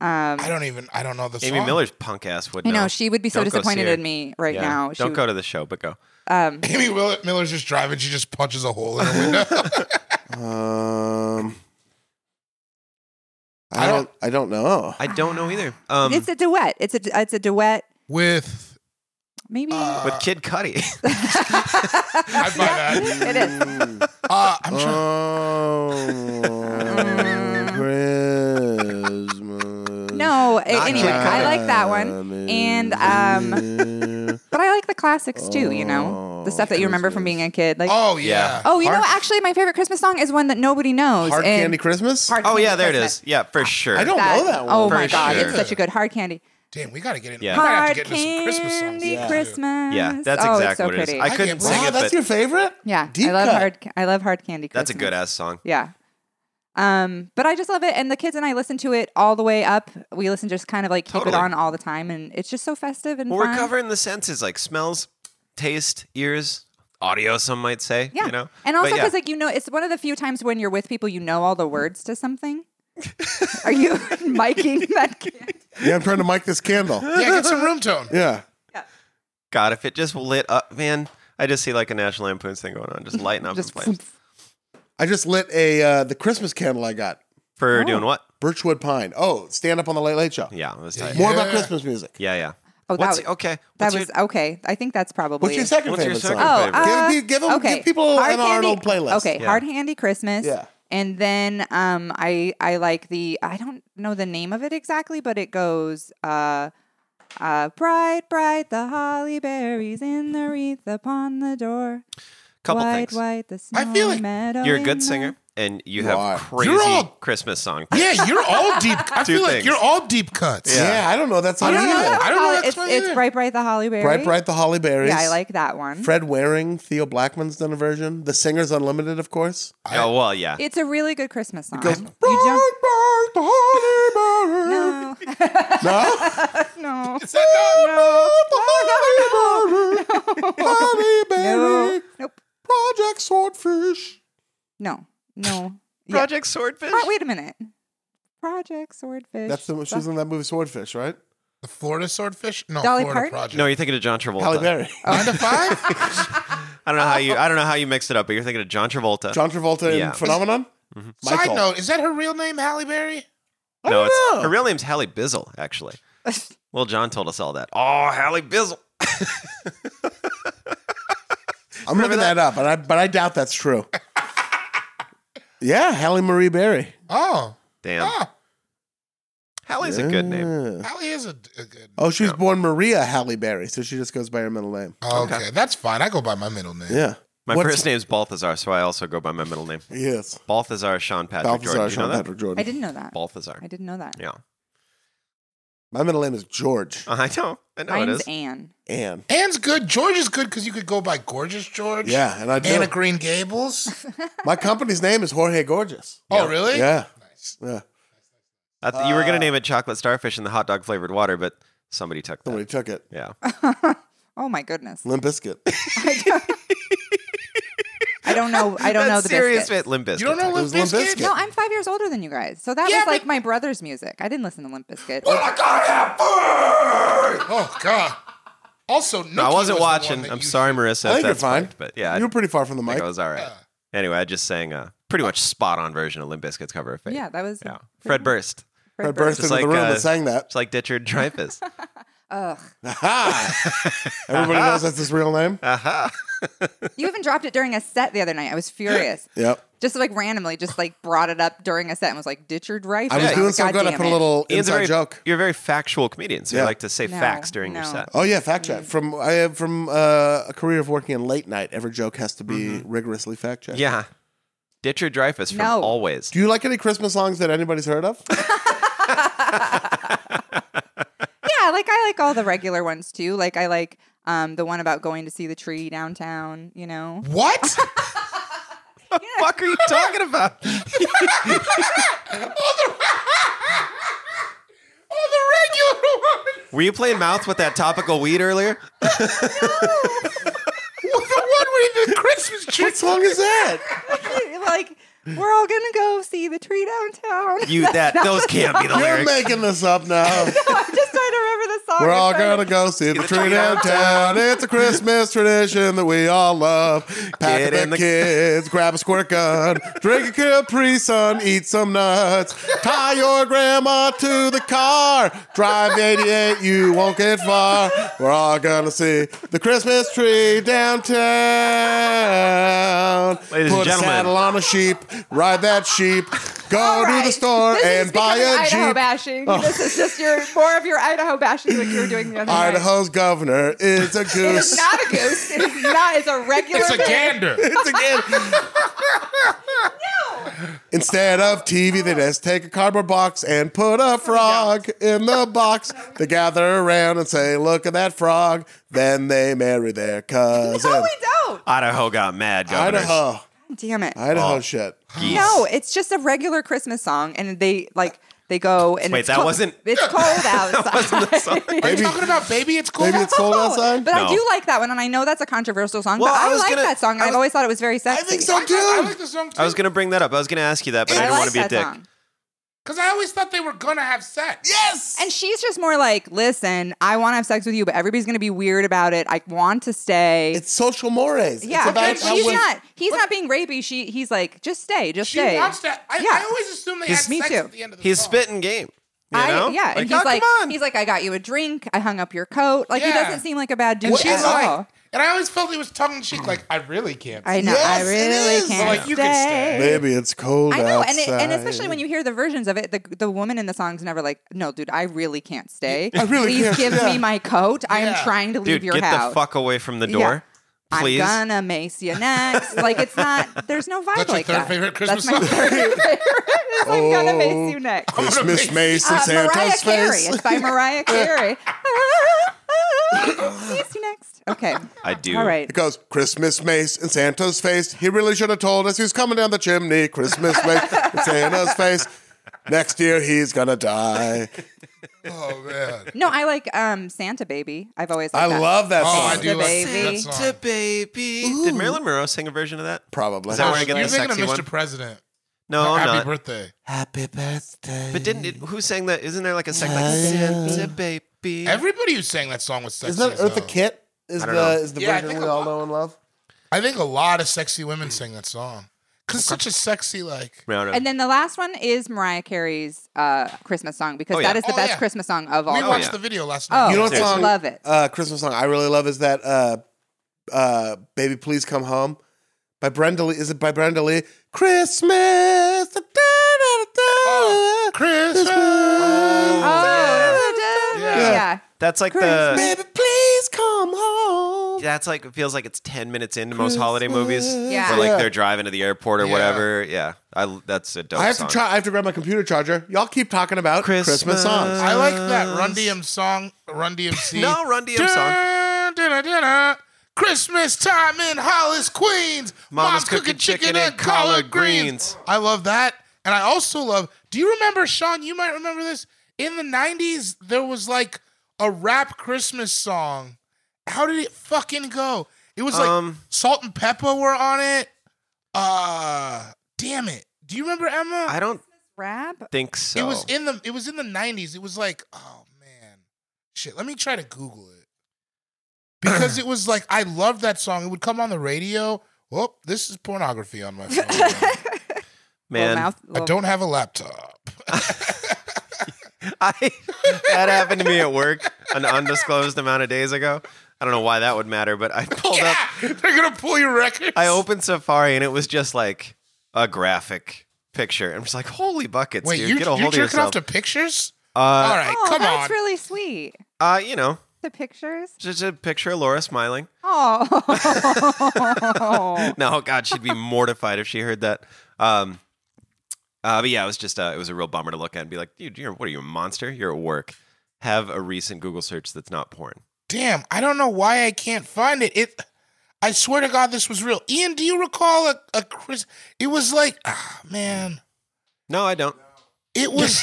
S4: um
S3: I don't even. I don't know the
S1: Amy
S3: song.
S1: Miller's punk ass would
S4: I
S1: know.
S4: know she would be so
S1: Don't go see
S4: disappointed
S1: her.
S4: in me right
S1: Yeah.
S4: now. um, She
S1: Don't
S4: would-
S1: go to the show, but go.
S3: Amy Will- Miller's just driving. She just punches a hole in the window.
S2: Um,
S3: I
S2: I
S3: don't-
S2: don't. I don't know.
S1: I don't know either. Um,
S4: it's a duet. It's a it's a duet.
S3: With
S4: Maybe
S1: with Kid Cudi.
S3: I buy that.
S4: it is.
S3: Uh, I'm trying.
S2: Oh, Christmas.
S4: No, a-
S1: Not
S4: anyway,
S1: Kid
S4: I
S1: Cudi.
S4: like that one. And um
S2: um,
S4: but I like the classics too, you know.
S1: Oh,
S4: The stuff that you remember from being a kid. Like
S3: Oh yeah.
S4: Oh, you know, actually, my favorite Christmas song is one that nobody knows.
S2: hard
S4: and-
S2: candy Christmas.
S4: Hard
S1: oh
S4: Candy
S1: yeah, there it
S4: Christmas.
S1: is. Yeah, for sure.
S2: I don't know that one.
S4: Oh
S1: For
S4: my god,
S1: sure.
S4: it's such a good hard candy.
S3: Damn, we gotta get in.
S1: Yeah.
S3: We might have
S4: Hard
S3: to get into some Christmas songs.
S4: candy
S3: too.
S4: Christmas.
S1: Yeah, that's
S4: oh, it's
S1: exactly
S4: so
S1: what it is.
S4: pretty.
S1: I
S3: I
S1: couldn't
S3: can't
S1: sing
S3: believe
S2: Wow,
S1: it,
S2: that's
S1: but
S2: your favorite.
S4: yeah,
S2: Deep
S4: I love
S2: cut.
S4: hard. I love hard candy. Christmas.
S1: that's a good ass song.
S4: Yeah. Um, but I just love it, and the kids and I listen to it all the way up. We listen just kind of like keep it
S1: Totally.
S4: on all the time, and it's just so festive and
S1: Well, we're
S4: fun.
S1: covering the senses like smells, taste, ears, audio. Some might say.
S4: Yeah,
S1: You know. But
S4: and also
S1: yeah.
S4: because like you know, it's one of the few times when you're with people you know all the words to something. Are you miking that? Candy?
S2: Yeah, I'm trying to mic this candle.
S3: Yeah, get some room tone.
S2: Yeah.
S1: God, if it just lit up, man. I just see like a National Lampoon's thing going on, just lighting up in flames.
S2: I just lit a uh, the Christmas candle I got.
S1: For doing what?
S2: Birchwood pine. Oh, stand up on the late late show.
S1: Yeah, it was tight.
S2: More about
S3: Yeah.
S2: Christmas music.
S1: Yeah, yeah.
S4: Oh, that
S1: What's
S4: was-
S1: okay?
S4: That
S1: what's
S4: was okay. I think that's probably
S2: What's your second
S1: What's your
S2: favorite
S1: second
S2: song?
S4: Oh,
S1: favorite?
S4: uh,
S2: Give pe- give 'em-
S4: okay.
S2: give people
S4: Hard
S2: an
S4: Candy-
S2: Arnold playlist.
S4: Okay,
S1: Yeah.
S4: Hard Handy Christmas.
S2: Yeah.
S4: And then um, I I like the I don't know the name of it exactly, but it goes uh, Uh, bright, bright, the holly berries in the wreath upon the door.
S1: Couple
S4: white,
S1: things.
S4: white, the snow
S3: I feel like
S4: meadow
S1: You're a
S4: in
S1: good
S4: the-
S1: singer, and you
S2: Why?
S1: have crazy
S3: You're all-
S1: Christmas song.
S3: Yeah, you're all deep. I
S1: Two
S3: feel like
S1: things.
S3: you're all deep cuts.
S2: Yeah. I don't know. That's not
S3: I don't know
S2: either.
S3: that. I don't know that
S4: It's,
S3: song
S4: it's
S3: either.
S4: bright, bright, the holly berry.
S2: Bright, bright, the holly berries.
S4: Yeah, I like that one.
S2: Fred Waring, Theo Blackman's done a version. The Singers Unlimited, of course.
S1: Oh well, yeah.
S4: It's a really good Christmas song.
S2: goes,
S4: you don't,
S2: Bright, bright, the holly berry.
S4: no,
S2: No?
S4: no,
S3: Is that not-
S2: Holly berry. Holly berry.
S4: no, nope,
S2: Project Swordfish.
S4: no, no. Yeah.
S1: Project Swordfish.
S4: Pro- wait a minute. Project Swordfish.
S2: That's the she was in that movie Swordfish, right?
S3: The Florida Swordfish? No,
S4: Dolly
S3: Florida
S4: Parton?
S3: Project.
S1: No, you're thinking of John Travolta.
S2: Holly Berry.
S3: Nine to five?
S1: I don't know how you. I don't know how you mixed it up, but you're thinking of John Travolta.
S2: John Travolta
S1: Yeah.
S2: in Phenomenon? Michael.
S3: Side note, is that her real name, Halle Berry?
S1: no, it's
S2: know.
S1: her real name's Hallie Bizzle, actually. Well, John told us all that. Oh, Hallie Bizzle.
S2: I'm looking that, up, and I, but I doubt that's true. yeah, Halle Marie Berry.
S3: Oh.
S1: Damn,
S3: Ah,
S1: Hallie's a good name.
S2: Yeah.
S3: Halle is a, a good.
S2: Oh, she was born Maria Halle Berry, so she just goes by her middle name.
S3: Okay. that's fine. I go by my middle name.
S2: Yeah.
S1: My
S2: What's-
S1: first name's Balthazar, so I also go by my middle name.
S2: Yes.
S1: Balthazar Sean Patrick
S2: Balthazar
S1: Jordan. You know
S2: Sean
S1: that?
S2: Patrick Jordan.
S4: I didn't know that.
S1: Balthazar.
S4: I didn't know that.
S1: Yeah.
S2: My middle name is George.
S1: I know. I know it
S4: Mine's
S1: is.
S4: Anne.
S2: Anne.
S3: Anne's good. George is good because you could go by Gorgeous George.
S2: Yeah, and I do.
S3: Anna Green Gables.
S2: My company's name is Jorge Gorgeous.
S3: oh, really?
S2: Yeah.
S3: Nice.
S2: Yeah.
S1: I th- you were
S2: Uh,
S1: gonna name it chocolate starfish and the hot dog flavored water, but somebody took that.
S2: Somebody took it.
S1: Yeah.
S4: Oh my goodness.
S2: Limp Biscuit.
S4: I don't know. I don't know the
S1: serious
S4: biscuits.
S1: bit. Limp Bizkit.
S3: You don't know
S2: It was
S3: Limp
S2: Limp
S3: Bizkit?
S2: Bizkit.
S4: No, I'm five years older than you guys, so that
S3: Yeah,
S4: was like
S3: but-
S4: my brother's music. I didn't listen to Limp Bizkit.
S3: Oh, God. Also, Nikki
S1: No, I
S3: was the
S1: wasn't
S3: one
S1: watching.
S3: that
S1: I'm
S3: you-
S1: sorry, Marissa.
S2: I
S1: if
S2: think you're
S1: that's
S2: fine.
S1: But yeah, I
S2: you were pretty far from the
S1: think
S2: mic.
S1: I was all right. Anyway, I just sang a pretty much spot on version of Limp Bizkit's cover of Fate.
S4: Yeah, that was.
S1: Yeah. Fred Burst.
S2: I burst into
S1: Just
S2: the
S1: like,
S2: room
S1: uh,
S2: and sang that.
S1: It's like Ditchard Dreyfus.
S4: Ugh.
S2: Aha! Everybody knows that's his real name.
S1: Aha.
S4: You even dropped it during a set the other night. I was furious.
S2: Yep.
S4: Just like randomly, just like brought it up during a set and was like, Ditcher Dreyfus.
S2: I was
S4: Oh,
S2: doing so
S4: God
S2: good, I
S4: damn
S2: put a
S4: it.
S2: little
S1: Ian's a
S2: inside
S1: very-
S2: joke.
S1: You're a very factual comedian, so
S2: Yeah.
S1: you like to say
S4: No,
S1: facts during your
S4: no.
S1: set.
S2: Oh yeah, fact check from I have from uh, a career of working in late night. Every joke has to be rigorously fact checked.
S1: Mm-hmm. Yeah. Ditchard Dreyfus from
S4: No.
S1: Always.
S2: Do you like any Christmas songs that anybody's heard of?
S4: Yeah, like I like all the regular ones too. Like I like um, the one about going to see the tree downtown, you know?
S3: What?
S1: fuck are you talking about?
S3: oh, the regular one.
S1: Were you playing mouth with that topical weed earlier?
S3: Well, the one with the Christmas tree.
S2: what song is that?
S4: like, we're all going to go see the tree downtown.
S1: You that those can't be the
S2: You're
S1: lyrics.
S2: making this up now.
S4: I'm just trying to remember the song.
S2: We're
S4: I'm
S2: all
S4: trying
S2: gonna go see the tree downtown. It's a Christmas tradition that we all love. Pack
S1: Get
S2: the,
S1: in the-
S2: kids, grab a squirt gun, drink a Capri Sun, eat some nuts, tie your grandma to the car, drive 88, you won't get far. We're all gonna see the Christmas tree downtown.
S1: Ladies and
S2: Put a
S1: gentlemen.
S2: saddle on a sheep, ride that sheep, go
S4: All
S2: to the
S4: right.
S2: store
S4: This is
S2: and buy a
S4: becoming
S2: jeep.
S4: Idaho
S2: Oh.
S4: bashing. This is just your more of your Idaho bashing, like you were doing the other night.
S2: Idaho's governor is a
S4: It is
S2: goose.
S4: not a goose. It is not. It's a regular.
S3: It's a
S4: thing.
S3: gander.
S2: It's again. Instead of TV, they just take a cardboard box and put a frog in the box. They gather around and say, Look at that frog. Then they marry their cousin.
S4: No, we don't.
S1: Idaho got mad, governors.
S2: Idaho.
S4: Damn it.
S2: Idaho shit.
S1: Geese.
S4: No, it's just a regular Christmas song, and they like they go and
S1: Wait,
S4: it's
S1: that
S4: cold-
S1: wasn't-
S4: It's cold outside.
S3: Are you talking about Baby It's Cool?
S2: Maybe it's cold outside?
S4: Oh, But I
S1: No.
S4: do like that one, and I know that's a controversial song.
S1: Well,
S4: but
S1: I
S4: I,
S1: was
S4: like
S1: gonna-
S4: that song, and
S1: I
S4: I've
S1: was-
S4: always thought it was very
S2: I
S4: sexy.
S2: think so
S3: I, I
S2: too.
S3: like the song too.
S1: I was gonna bring that up. I was gonna ask you that, but I
S4: I
S1: didn't
S4: like
S1: want to be a
S4: that
S1: dick.
S4: song.
S3: Because I always thought they were going to have sex.
S2: Yes.
S4: And she's just more like, listen, I want to have sex with you, but everybody's going to be weird about it. I want to stay.
S2: It's social mores.
S4: yeah,
S2: It's about
S4: but
S2: how
S4: she's
S2: women-
S4: not. He's not being rapey. She, he's like, just stay, just
S3: She
S4: stay.
S3: wants that. I,
S4: Yeah.
S3: I always assume they
S4: He's-
S3: had
S4: me
S3: sex
S4: too.
S3: at the end of the
S1: He's
S3: song.
S1: spitting game. You
S4: I-
S1: know?
S4: yeah, and
S1: oh,
S4: he's like,
S1: come on.
S4: he's like, I got you a drink. I hung up your coat. Like he
S3: Yeah.
S4: doesn't seem like a bad dude
S3: And she's
S4: at
S3: like,
S4: all.
S3: And I always felt it was tongue in cheek, like, I really can't.
S4: I know.
S2: Yes,
S4: I
S2: it
S4: really
S2: is.
S4: can't
S3: Like, you can stay.
S2: Maybe it's cold
S4: I know, and,
S2: outside.
S4: it, and especially when you hear the versions of it, the the woman in the song's never like, "No, dude, I really can't stay.
S2: I really
S4: Please
S2: can't,
S4: give
S2: yeah."
S4: me my coat. I am
S3: Yeah.
S4: trying to leave
S1: Dude,
S4: your
S1: get
S4: house.
S1: the fuck away from the
S4: Yeah.
S1: door, please.
S4: I'm gonna mace you next. like it's not. There's no vibe
S3: That's your
S4: like
S3: third
S4: that.
S3: favorite Christmas
S4: That's my
S3: song?
S4: third favorite. is I'm gonna mace you next.
S2: Christmas Mace and
S4: Uh, Mariah
S2: Santa's
S4: Carey.
S2: face.
S4: It's by Mariah Carey. Ah, mace you next. Okay.
S1: I do.
S4: All right.
S2: It goes Christmas Mace in Santa's face. He really should have told us he was coming down the chimney. Christmas Mace in Santa's face. Next year he's gonna die.
S3: Oh, man.
S4: No, I like um, Santa Baby. I've always.
S2: I
S4: Liked that.
S2: love that
S3: Oh,
S2: song.
S3: I do
S4: The
S3: like
S4: baby.
S3: that song.
S1: To baby. Did Marilyn Monroe sing a version of that?
S2: Probably.
S1: Is that where I get
S3: You're
S1: the
S3: thinking of
S1: sexy
S3: Mr.
S1: one?
S3: President.
S1: No, Oh, I'm
S3: Happy
S1: not.
S3: birthday.
S2: Happy birthday.
S1: But didn't it, who sang that? Isn't there like a second like Santa baby?
S3: Everybody who sang that song was sexy.
S2: Isn't that
S3: as
S2: Eartha
S3: hell.
S2: Kitt? Is
S1: I
S2: the
S1: don't know.
S2: is the
S3: Yeah, I
S2: version
S3: think
S2: we
S3: a
S2: all
S3: lot-
S2: know and love?
S3: I think a lot of sexy women sang that song. Because it's such a sexy, like.
S1: No, no.
S4: And then the last one is Mariah Carey's uh, Christmas song because
S1: Oh, yeah.
S4: that is the
S3: Oh,
S4: best
S3: yeah.
S4: Christmas song of all.
S3: We
S4: time.
S3: watched
S1: yeah.
S3: the video last
S4: Oh,
S3: night.
S2: You know what
S4: I
S2: song?
S4: love it.
S2: Uh, Christmas song I really love is that uh, uh, "Baby Please Come Home" by Brenda Lee. Is it by Brenda Lee? Christmas. da, da, da, da,
S3: Oh, Christmas.
S4: Oh,
S3: Yeah.
S4: yeah. yeah.
S1: that's like
S4: Christmas.
S1: the.
S2: Baby, please come home.
S1: That's like it feels like it's ten minutes into most holiday movies.
S4: Yeah.
S1: Where like
S2: Yeah.
S1: they're driving to the airport or
S3: Yeah.
S1: whatever. Yeah. I that's a dope
S2: I have
S1: song.
S2: to try. I have to grab my computer charger. Y'all keep talking about Christmas,
S1: Christmas.
S2: songs.
S3: I like that Run DMC song. Run DMC.
S1: No, Run DMC
S3: Dun, dun, dun, dun, dun. Christmas time in Hollis, Queens.
S1: Mama's cooking chicken and collard greens.
S3: I love that. And I also love, do you remember, Sean? You might remember this. In the 90s, there was like a rap Christmas song. How did it fucking go? It was like
S1: Um,
S3: Salt and Pepper were on it. Uh, damn it. Do you remember, Emma?
S1: I don't
S4: Rap.
S1: think so.
S3: It was in the it was in the nineties. It was like, oh man. Shit. Let me try to Google it. Because it was like I loved that song. It would come on the radio. Whoop, this is pornography on my phone.
S4: Little
S1: man.
S4: mouth.
S3: I
S4: Little,
S3: don't have a laptop.
S1: I that happened to me at work an undisclosed amount of days ago. I don't know why that would matter, but I pulled up
S3: They're gonna pull your records.
S1: I opened Safari and it was just like a graphic picture. I'm just like, holy buckets,
S3: Wait,
S1: dude.
S3: you're,
S1: Get a hold
S3: you're
S1: of
S3: jerking
S1: yourself.
S3: off to pictures? All
S1: uh,
S3: right,
S4: oh,
S3: come
S4: that's
S3: on.
S4: really sweet.
S1: uh, you know,
S4: The pictures.
S1: just a picture of Laura smiling.
S4: Oh.
S1: No, God, she'd be mortified if she heard that. Um, uh, but yeah, it was just uh, it was a real bummer to look at and be like, dude, you're what are you a monster? You're at work. Have a recent Google search that's not porn.
S3: Damn, I don't know why I can't find it. It I swear to God this was real. Ian, do you recall a, a Chris it was like ah man.
S1: No, I don't.
S3: It was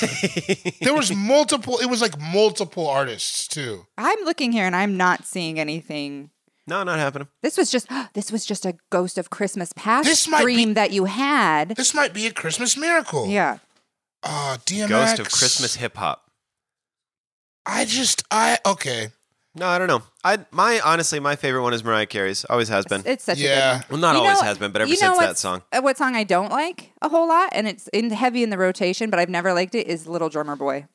S3: there was multiple it was like multiple artists too.
S4: I'm looking here and I'm not seeing anything.
S1: No, not happening.
S4: This was just this was just a ghost of Christmas past
S3: This might
S4: dream
S3: be-
S4: that you had.
S3: This might be a Christmas miracle.
S4: Yeah.
S3: Oh, DMX.
S1: Ghost of Christmas hip hop.
S3: I just I okay.
S1: No, I don't know. I my honestly, my favorite one is Mariah Carey's. Always has been.
S4: It's such a good
S3: Yeah.
S1: well,
S4: one.
S1: not
S4: You
S1: always
S4: know-
S1: has been, but ever
S4: you know
S1: since that
S4: what's-
S1: song.
S4: uh, What song I don't like a whole lot, and it's in heavy in the rotation, but I've never liked it, is Little Drummer Boy.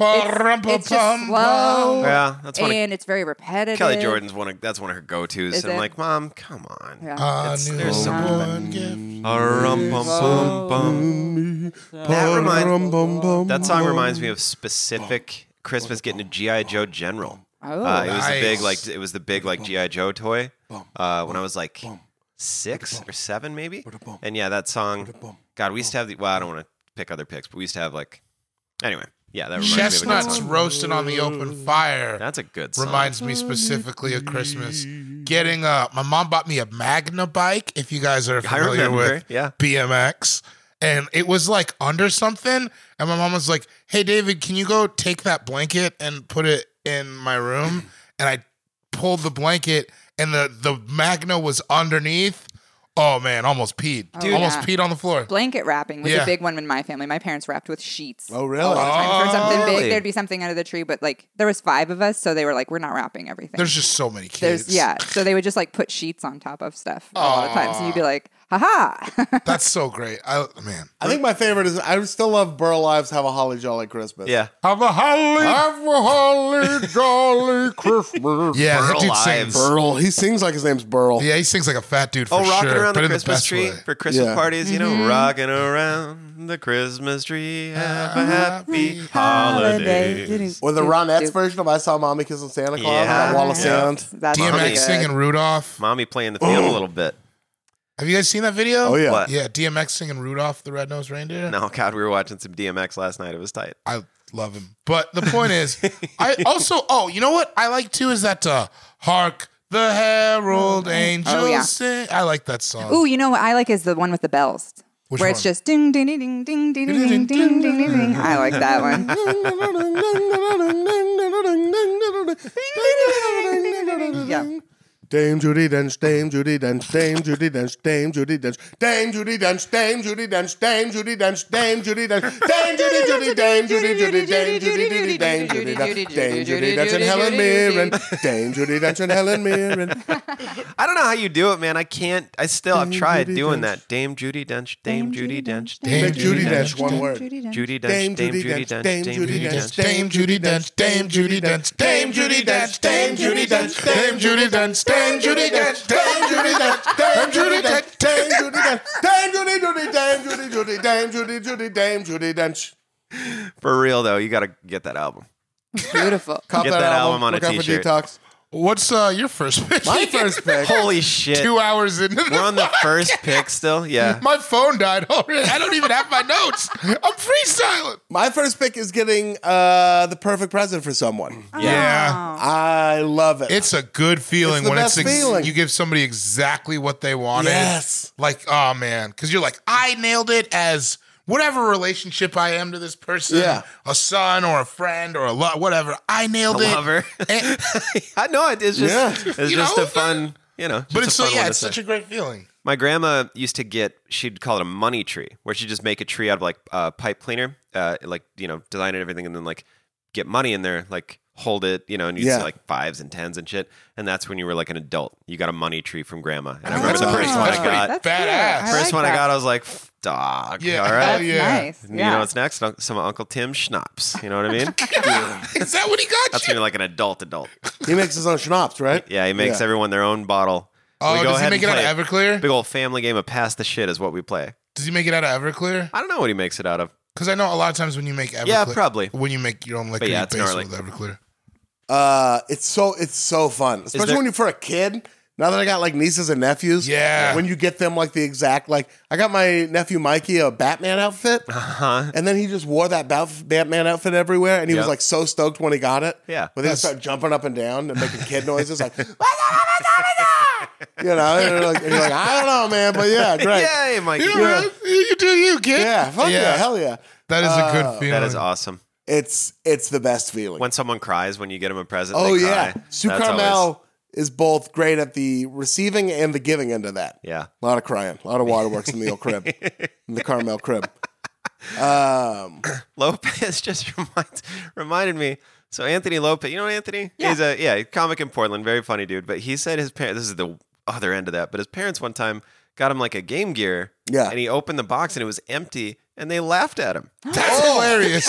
S3: It's,
S4: it's just slow.
S1: Yeah, that's one. Of,
S4: and it's very repetitive.
S1: Kelly Jordan's one. Of, that's one of her go tos.
S4: Is
S1: I'm
S4: it?
S1: like, mom, come on.
S4: Yeah.
S2: Uh,
S3: A
S1: It's-
S3: new
S1: there's
S4: something
S3: one gift.
S1: That reminds-
S2: reminds,
S1: That song reminds me of specific Christmas getting a GI Joe General.
S4: Oh.
S1: Uh, it was the big
S3: Nice.
S1: like it was the big like GI Joe toy uh, when I was like six or seven maybe. And yeah, that song. God, we used to have the. Well, I don't want to pick other picks, but we used to have like. Anyway, yeah, that reminds me of a
S3: Chestnuts
S1: good song.
S3: roasting on the open fire.
S1: That's a good song.
S3: reminds me specifically of Christmas. Getting uh my mom bought me a Magna bike, if you guys are
S1: I
S3: familiar
S1: remember.
S3: with
S1: Yeah.
S3: BMX. And it was like under something. And my mom was like, Hey David, can you go take that blanket and put it in my room? and I pulled the blanket and the, the magna was underneath. Oh man, almost peed.
S4: Dude.
S3: almost
S4: Yeah.
S3: peed on the floor.
S4: Blanket wrapping was
S3: Yeah.
S4: a big one in my family. My parents wrapped with sheets.
S2: Oh, really?
S4: all the time. For something
S1: Oh, really?
S4: big, there'd be something under the tree, but like there was five of us, so they were like, we're not wrapping everything.
S3: There's just so many kids.
S4: There's- yeah, so they would just like put sheets on top of stuff a lot of times, and you'd be like, haha.
S3: That's so great. I man.
S2: I think my favorite is I still love Burl Lives Have a Holly Jolly Christmas.
S1: Yeah.
S3: Have a holly.
S2: Have a holly jolly Christmas.
S3: yeah, that
S1: Burl
S3: dude
S1: Ives.
S3: sings.
S2: Burl. He sings like his name's Burl.
S3: Yeah, he sings like a fat dude for
S1: Oh, rocking
S3: sure.
S1: around
S3: but
S1: the
S3: in
S1: Christmas
S3: best
S1: tree
S3: way. Mm-hmm.
S1: for Christmas
S2: Yeah.
S1: parties, you know, rocking around the Christmas tree. Have a happy
S4: Holiday.
S1: holiday.
S2: Or the Ronettes version of I Saw Mommy Kissing Santa Claus on that
S1: Yeah.
S2: wall of
S1: Yeah.
S2: sand.
S4: That's
S3: DMX
S1: Mommy.
S3: singing Rudolph.
S1: Mommy playing the field a little bit.
S3: Have you guys seen that video?
S2: Oh, yeah.
S1: What?
S3: Yeah, DMX singing Rudolph the Red-Nosed Reindeer.
S1: No, God, we were watching some DMX last night. It was tight.
S3: I love him. But the point is, I also oh, you know what I like too is that uh, "Hark the
S2: Oh,
S3: Herald Angels
S4: yeah.
S3: Sing." I like that song.
S4: Ooh, you know what I like is the one with the bells.
S3: Which
S4: where it's
S3: one?
S4: just ding ding ding ding ding ding ding ding ding ding ding ding. I like that one. Yeah.
S2: Dame Judy Dench, Dame Judy Dench, Dame Judy Dench, Dame Judy Dench, Dame Judy Dench, Dame Judy Dench, Dame Judy Dench, Dame Judy Dench, Dame Judy Judy, Dame Judy Judy, Dame Judy Judy, Dame Judy Dench, Dame Judy Dench and Helen Mirren, Dame Judy Dench and Helen Mirren.
S1: I don't know how you do it, man. I can't. I still, I've tried doing that. Dame Judy Dench, Dame, Judy Dench,
S3: Dame
S2: Dame Judy
S3: Judy
S2: Dench, one word.
S1: Judy Dench,
S2: Dame
S1: Dame,
S2: Judy
S1: Judy Dench,
S2: Dench, Dame
S1: Dame
S2: Judy
S1: Judy
S2: Dench.
S1: Dench.
S3: Dame Judy Dench, Dame Judy Dench, Dame Judy Dench, Dame Judy Dench, Dame Judy Dench, Dame Judy Dench,
S2: Dame
S3: Dame Judy Dench, Dame Judy Dench.
S2: Judy Dench, Dame Judy Judy, Dame Judy Judy, Dame Judy Judy, Dame Judy Dench.
S1: For real though, you gotta get that album.
S4: Beautiful.
S2: Cop
S1: Get that album on a
S2: Look out for
S1: t-shirt.
S2: Detox.
S3: What's uh, your first pick?
S2: My first pick.
S1: Holy shit!
S3: Two hours into
S1: We're on the first pick still. Yeah,
S3: My phone died already. I don't even have my notes. I'm freestyling.
S2: My first pick is getting uh, the perfect present for someone.
S3: Yeah.
S2: I love it.
S3: It's a good feeling
S2: It's the
S3: when
S2: best
S3: it's ex-
S2: feeling.
S3: you give somebody exactly what they wanted.
S2: Yes.
S3: Like, oh man, because you're like, I nailed it as whatever relationship I am to this person.
S2: Yeah.
S3: A son or a friend or a love, whatever. I nailed it.
S1: lover.
S3: And-
S1: I know it is just
S2: Yeah.
S1: it's
S3: You
S1: just
S3: know?
S1: a fun, you know. just a
S3: but it's so
S1: fun one
S3: yeah,
S1: to
S3: it's
S1: say.
S3: such a great feeling.
S1: My grandma used to get, she'd call it a money tree, where she'd just make a tree out of like uh, pipe cleaner, uh, like, you know, design it and everything, and then like get money in there, like hold it, you know, and you'd
S2: Yeah.
S1: see like fives and tens and shit. And that's when you were like an adult. You got a money tree from grandma. And I
S4: Oh,
S1: remember the
S2: that's
S1: first
S2: awesome.
S1: one I
S3: That's pretty
S1: got.
S4: That's
S3: Badass.
S4: cute. I
S1: first
S4: like
S1: one I
S4: that.
S1: got, I was like, "F- dog,
S3: Yeah.
S1: all
S3: Hell
S1: right.
S3: yeah.
S4: Nice.
S1: You know
S4: Yeah.
S1: what's next? Unc- Some Uncle Tim schnapps. You know what I mean?
S3: Is that what he got
S1: That's
S3: you?
S1: when you're like an adult adult.
S2: he makes his own schnapps, right?
S1: Yeah, he makes
S2: Yeah.
S1: everyone their own bottle.
S3: Oh, does he
S1: and
S3: make it out
S1: play
S3: of Everclear?
S1: Big old family game of pass the shit is what we play.
S3: Does he make it out of Everclear?
S1: I don't know what he makes it out of.
S3: Because I know a lot of times when you make Everclear,
S1: Yeah, probably.
S3: when you make your own liquor,
S1: But yeah,
S3: you
S1: it's
S3: base it
S1: gnarly.
S3: with Everclear.
S2: Uh, it's so it's so fun, especially
S1: there-
S2: when you're for a kid. Now that I got like nieces and nephews,
S3: Yeah.
S2: When you get them like the exact like, I got my nephew Mikey a Batman outfit, uh-huh. and then he just wore that Bat- Batman outfit everywhere, and he was
S1: Yep.
S2: like so stoked when he got it.
S1: Yeah.
S2: but then he
S3: That's-
S2: started jumping up and down and making kid noises like, you know, and you're, like, and you're like, I don't know, man, but yeah, great, yeah,
S1: Yay, Mikey.
S3: You know, man, Uh, you do you, kid.
S2: fuck yeah. hell yeah,
S3: That is a good feeling.
S1: That is awesome.
S2: it's it's the best feeling.
S1: When someone cries when you get them a present.
S2: Oh
S1: they cry.
S2: yeah, Sue
S1: That's always-
S2: Carmel is both great at the receiving and the giving end of that.
S1: yeah.
S2: a lot of crying, a lot of waterworks in the old crib, in the Carmel crib. Um,
S1: Lopez just reminds, reminded me. So Anthony Lopez, you know Anthony? He's a yeah, comic in Portland, very funny dude. But he said his parents. This is the other end of that. But his parents one time got him like a Game Gear.
S2: Yeah.
S1: And he opened the box and it was empty, and they laughed at him.
S3: That's hilarious.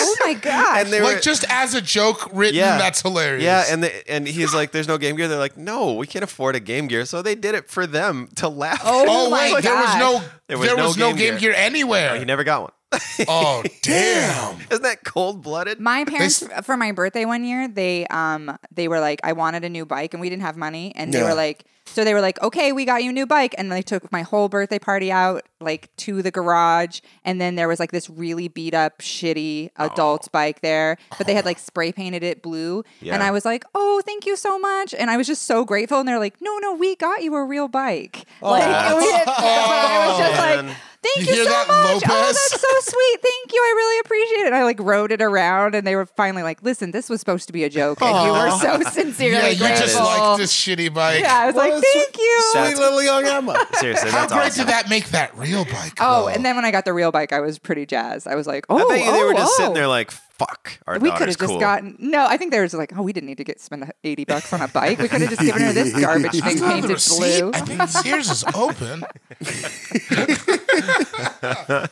S4: Oh my gosh.
S1: And they
S3: like
S1: were,
S3: just as a joke written,
S2: Mm,
S1: Yeah.
S3: that's hilarious.
S1: Yeah, and the, and he's like, "There's no Game Gear." They're like, "No, we can't afford a Game Gear." So they did it for them to laugh.
S4: Oh.
S3: oh,
S4: my
S3: wait, there was
S4: God.
S3: no
S1: There was
S3: there
S1: no
S3: was no
S1: Game
S3: Game Gear
S1: Gear.
S3: anywhere.
S1: he never got one.
S3: oh damn!
S1: Isn't that cold blooded?
S4: My parents
S3: s-
S4: for my birthday one year, they um they were like, I wanted a new bike and we didn't have money. And they
S2: Yeah.
S4: were like so they were like, Okay, we got you a new bike and they took my whole birthday party out, like to the garage, and then there was like this really beat up, shitty adult bike there. But they had like spray painted it blue. And
S1: Yeah.
S4: I was like, Oh, thank you so much. And I was just so grateful. And they're like, No, no, we got you a real bike. Like it was, it was just like
S1: man.
S4: Thank
S3: You
S4: you,
S3: hear
S4: so
S3: that,
S4: much. Oh,
S3: Lopez?
S4: that's so sweet. Thank you. I really appreciate it. And I like wrote it around, and they were finally like, "Listen, this was supposed to be a joke, and you were so sincerely
S3: yeah, you
S4: grateful."
S3: just like this shitty bike.
S4: yeah, I was
S2: Well,
S4: like,
S2: it's-
S4: "Thank you."
S2: Sweet little young Emma.
S1: Seriously,
S3: How
S1: that's
S3: great
S1: awesome.
S3: did that make that real bike?
S4: Oh,
S3: though?
S4: and then when I got the real bike, I was pretty jazzed. I was like, "Oh,
S1: I bet you they
S4: oh,
S1: were just
S4: oh.
S1: sitting there like, "Fuck, our
S4: we could
S1: daughter's
S4: have just
S1: cool."
S4: gotten no. I think they were just like, oh, we didn't need to get spend the eighty bucks on a bike. We could have just given her this
S3: I
S4: garbage thing
S3: still have the
S4: painted
S3: receipt.
S4: blue.
S3: I think Sears is open.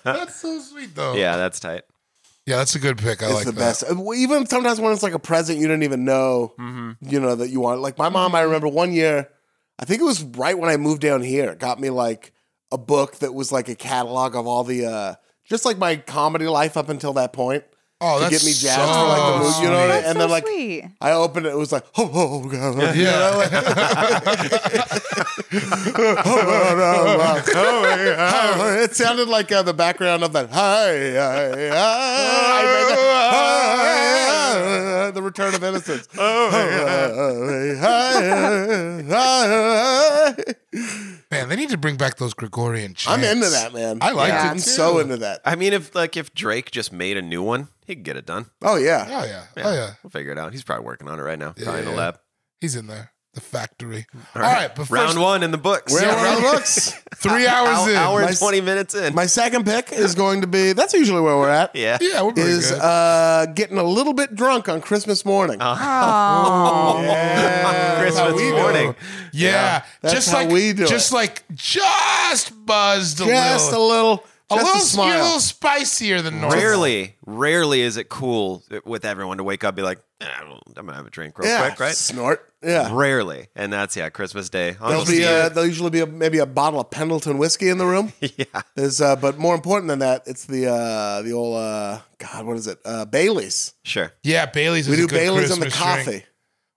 S3: that's so sweet, though.
S1: Yeah, that's tight.
S3: yeah, that's a good pick. I
S2: It's
S3: like
S2: the
S3: that.
S2: best. Uh, well, Even sometimes when it's like a present you didn't even know, you know, that you want. Like my mom,
S3: Mm-hmm.
S2: I remember one year, I think it was right when I moved down here, got me like a book that was like a catalog of all the, uh, just like my comedy life up until that point.
S3: Oh,
S2: to
S3: that's
S2: get me jazzed
S3: so
S2: for like the movie, you know, what I-
S4: That's
S3: sweet.
S2: and
S4: so
S2: then like
S4: sweet.
S2: I opened it, it was like, oh, oh, God, yeah, you know, like, it sounded like uh, the background of that. Hi, hi, hi, hi, the Return of Innocence. Oh, hi, hi, hi.
S3: Man, they need to bring back those Gregorian chants.
S2: I'm into that, man.
S3: I liked
S4: Yeah.
S3: it
S2: I'm
S3: too.
S2: so into that.
S1: I mean, if like if Drake just made a new one, he could get it done.
S2: Oh yeah,
S3: Oh yeah. Oh yeah.
S1: We'll figure it out. He's probably working on it right now, probably in the
S3: Yeah.
S1: lab.
S3: He's in there. The factory. All right, but first,
S1: Round one in the books.
S2: where
S3: Yeah,
S2: are
S3: round-
S2: the looks?
S3: three hours
S1: Hour,
S3: in.
S1: hour
S2: My
S1: and
S2: s-
S1: twenty minutes in.
S2: My second pick is going to be. That's usually where we're at.
S1: yeah.
S3: yeah, we're pretty
S2: is
S3: good.
S2: uh, getting a little bit drunk on Christmas morning.
S3: Oh,
S2: Yeah, that's how
S1: Christmas
S2: we do it.
S1: morning.
S3: yeah,
S2: that's
S3: just
S2: how
S3: like
S2: we do it.
S3: just like just buzzed a
S2: Just a
S3: little,
S2: little,
S3: a
S2: just
S3: little,
S2: a
S3: you're a
S2: smile.
S3: little spicier than normal.
S1: Rarely, rarely is it cool with everyone to wake up and be like, "Ah, well, I'm gonna have a drink real
S2: Yeah,
S1: quick, right?
S2: Snort. Yeah.
S1: Rarely, and that's yeah, Christmas Day.
S2: There'll
S1: Honestly,
S2: be uh there'll usually be a, maybe a bottle of Pendleton whiskey in the room. yeah. There's uh, but more important than that, it's the uh, the old uh, God, what is it? Uh, Bailey's.
S1: sure.
S3: Yeah, Bailey's.
S2: We
S3: is
S2: do
S3: a good
S2: Bailey's and the
S3: Christmas drink.
S2: coffee.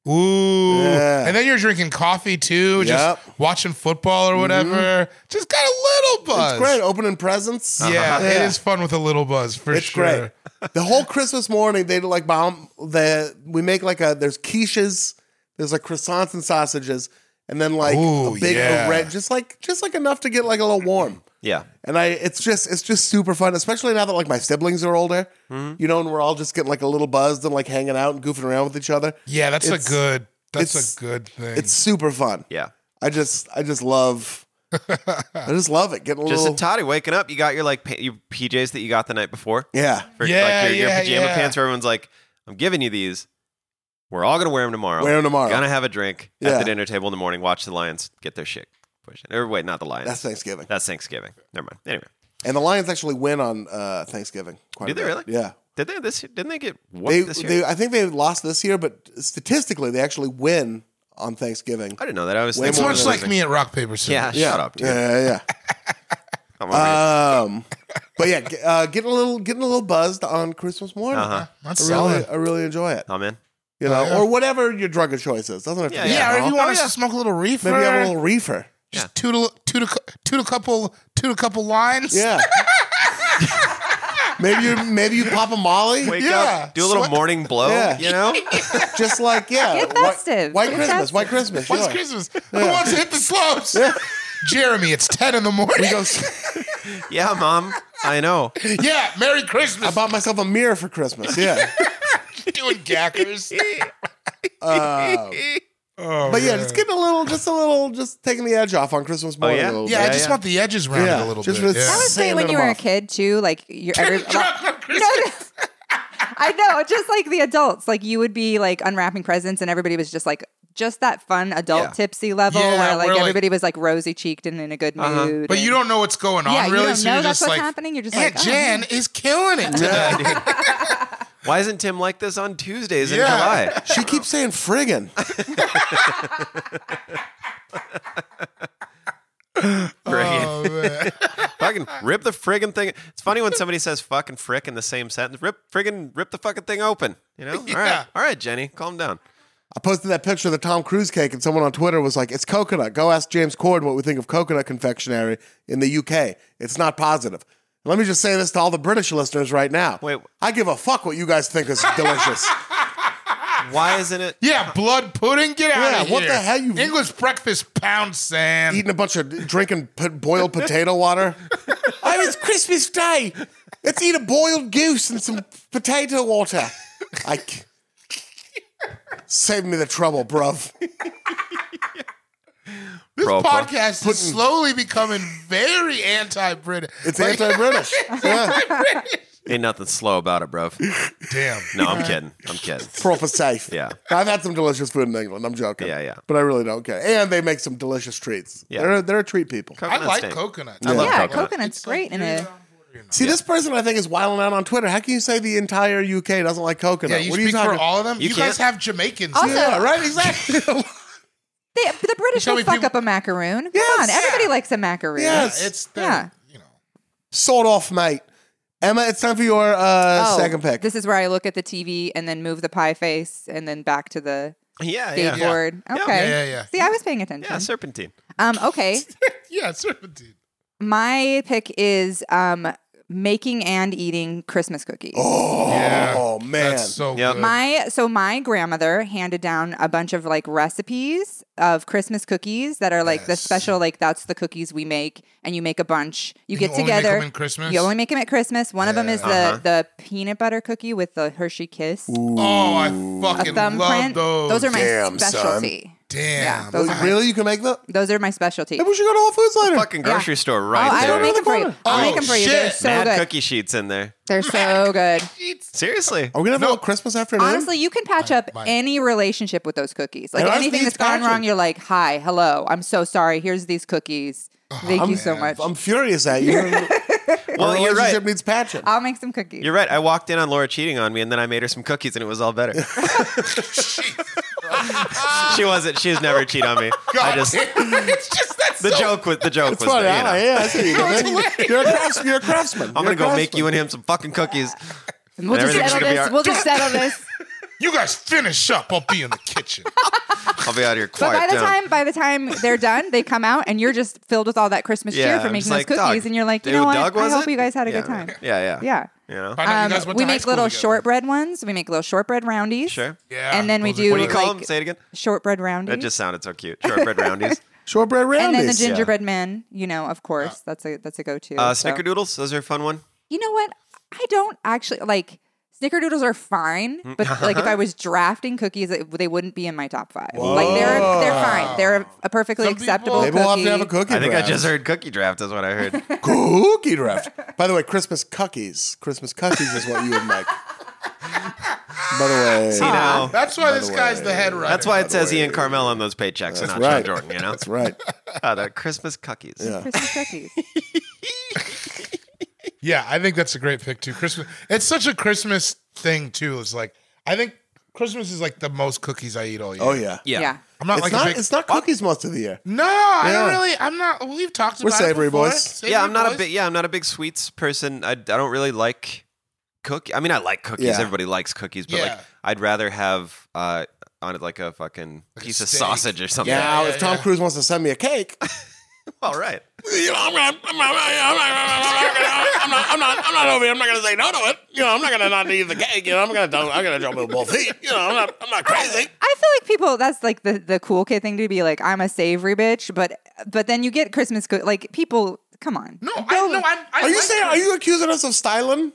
S3: Ooh,
S2: Yeah.
S3: and then you're drinking coffee too, just
S2: Yep. Mm-hmm.
S3: watching football or whatever. Just got a little buzz.
S2: It's great opening presents.
S3: Yeah, it
S2: Yeah.
S3: is fun with a little buzz for
S2: It's
S3: sure.
S2: great. The whole Christmas morning, they do like bomb the we make like a there's quiches, there's like croissants and sausages, and then like
S3: Ooh,
S2: a big
S3: yeah.
S2: array, just like just like enough to get like a little warm.
S1: Yeah.
S2: And I, it's just it's just super fun, especially now that like my siblings are older,
S3: Mm-hmm.
S2: you know, and we're all just getting like a little buzzed and like hanging out and goofing around with each other.
S3: Yeah, that's
S2: It's-
S3: a good. That's
S2: it's-
S3: a good thing.
S2: It's super fun.
S1: Yeah.
S2: I just I just love, I just love it. Getting a
S1: Just a
S2: little,
S1: toddy waking up. You got your like pa- your PJs that you got the night before.
S2: yeah,
S1: For,
S3: Yeah,
S1: like your,
S3: yeah,
S1: your pajama
S3: yeah.
S1: pants. Where everyone's like, I'm giving you these. We're all gonna wear them tomorrow.
S2: Wear 'em tomorrow.
S1: Gonna have a drink at
S2: Yeah.
S1: the dinner table in the morning. Watch the Lions get their shit pushed. Or wait, not the Lions.
S2: that's Thanksgiving.
S1: That's Thanksgiving. Never mind. Anyway,
S2: And the Lions actually win on uh, Thanksgiving. Quite
S1: Did
S2: a
S1: they
S2: bit.
S1: really?
S2: Yeah,
S1: did they this? year- Didn't they get whooped
S2: they,
S1: this year?
S2: they, I think they lost this year, but statistically, they actually win on Thanksgiving.
S1: I didn't know that. I was.
S2: Way
S3: It's
S1: thinking
S2: more
S1: they
S3: much
S1: were
S3: like
S1: losing.
S3: me at rock paper scissors.
S1: Yeah, Shut up, dude.
S2: Yeah, yeah,
S1: Come on, man.
S2: yeah. um, but yeah, g- uh, getting a little getting a little buzzed on Christmas morning.
S1: Uh-huh.
S3: that's
S2: I
S3: solid.
S2: really, Oh, I really enjoy it.
S1: I'm in.
S2: You know,
S3: yeah.
S2: or whatever your drug of choice is. Doesn't have to
S1: Yeah,
S2: be
S3: yeah, or if
S2: alcohol.
S3: you want us to smoke a little reefer,
S2: Oh, maybe have a little reefer.
S3: just toot a toot a toot a couple toot a couple lines.
S2: Yeah. maybe you maybe you pop a Molly.
S1: Wake
S3: Yeah.
S1: up. Do a little
S3: Sweat-
S1: morning blow.
S2: Yeah.
S1: You know.
S2: Just like yeah,
S4: Get
S2: white-
S4: festive.
S2: White,
S4: Get
S2: Christmas,
S4: festive.
S2: white Christmas.
S3: What's
S2: sure.
S3: Christmas? Who wants to hit the slopes? Jeremy, it's ten in the morning.
S1: yeah, mom. I know.
S3: yeah, Merry
S2: I
S3: Christmas.
S2: bought myself a mirror for Christmas. Yeah.
S3: doing gackers.
S2: Um,
S3: oh,
S2: But yeah,
S3: man.
S2: just getting a little, just a little, just taking the edge off on Christmas morning.
S1: yeah?
S2: a little
S3: yeah, I
S1: Yeah,
S3: just
S1: yeah.
S3: want the edges rounded
S2: Yeah,
S3: a little
S2: just
S3: bit.
S2: with-
S3: Yeah.
S4: I
S2: Sand
S4: was saying when
S2: in
S4: you
S2: them
S4: were
S2: off.
S4: a kid too, like you're every,
S3: Drunk on
S4: no,
S3: Christmas.
S4: no. I know, just like the adults, like you would be like unwrapping presents, and everybody was just like just that fun adult
S1: Yeah.
S4: tipsy level
S3: Yeah,
S4: where like
S3: where, like- Uh-huh.
S4: everybody was like rosy cheeked and in a good mood.
S3: But you
S4: and-
S3: don't know what's going on,
S4: Yeah, you
S3: really.
S4: don't
S3: so
S4: know
S3: you're
S4: that's
S3: just
S4: what's
S3: like,
S4: happening. You're just
S3: Aunt
S4: like, oh,
S3: Jan is killing it today.
S1: Why isn't Tim like this on Tuesdays in
S3: Yeah.
S1: July?
S2: She keeps saying friggin'.
S1: Friggin'.
S3: Oh, man.
S1: fucking rip the friggin' thing. It's funny when somebody says fuck and frick in the same sentence. Rip friggin' rip the fucking thing open. You know? All
S3: Yeah.
S1: right. All right, Jenny. Calm down.
S2: I posted that picture of the Tom Cruise cake, and someone on Twitter was like, "It's coconut. Go ask James Corden what we think of coconut confectionery in the UK. It's not positive." Let me just say this to all the British listeners right now.
S1: Wait.
S2: I give a fuck what you guys think is delicious.
S1: Why isn't it
S3: Yeah, blood pudding. Get out
S2: Yeah,
S3: of here.
S2: what the hell, you-
S3: English breakfast pound sand.
S2: Eating a bunch of drinking p- boiled potato water. I was Oh, Christmas Day. Let's eat a boiled goose and some potato water. I c- save me the trouble, bruv.
S3: This
S1: Proper.
S3: podcast is slowly becoming very anti-British.
S2: It's anti-British. Yeah,
S1: Ain't nothing slow about it, bruv.
S3: Damn.
S1: No, I'm kidding. I'm kidding.
S2: proper safe.
S1: Yeah.
S2: I've had some delicious food in England. I'm joking.
S1: Yeah, yeah.
S2: But I really don't care. And they make some delicious treats.
S1: Yeah.
S2: They're they're treat people.
S3: I
S1: Coconut
S3: like
S1: steak.
S3: coconuts.
S1: I love
S4: yeah,
S1: coconut.
S4: coconut's great in it.
S2: See, this person I think is wilding out on Twitter. How can you say the entire UK doesn't like
S3: Yeah,
S2: coconut?
S3: you
S2: what are
S3: speak
S2: you talking
S3: for all of them. You,
S1: You
S3: guys
S1: can't-
S3: have Jamaicans.
S4: Also-
S3: here.
S2: Yeah, right. Exactly.
S4: They, the British
S3: Shall
S4: will
S3: we
S4: fuck
S3: people-
S4: up a macaroon. Come
S2: Yes.
S4: on, everybody likes a macaroon.
S3: yeah,
S2: Yes.
S3: it's the,
S4: Yeah.
S3: you know.
S2: Sort off, mate. Emma, it's time for your uh,
S4: Oh,
S2: second pick.
S4: This is where I look at the TV and then move the pie face and then back to the
S1: Yeah, yeah. Yeah,
S4: skateboard.
S1: Yeah.
S3: Yeah,
S4: Okay.
S3: yeah, yeah.
S4: See, I was paying attention.
S3: Mm-hmm.
S1: yeah serpentine.
S4: Um, okay.
S3: Yeah, certainly.
S4: My pick is um, making and eating Christmas cookies.
S2: oh,
S3: Yeah.
S2: man.
S3: That's so
S1: Yep.
S3: good.
S4: My so my grandmother handed down a bunch of like recipes of Christmas cookies that are like the
S3: Yes.
S4: special like that's the cookies we make and you make a bunch. You
S3: You
S4: get
S3: only make
S4: together.
S3: them in Christmas?
S4: You only make them at Christmas. One of them is the
S1: Uh-huh.
S4: the peanut butter cookie with the Hershey kiss,
S3: oh, I
S4: a
S3: fucking love
S4: thumbprint.
S3: those.
S4: are my
S2: Damn, son.
S4: specialty.
S3: damn.
S4: yeah,
S2: Oh,
S4: those are my,
S2: really? You can make that?
S4: those are my specialty.
S2: Maybe we should go to Whole Foods later.
S1: Fucking grocery store right
S4: oh, I
S1: there.
S4: will make them for you. I'll
S3: Oh,
S4: make them for you. They're
S3: shit.
S4: so
S1: Mad
S4: good.
S1: cookie sheets in there.
S4: They're so good.
S1: Seriously.
S2: Are we going to have a little Christmas afternoon?
S4: Honestly, you can patch up
S3: my-
S4: any relationship with those cookies. Like
S2: And ours
S4: anything
S2: needs
S4: that's gone
S2: patching.
S4: wrong, you're like, "Hi, hello, I'm so sorry. Here's these cookies. Thank you so much.
S2: Oh, I'm furious at you.
S1: Well,
S2: Our
S1: you're
S2: relationship
S1: right.
S2: needs patching.
S4: I'll make some cookies."
S1: You're right. I walked in on Laura cheating on me, and then I made her some cookies, and it was all better. she wasn't. She's never cheat on me. I just
S3: it's just that's
S1: the
S3: so
S1: joke was the joke was.
S2: Well,
S1: that, you know,
S2: Ah, yeah, yeah, I see you. you're, a crafts, you're a craftsman.
S1: I'm
S2: You're
S1: gonna
S2: a
S1: go make
S2: craftsman.
S1: you and him some fucking cookies.
S4: And we'll
S1: And
S4: just
S1: everything's
S4: settle
S1: gonna be
S4: this.
S1: our-
S4: We'll just settle this.
S3: You guys finish up. I'll be in the kitchen.
S1: I'll be out of here
S4: But
S1: quiet
S4: by the
S1: down.
S4: time by the time they're done, they come out and you're just filled with all that Christmas
S1: Yeah,
S4: cheer for
S1: I'm
S4: making
S1: just
S4: those
S1: like,
S4: cookies,
S1: "Dog,
S4: and you're like, you
S1: dude,
S4: know what?
S1: dog,
S4: I
S1: was
S4: hope
S1: it?"
S4: you guys had a good
S1: Yeah,
S4: time.
S1: Yeah, yeah,
S4: Yeah.
S1: You know,
S3: Find out you
S4: Um,
S3: guys went
S4: we
S3: to high
S4: make
S3: school
S4: little
S3: together.
S4: shortbread ones. We make little shortbread roundies.
S1: sure.
S3: Yeah,
S4: and then we
S3: those are
S4: do
S1: What do you call
S4: like-
S1: them? Say it again.
S4: Shortbread roundies.
S1: That just sounded so cute. Shortbread roundies.
S2: Shortbread roundies.
S4: and then the
S2: yeah.
S4: gingerbread man, you know, of course, that's a that's a go-to.
S1: Uh,
S4: so.
S1: snickerdoodles. Those are a fun one.
S4: you know what? I don't actually like snickerdoodles are fine, but like if I was drafting cookies, it, they wouldn't be in my top five. Like they're they're fine. They're a, a perfectly
S3: Some people-
S4: acceptable
S3: Maybe
S2: Maybe we'll have to have a
S4: cookie.
S2: cookie
S1: I think I
S2: draft.
S1: just heard cookie draft. Is what I heard.
S2: Cookie draft. By the way, Christmas cookies. Christmas cookies is what you would make. By the way,
S1: you know,
S3: That's why this guy's the head writer.
S1: that's why it says Ian Carmel on those paychecks and not John
S2: right.
S1: Jordan. You know,
S2: that's right.
S1: uh, the Christmas cookies.
S2: Yeah.
S4: Christmas cookies.
S3: Yeah, I think that's a great pick too. Christmas. It's such a Christmas thing too. It's like I think Christmas is like the most cookies I eat all year.
S2: Oh yeah.
S4: yeah.
S3: I'm not
S2: It's
S3: like
S2: not.
S3: a big.
S2: it's not cookies most of the year.
S3: No, I don't
S2: Yeah.
S3: really. I'm not. We've talked
S2: We're
S3: about.
S2: savory
S3: it before.
S2: boys.
S3: Savory
S1: yeah, I'm not a
S3: boys.
S1: big yeah, I'm not a big sweets person. I, I don't really like cookie. I mean, I like cookies.
S2: Yeah.
S1: Everybody likes cookies, but like
S3: Yeah.
S1: I'd rather have uh on it like a fucking
S3: a
S1: piece of
S3: steak.
S1: sausage or something.
S2: Now,
S3: yeah,
S2: if Tom
S3: yeah.
S2: Cruise wants to send me a cake,
S1: All right.
S2: you know, I'm, gonna, I'm, not, I'm, not, I'm not. I'm not over here. I'm not going to say no to it. You know, I'm not going to not eat the cake. You know, I'm going to. I'm going to jump with both feet. You know, I'm not. I'm not crazy.
S4: I feel like people that's like the the cool kid thing to be like I'm a savory bitch, but but then you get Christmas cookies. Like people, come on.
S3: No, I, no, I'm. I
S2: Are you
S3: like
S2: saying? Are
S3: Christmas.
S2: you accusing us of styling?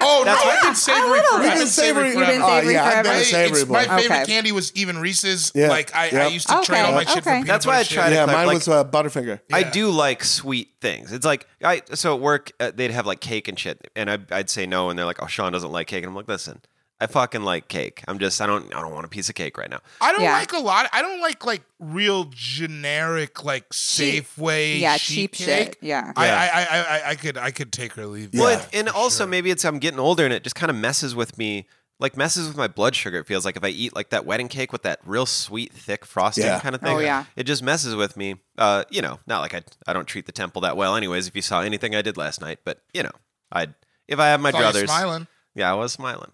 S3: Oh no, I've been savory.
S4: little
S3: for-
S4: bit.
S3: I've been savory.
S4: You've been
S3: forever.
S2: Oh,
S4: savory
S2: yeah, I've
S4: forever.
S2: been a
S3: Hey,
S2: savory
S3: it's-
S2: boy.
S3: my favorite
S4: Okay.
S3: candy was even Reese's.
S2: Yeah.
S3: Like I, I
S2: Yep.
S3: used to trade
S4: Okay,
S3: all my shit for
S4: okay.
S3: peanut
S1: That's why I
S3: butter
S1: try
S3: shit.
S1: to-
S2: Yeah,
S1: Like-
S2: mine
S1: like-
S2: was uh, Butterfinger.
S1: I
S3: Yeah.
S1: do like sweet things. It's like I so at work uh, they'd have like cake and shit, and I, I'd say no, and they're like, "Oh, Sean doesn't like cake," and I'm like, "Listen, I fucking like cake. I'm just I don't I don't want a piece of cake right now."
S3: I don't
S4: Yeah.
S3: like a lot. I don't like like real generic like Safeway.
S4: Yeah,
S3: sheet
S4: cheap
S3: cake.
S4: shit. Yeah.
S3: I,
S1: Yeah.
S3: I, I, I, I could I could take or leave.
S1: Well,
S3: that.
S1: it, and also maybe it's I'm getting older and it just kind of messes with me, like messes with my blood sugar. It feels like if I eat like that wedding cake with that real sweet, thick frosting
S2: Yeah.
S1: kind of thing,
S4: Oh, yeah.
S1: it just messes with me. Uh, you know, not like I I don't treat the temple that well, anyways. If you saw anything I did last night, but you know, I'd if I had my
S3: Saw you
S1: druthers,
S3: smiling.
S1: yeah, I was smiling,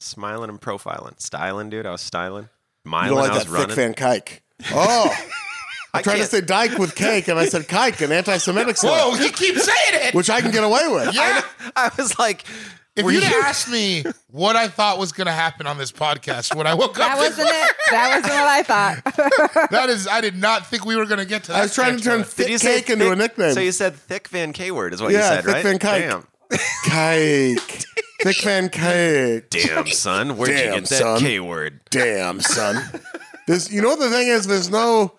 S1: smiling and profiling, styling, dude. I was styling,
S2: You
S1: smiling.
S2: don't like
S1: I was
S2: that
S1: running.
S2: thick Van Kike. Oh,
S1: I
S2: I tried to
S1: can't-
S2: say Dyke with cake, and I said Kike, an anti-Semitic slur,
S3: Whoa, he keeps saying it.
S2: which I can get away with.
S3: yeah.
S1: I was like,
S3: If
S1: Were
S3: you'd
S1: you-
S3: asked me what I thought was going to happen on this podcast when I woke up,
S4: That wasn't it. That wasn't what I thought.
S3: that is, I did not think we were going to get to that.
S2: I was trying to turn
S3: stretch,
S2: thick cake into a
S1: thick-
S2: nickname.
S1: So you said thick Van K word is what
S2: Yeah,
S1: you said,
S2: thick
S1: right?
S2: Van Kike.
S1: Damn.
S2: cake. Thick Van Cake.
S1: Damn, son. Where'd you
S2: Damn,
S1: get that
S2: son.
S1: K word?
S2: Damn, son. This, you know what the thing is? There's no,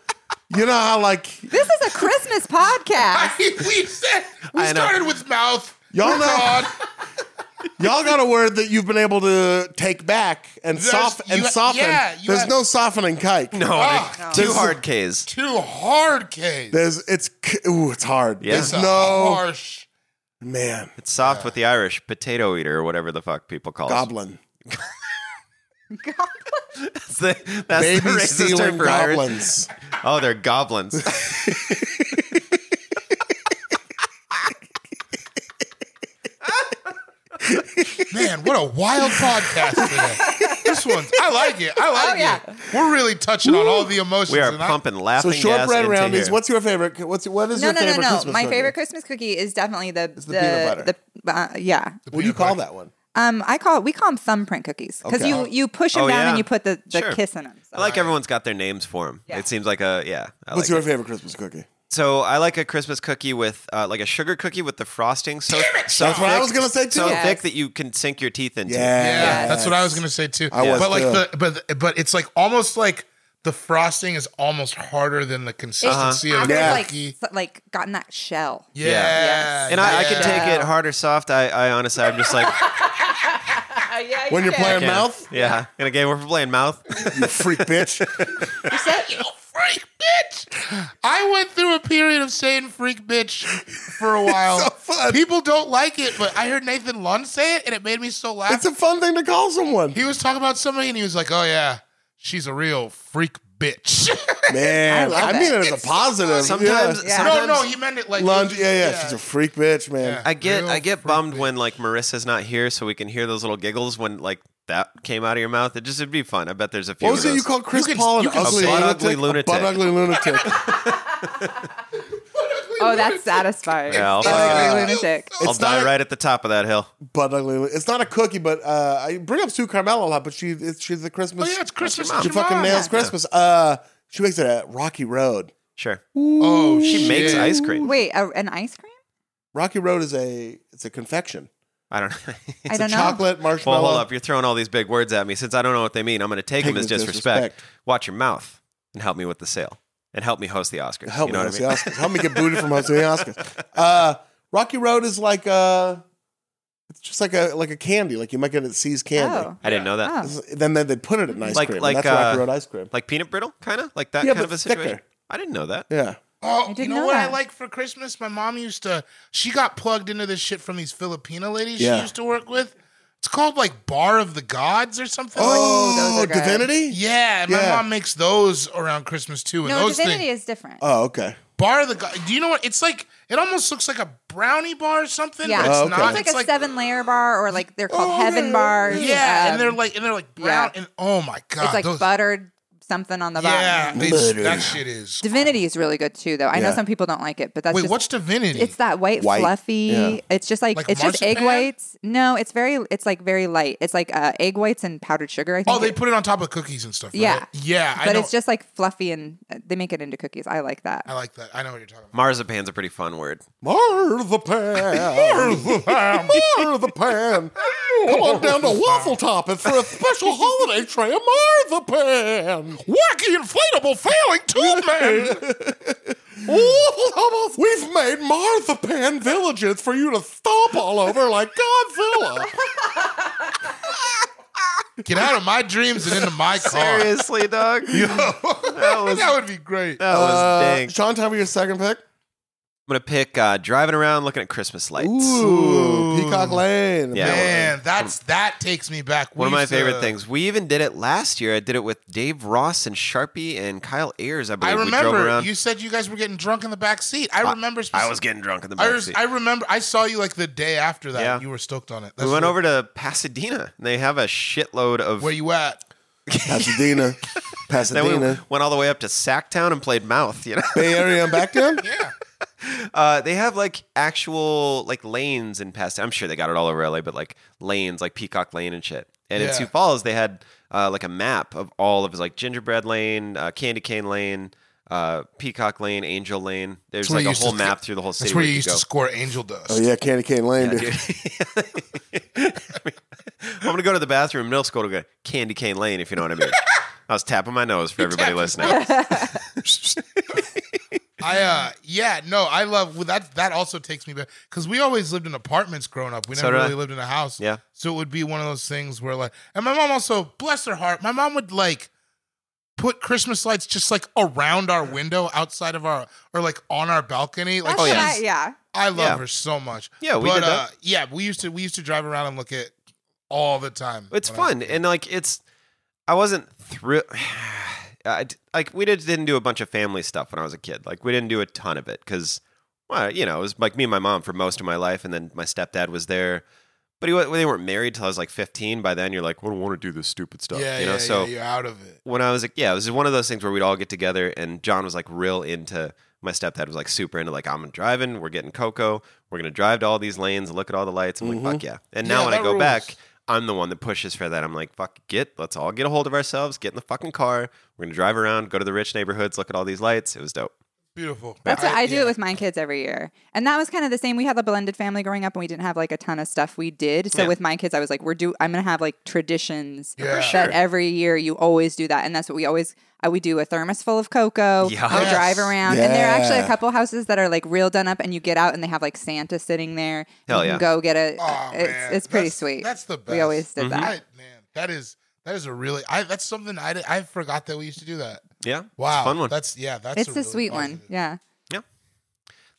S2: you know how like
S4: this is a Christmas podcast.
S3: though. we said, we
S1: I know.
S3: started with mouth.
S2: Y'all
S3: We're
S2: know-
S3: gone.
S2: y'all got a word that you've been able to take back and
S3: There's-
S2: soften and
S3: you-
S2: soften.
S3: yeah, you
S2: There's
S3: have-
S2: no softening kike.
S1: No,
S3: Ah,
S1: like, two
S2: Oh, This-
S1: hard Ks.
S3: Two hard K's.
S2: There's it's k- ooh, it's hard.
S1: Yeah.
S2: There's
S3: It's a
S2: no
S3: harsh.
S2: man
S1: It's soft with the Irish potato eater or whatever the fuck people call
S2: goblin.
S1: it. That's the, that's the
S2: Baby
S1: racist term
S2: stealing
S1: for Irish.
S2: goblins.
S1: Oh, they're goblins.
S3: Man, what a wild podcast today. This one's, I like it. I like
S4: Oh, yeah.
S3: it. We're really touching on all the emotions.
S1: we are
S3: and I-
S1: pumping laughing
S2: So shortbread
S1: gas into
S2: roundies.
S1: here.
S2: What's your favorite? What's what is
S4: No,
S2: your
S4: no, no,
S2: favorite
S4: no.
S2: Christmas
S4: My
S2: cookie?
S4: favorite Christmas cookie is definitely the the,
S2: the peanut butter.
S4: the- uh, yeah.
S2: What do you call that one?
S4: Um, I call we call them thumbprint cookies because
S2: Okay.
S4: you you push them
S1: Oh,
S4: down
S1: yeah.
S4: and you put the, the
S1: Sure.
S4: kiss in them. So.
S1: I like everyone's got their names for them.
S4: Yeah.
S1: It seems like a yeah. I
S2: What's
S1: like
S2: your
S1: it.
S2: favorite Christmas cookie?
S1: So I like a Christmas cookie with uh, like a sugar cookie with the frosting so so
S2: That's what I
S1: thick-
S2: was gonna say, too.
S1: So
S4: Yes.
S1: thick that you can sink your teeth into.
S2: Yeah.
S3: Yeah, that's what I was gonna say too.
S2: I was
S3: but like
S2: too.
S3: the but but it's like almost like the frosting is almost harder than the
S1: Uh-huh.
S3: consistency
S4: I've
S3: of the
S2: Yeah.
S4: like
S3: cookie.
S4: s- like gotten that shell.
S3: Yeah,
S4: Yes.
S1: And I, I can
S3: yeah.
S1: take it hard or soft. I, I honestly, I'm just like,
S4: Oh, yeah,
S2: When you're playing
S1: yeah.
S2: mouth,
S1: yeah. In a game, we're playing mouth.
S2: you freak bitch.
S3: You freak bitch! I went through a period of saying freak bitch for a while.
S2: so fun.
S3: People don't like it, but I heard Nathan Lund say it, and it made me so laugh.
S2: It's a fun thing to call someone.
S3: he was talking about somebody, and he was like, "Oh yeah, she's a real freak bitch."
S2: Man,
S4: I
S2: I,
S4: love
S2: mean
S4: it.
S2: it as a positive.
S1: Sometimes,
S2: yeah.
S4: Yeah.
S3: no,
S1: sometimes
S3: no, he meant it like
S2: lunch. Yeah, yeah, she's a freak bitch, man.
S3: Yeah.
S1: I get
S3: Real
S1: I get
S3: freak
S1: bummed
S3: bitch.
S1: when like Marissa's not here, so we can hear those little giggles when like that came out of your mouth. It just would be fun. I bet there's a few.
S2: What
S1: of
S2: was it you
S1: those.
S2: called Chris
S3: can-
S2: Paul an
S3: you can
S2: ugly,
S1: say-
S2: lunatic?
S1: Butt-ugly
S2: A butt-ugly lunatic.
S4: Oh, that's satisfying.
S1: Yeah, I'll
S4: That
S1: fucking-
S4: ugly lunatic.
S3: Oh,
S1: I'll
S2: It's not
S1: die
S2: a-
S1: right at the top of that hill.
S2: Butt-ugly. lu- It's not a cookie, but uh, I bring up Sue Carmel a lot, but she it's, she's the Christmas.
S3: Oh yeah, it's Christmas.
S1: mom.
S2: she
S3: Jamal.
S2: fucking nails Christmas. Uh, she makes it at Rocky Road.
S1: Sure.
S3: Oh,
S1: She makes ice cream.
S4: Wait, a, an ice cream?
S2: Rocky Road is a it's a confection.
S1: I don't
S4: I
S1: know.
S4: don't know.
S2: Chocolate
S1: well,
S2: marshmallow.
S1: hold up. You're throwing all these big words at me. Since I don't know what they mean, I'm going to take
S2: Take
S1: them as
S2: them as
S1: disrespect.
S2: disrespect.
S1: Watch your mouth and help me with the sale and help me host the Oscars.
S2: Help
S1: you
S2: me,
S1: know what I
S2: host the
S1: mean?
S2: Oscars. Help me get booted from hosting the Oscars. Uh, Rocky Road is like uh it's just like a like a candy, like you might get it at C's Candy.
S4: Oh,
S1: I didn't know that.
S4: oh.
S2: This is- Then they, they put it in ice
S1: Like-
S2: cream. and
S1: like,
S2: that's Rocky
S1: uh,
S2: Road ice cream.
S1: Like peanut brittle, kind of like that
S2: Yeah,
S1: kind
S2: but
S1: of a situation.
S2: thicker.
S1: I didn't know that.
S2: Yeah.
S3: Oh,
S4: didn't
S3: you know,
S4: know
S3: what I
S4: that.
S3: like for Christmas? My mom used to. She got plugged into this shit from these Filipino ladies
S2: Yeah.
S3: she used to work with. It's called like Bar of the Gods or something.
S4: those
S2: Oh,
S4: are good.
S2: Divinity?
S3: like, yeah. And my
S2: Yeah.
S3: mom makes those around Christmas too. And
S4: No,
S3: those
S4: divinity
S3: things.
S4: is different.
S2: Oh, okay.
S3: Bar of the God. Do you know what? It's like it almost looks like a brownie bar or something.
S4: Yeah.
S3: but it's
S2: Oh, okay.
S3: not.
S4: it's like
S3: it's Oh,
S4: a seven layer bar, or like they're called heaven bars.
S3: Yeah,
S4: Um,
S3: and they're like and they're like brown
S4: yeah.
S3: and oh my god,
S4: it's like
S3: those,
S4: buttered something on the
S3: Yeah,
S4: bottom.
S3: they,
S2: Butter.
S3: that shit is.
S4: Divinity is really good too, though. I know
S2: Yeah.
S4: some people don't like it, but that's
S3: Wait,
S4: just,
S3: what's divinity?
S4: It's that white,
S2: White.
S4: fluffy.
S2: Yeah.
S4: It's just like,
S3: Like
S4: it's just egg
S3: marzipan?
S4: whites. No, it's very it's like very light. It's like uh, egg whites and powdered sugar. I think.
S3: oh, they
S4: it-
S3: put it on top of cookies and stuff. right?
S4: Yeah.
S3: yeah. I
S4: but
S3: know,
S4: it's just like fluffy and uh, they make it into cookies. I like that.
S3: I like that. I know what you're talking about.
S1: Marzipan's a pretty fun word.
S2: Martha Pan. Martha Pan. Come on down to Waffle Top and for a special holiday tray of Martha Pan.
S3: Wacky inflatable failing tube man.
S2: Waffle Top, we've made Martha Pan villages for you to stomp all over like Godzilla.
S3: Get out of my dreams and into my car.
S1: Seriously, dog.
S3: that,
S1: was-
S3: would be great.
S1: That was
S2: Uh,
S1: dang.
S2: Sean, tell me your second pick.
S1: I'm gonna pick uh, driving around looking at Christmas lights.
S2: Ooh, Peacock Lane.
S1: Yeah.
S3: Man, that's that takes me back. We
S1: One of my
S3: used to-
S1: favorite things. We even did it last year. I did it with Dave Ross and Sharpie and Kyle Ayers. I
S3: I
S1: believe we drove
S3: remember
S1: around.
S3: you said you guys were getting drunk in the back seat. I remember.
S1: I
S3: specific-
S1: was getting drunk in the
S3: I,
S1: back
S3: was- I remember. I saw you like the day after that.
S1: Yeah.
S3: You were stoked on it.
S1: We
S3: That's
S1: went
S3: what-
S1: over to Pasadena. and They have a shitload of.
S3: Where you at?
S1: then
S2: Pasadena.
S1: we
S2: Pasadena.
S1: went all the way up to Sacktown and played Mouth. You know,
S2: Bay Area and back down?
S3: Yeah.
S1: Uh, they have like actual like lanes in past. I'm sure they got it all over LA, but like lanes, like Peacock Lane and shit. And
S3: Yeah.
S1: in Sioux Falls, they had uh, like a map of all of his like Gingerbread Lane, uh, Candy Cane Lane, uh, Peacock Lane, Angel Lane. There's
S3: where
S1: like
S3: you
S1: a
S3: used
S1: whole
S3: to-
S1: map through the whole city.
S3: That's where
S1: where
S3: you
S1: you
S3: used
S1: go.
S3: to score Angel Dust.
S2: Oh yeah, Candy Cane Lane, dude.
S1: I'm gonna go to the bathroom. in Middle school to go Candy Cane Lane, if you know what I mean. I was tapping my nose for everybody
S3: tapped
S1: listening.
S3: I uh yeah no I love well, that that also takes me back because we always lived in apartments growing up we
S1: So
S3: never
S1: did I.
S3: really lived in a house
S1: Yeah.
S3: so it would be one of those things where like and my mom also bless her heart my mom would like put Christmas lights just like around our window outside of our or like on our balcony like
S4: That's
S1: Oh,
S4: what
S1: yeah.
S4: I- yeah.
S3: I love
S1: Yeah.
S3: her so much
S1: Yeah, we
S3: but,
S1: did that.
S3: uh, yeah we used to we used to drive around and look at all the time
S1: It's
S3: when I was a
S1: fun
S3: kid.
S1: and like it's. I wasn't through. I d- like we did, didn't do a bunch of family stuff when I was a kid. Like we didn't do a ton of it because, well, you know, it was like me and my mom for most of my life, and then my stepdad was there. But he wa- they weren't married till I was like 15. By then, you're like, we don't want to do this stupid stuff,
S3: yeah
S1: you know.
S3: yeah,
S1: so
S3: yeah, you're out of it
S1: when I was like, yeah, it was one of those things where we'd all get together, and John was like real into. My stepdad was like super into like I'm driving. We're getting cocoa. We're gonna drive to all these lanes and look at all the lights. I'm like, fuck yeah! And now
S3: Mm-hmm. Yeah,
S1: when I
S3: that
S1: go
S3: rules.
S1: back, I'm the one that pushes for that. I'm like, fuck, get let's all get a hold of ourselves, get in the fucking car. We're gonna drive around, go to the rich neighborhoods, look at all these lights. It was dope.
S3: beautiful
S4: That's what I do
S3: yeah.
S4: it with my kids every year. And that was kind of the same. We had a blended family growing up and we didn't have like a ton of stuff we did. So
S1: Yeah.
S4: with my kids, I was like, we're do I'm gonna have like traditions
S3: Yeah. For
S4: that every year you always do that. And that's what we always I would do a thermos full of cocoa.
S1: Yes.
S4: We'll drive around. And there are actually
S2: Yeah.
S4: a couple houses that are like real done up and you get out and they have like Santa sitting there.
S1: Hell
S4: you
S1: yeah.
S4: can go get a uh,
S3: Oh, man.
S4: it's, it's pretty
S3: That's-
S4: sweet.
S3: That's the best. Mm-hmm.
S4: We always did that.
S3: I- man, that is that is a really I that's something I did- I forgot that we used to do that.
S1: Yeah, it's a
S3: Wow,
S1: fun one.
S3: That's yeah, that's
S4: It's
S3: a
S4: a
S3: really
S4: sweet one.
S3: positive-
S4: Yeah.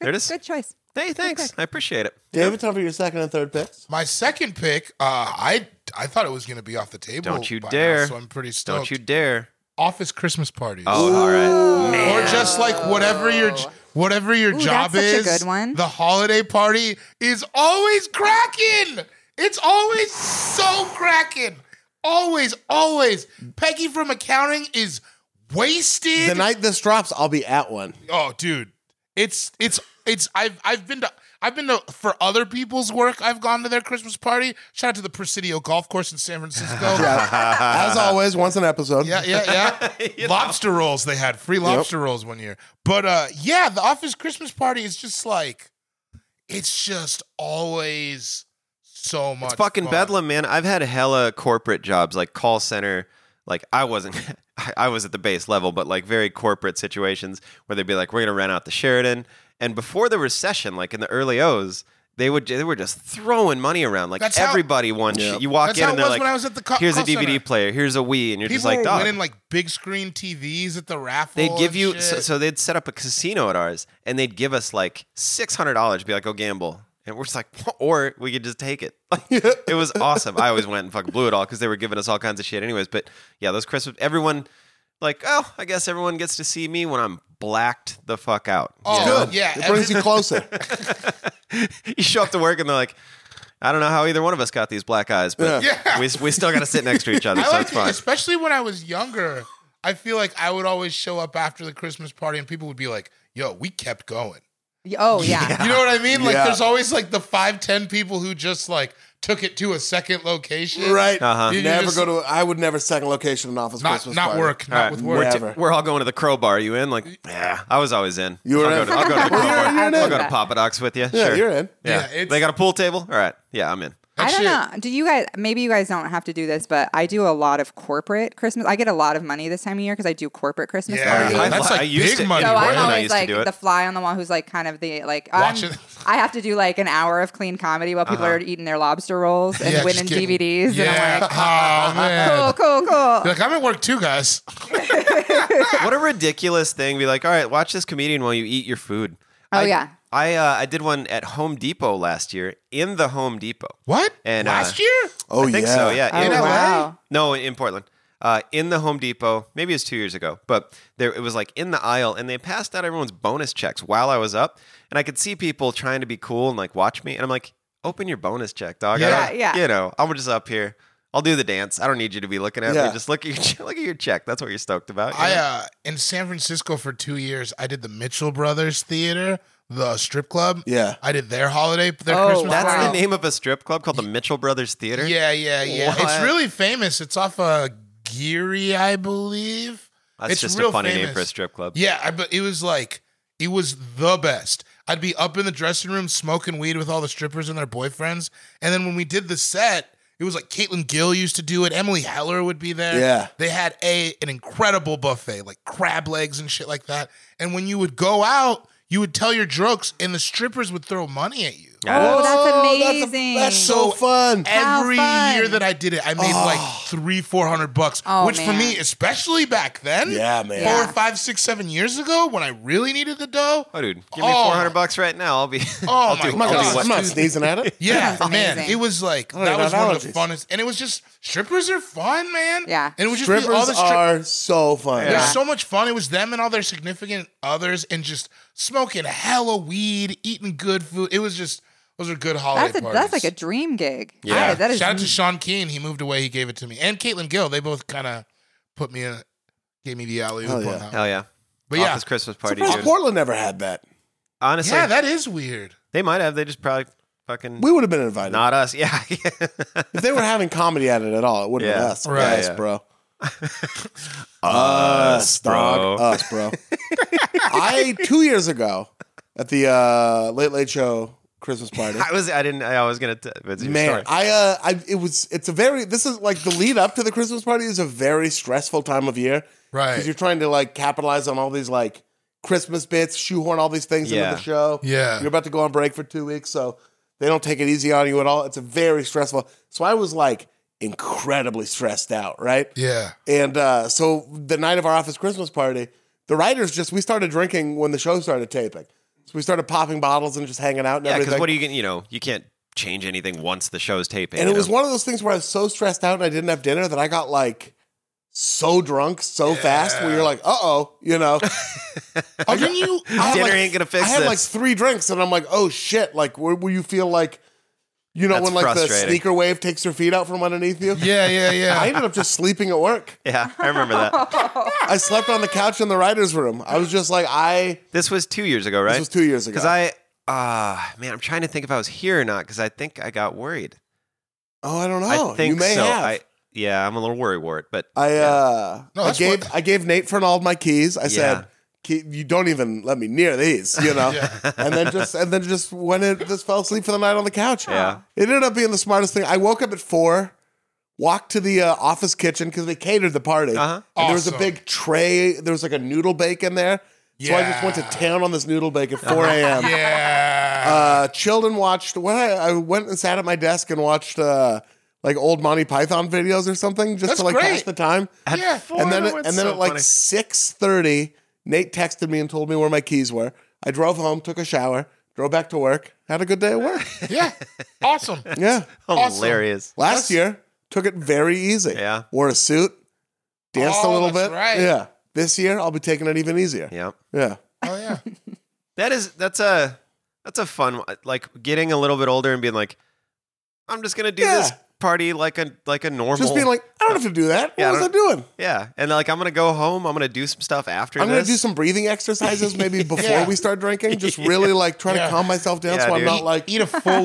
S1: there it is.
S4: Good choice.
S1: Hey, thanks. I appreciate it.
S2: David, time for your second and third picks.
S3: My second pick, uh, I I thought it was gonna be off the table.
S1: Don't you
S3: by now,
S1: dare.
S3: so I'm pretty stoked.
S1: Don't you dare.
S3: Office Christmas parties,
S1: Oh, all right.
S3: or just like whatever your j- whatever your
S4: Ooh,
S3: job
S4: that's such a
S3: is.
S4: good one.
S3: The holiday party is always cracking. It's always so cracking. Always, always. Peggy from accounting is wasted.
S2: The night this drops, I'll be at one.
S3: Oh, dude, it's it's it's. I've I've been to I've been to for other people's work. I've gone to their Christmas party. Shout out to the Presidio Golf Course in San Francisco.
S2: As always, once an episode.
S3: Yeah, yeah, yeah. lobster rolls they had free lobster rolls one year. But uh, yeah, the office Christmas party is just like it's just always so much.
S1: It's fucking
S3: fun.
S1: bedlam, man. I've had hella corporate jobs, like call center. Like I wasn't, I- I was at the base level, but like very corporate situations where they'd be like, "We're gonna rent out the Sheridan," and before the recession, like in the early O's, they would they were just throwing money around. Like
S3: That's how-
S1: everybody won. shit. You walk
S3: That's
S1: in
S3: how
S1: and
S3: it
S1: they're
S3: was
S1: like,
S3: when I was at the co-
S1: "Here's a
S3: call
S1: DVD
S3: center."
S1: player. Here's a Wii," and you're
S3: People
S1: just like,
S3: were
S1: "Dog."
S3: winning like big screen TVs at the raffle.
S1: They'd give
S3: and
S1: you
S3: shit.
S1: so, so they'd set up a casino at ours, and they'd give us like six hundred dollars. Be like, "Go gamble," and we're just like, or we could just take it. Like, it was awesome. I always went and fucking blew it all because they were giving us all kinds of shit, anyways. But yeah, those Christmas, everyone like, oh, I guess everyone gets to see me when I'm blacked the fuck out.
S3: oh yeah,
S2: It brings
S3: every-
S2: you closer.
S1: you show up to work, and they're like. I don't know how either one of us got these black eyes, but
S3: Yeah. Yeah.
S1: we, we still got to sit next to each other,
S3: I
S1: so
S3: like
S1: it's fine.
S3: especially when I was younger. I feel like I would always show up after the Christmas party, and people would be like, "Yo, we kept going."
S4: Y- Oh yeah.
S3: You know what I mean? Like,
S2: Yeah.
S3: there's always like the five, ten people who just like took it to a second location.
S2: right.
S1: Uh-huh.
S3: You
S2: Never
S3: just-
S2: go to. I would never second location an office
S3: Not
S2: Christmas
S3: not
S2: party.
S3: work,
S1: All
S3: not
S1: right,
S3: with
S1: we're,
S3: work.
S2: Never.
S1: we're all going to the crowbar. Are you in? Like, yeah, I was always in.
S2: You were
S1: I'll
S2: in?
S1: Go to, I'll go to the
S4: Well, you're-
S1: crowbar.
S4: you're in.
S1: I'll go to Papa Doc's with you.
S2: Yeah,
S1: sure.
S2: you're in.
S3: Yeah,
S1: Yeah,
S3: it's-
S1: they got a pool table. All right, yeah, I'm in.
S3: That
S4: I don't
S3: shit-
S4: know. Do you guys? Maybe you guys don't have to do this, but I do a lot of corporate Christmas. I get a lot of money this time of year because I do corporate Christmas
S3: Yeah.
S4: parties.
S3: Dude,
S1: I,
S3: that's
S1: I
S3: like
S1: used
S3: big
S1: it.
S3: money,
S4: So
S3: Right.
S4: I'm
S3: When I
S4: always like
S1: do it.
S4: the fly on the wall who's like kind of the like I'm,
S3: Watching.
S4: I have to do like an hour of clean comedy while people are eating their lobster rolls and
S3: Uh-huh. Yeah, just
S4: winning
S3: kidding.
S4: DVDs,
S3: Yeah.
S4: and
S3: oh man.
S4: I'm like, cool, cool, cool.
S3: You're Like I'm at work too, guys.
S1: what a ridiculous thing! Be like, all right, watch this comedian while you eat your food.
S4: Oh,
S1: I,
S4: yeah.
S1: I uh, I did one at Home Depot last year in the Home Depot.
S3: What?
S1: And, uh,
S3: last year?
S2: Oh
S1: I think
S2: yeah.
S1: so. Yeah,
S4: Oh,
S1: in LA?
S4: wow.
S1: No, in Portland. Uh, in the Home Depot, maybe it was two years ago, but there it was like in the aisle, and they passed out everyone's bonus checks while I was up, and I could see people trying to be cool and like watch me, and I'm like, "Open your bonus check, dog." I
S4: Yeah,
S1: don't-
S4: yeah.
S1: You know, I'm just up here. I'll do the dance. I don't need you to be looking at
S2: Yeah.
S1: me. Just look at your che- look at your check. That's what you're stoked about. you
S3: I
S1: know?
S3: uh in San Francisco for two years. I did the Mitchell Brothers Theater, the strip club.
S2: Yeah.
S3: I did their holiday, their
S4: Oh,
S3: Christmas
S1: That's
S3: party.
S1: the name of a strip club called the Mitchell Brothers Theater.
S3: Yeah, yeah, yeah.
S1: What?
S3: It's really famous. It's off uh, Geary, I believe.
S1: That's
S3: it's
S1: just
S3: real
S1: a funny name
S3: famous.
S1: for a strip club.
S3: Yeah, I, but it was like it was the best. I'd be up in the dressing room smoking weed with all the strippers and their boyfriends, and then when we did the set, it was like Caitlin Gill used to do it. Emily Heller would be there.
S2: Yeah.
S3: they had a an incredible buffet, like crab legs and shit like that. And when you would go out, you would tell your jokes, and the strippers would throw money at you.
S4: Oh, that's
S2: that's a-
S4: amazing.
S2: That's, so fun.
S4: How
S3: Every
S4: fun.
S3: year that I did it, I made like three, four hundred bucks,
S4: Oh,
S3: which for
S4: man.
S3: me, especially back then,
S2: Yeah, man.
S3: four,
S4: Yeah.
S3: five, six, seven years ago, when I really needed the dough.
S1: Oh, dude, give me
S3: Oh.
S1: 400 bucks right now. I'll be. I'll
S3: Oh my
S1: do,
S3: God.
S1: I'll
S3: Oh,
S1: do what?
S2: I'm not
S3: dude.
S2: sneezing at it.
S3: Yeah,
S4: That's
S3: man,
S4: amazing.
S3: it was like
S2: I don't
S3: that
S2: have
S3: was one of the
S2: allergies.
S3: funnest, and it was just strippers are fun, man.
S4: Yeah.
S3: and it was just be
S2: Strippers
S3: all the stri-
S2: are so fun.
S3: It
S4: Yeah.
S3: was so much fun. It was them and all their significant others, and just smoking hella weed, eating good food. It was just those are good holiday
S4: That's a,
S3: parties.
S4: that's like a dream gig.
S1: Yeah.
S4: I- that is
S3: Shout out to Sean Keane. He moved away. He gave it to me. And Caitlin Gill. They both kind of put me in, gave me the alley oop
S2: Hell
S3: on
S2: yeah.
S3: that. one.
S1: Hell yeah.
S3: But yeah,
S1: Office Christmas party,
S2: Surprised
S1: dude.
S2: Portland never had that.
S1: Honestly,
S3: yeah, that is weird.
S1: they might have. They just probably fucking.
S2: We would have been invited.
S1: not us. Yeah.
S2: If they were having comedy at it at all, it wouldn't have
S1: Yeah.
S2: been us.
S3: Right.
S2: Us,
S1: Yeah.
S2: bro. us, dog.
S1: bro.
S2: Us, bro. I, two years ago, at the uh, Late Late Show Christmas party,
S1: I was. I didn't. I was gonna. T- it's your
S2: man,
S1: story.
S2: I, uh, I, it was, it's a very, this is like the lead up to the Christmas party is a very stressful time of year. Because
S3: Right.
S2: you're trying to like capitalize on all these like Christmas bits, shoehorn all these things
S1: Yeah.
S2: into the show.
S3: Yeah.
S2: You're about to go on break for two weeks, so they don't take it easy on you at all. It's a very stressful. So I was like incredibly stressed out, right?
S3: Yeah.
S2: And uh, so the night of our office Christmas party, the writers just we started drinking when the show started taping. So we started popping bottles and just hanging out and
S1: yeah, because
S2: everything.
S1: what are you gonna? You know, you can't change anything once the show's taping.
S2: and
S1: you
S2: it was
S1: know?
S2: one of those things where I was so stressed out and I didn't have dinner that I got like so drunk so fast where you're like, uh oh, you know.
S3: Oh, didn't you?
S2: I had,
S1: Dinner ain't gonna fix
S2: I had like
S1: this.
S2: three drinks, and I'm like, oh shit! Like, where, where you feel like, you know,
S1: That's
S2: when like the
S1: frustrating.
S2: sneaker wave takes her feet out from underneath you.
S3: Yeah, yeah,
S2: I
S3: yeah.
S2: ended up just sleeping at work.
S1: Yeah, I remember that.
S2: I slept on the couch in the writer's room. I was just like, I
S1: this was two years ago, right?
S2: was two years ago.
S1: Because I, ah, man, I'm trying to think if I was here or not. Because I think I got worried.
S2: oh, I don't know.
S1: I think
S2: you may
S1: so.
S2: have.
S1: I, yeah, I'm a little worry wart, but
S2: I, uh,
S3: No,
S2: I
S3: that's
S2: gave
S3: what-
S2: I gave Nate Fernald my keys. I
S1: Yeah.
S2: said, "Ke- you don't even let me near these, you know.
S3: Yeah.
S2: And then just and then just went in, just fell asleep for the night on the couch.
S1: Yeah.
S2: it ended up being the smartest thing. I woke up at four, walked to the uh, office kitchen because they catered the party.
S1: Uh-huh.
S2: And there was a
S3: Awesome.
S2: big tray. There was like a noodle bake in there. So I just went to
S3: Yeah.
S2: town on this noodle bake at
S1: Uh-huh.
S2: four a.m.
S3: yeah.
S2: Uh, chilled and watched. What I, I went and sat at my desk and watched uh, like old Monty Python videos or something just
S3: That's
S2: to like
S3: great.
S2: pass the time.
S3: yeah.
S2: Uh, and then
S1: Oh,
S2: it,
S1: it's
S2: and then
S1: so
S2: at like
S1: funny.
S2: six thirty, Nate texted me and told me where my keys were. I drove home, took a shower, drove back to work, had a good day at work.
S3: Yeah. Awesome.
S2: Yeah,
S3: Awesome.
S1: hilarious.
S2: last year took it very easy.
S1: Yeah.
S2: wore a suit, danced a
S3: Oh,
S2: little
S3: that's
S2: bit.
S3: right.
S2: Yeah, this year I'll be taking it even easier.
S1: Yeah,
S2: Yeah,
S3: Oh yeah.
S1: that is that's a that's a fun one. like getting a little bit older and being like, I'm just gonna do this
S2: Yeah.
S1: party like a like a normal.
S2: just being like, I don't have to do that.
S1: Yeah, I
S2: what was I
S1: don't-
S2: doing?
S1: yeah, and like I'm gonna go home. I'm gonna do some stuff after.
S2: I'm gonna
S1: this.
S2: do some breathing exercises maybe before we start drinking. Just really like try
S3: Yeah.
S2: to calm myself down
S1: Yeah,
S2: so I'm
S1: dude.
S2: not like
S3: eat a full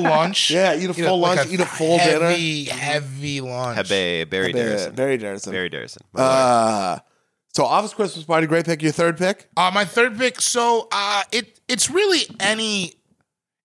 S3: lunch.
S2: yeah, eat a full
S3: like
S2: lunch, eat a full dinner.
S3: heavy, Heavy lunch.
S1: Hebe, Barry Darrison.
S2: Very Darrison.
S1: Barry Darrison. my lawyer.
S2: Uh, so office Christmas party, great pick. Your third pick?
S3: Uh, my third pick. So uh, it it's really any,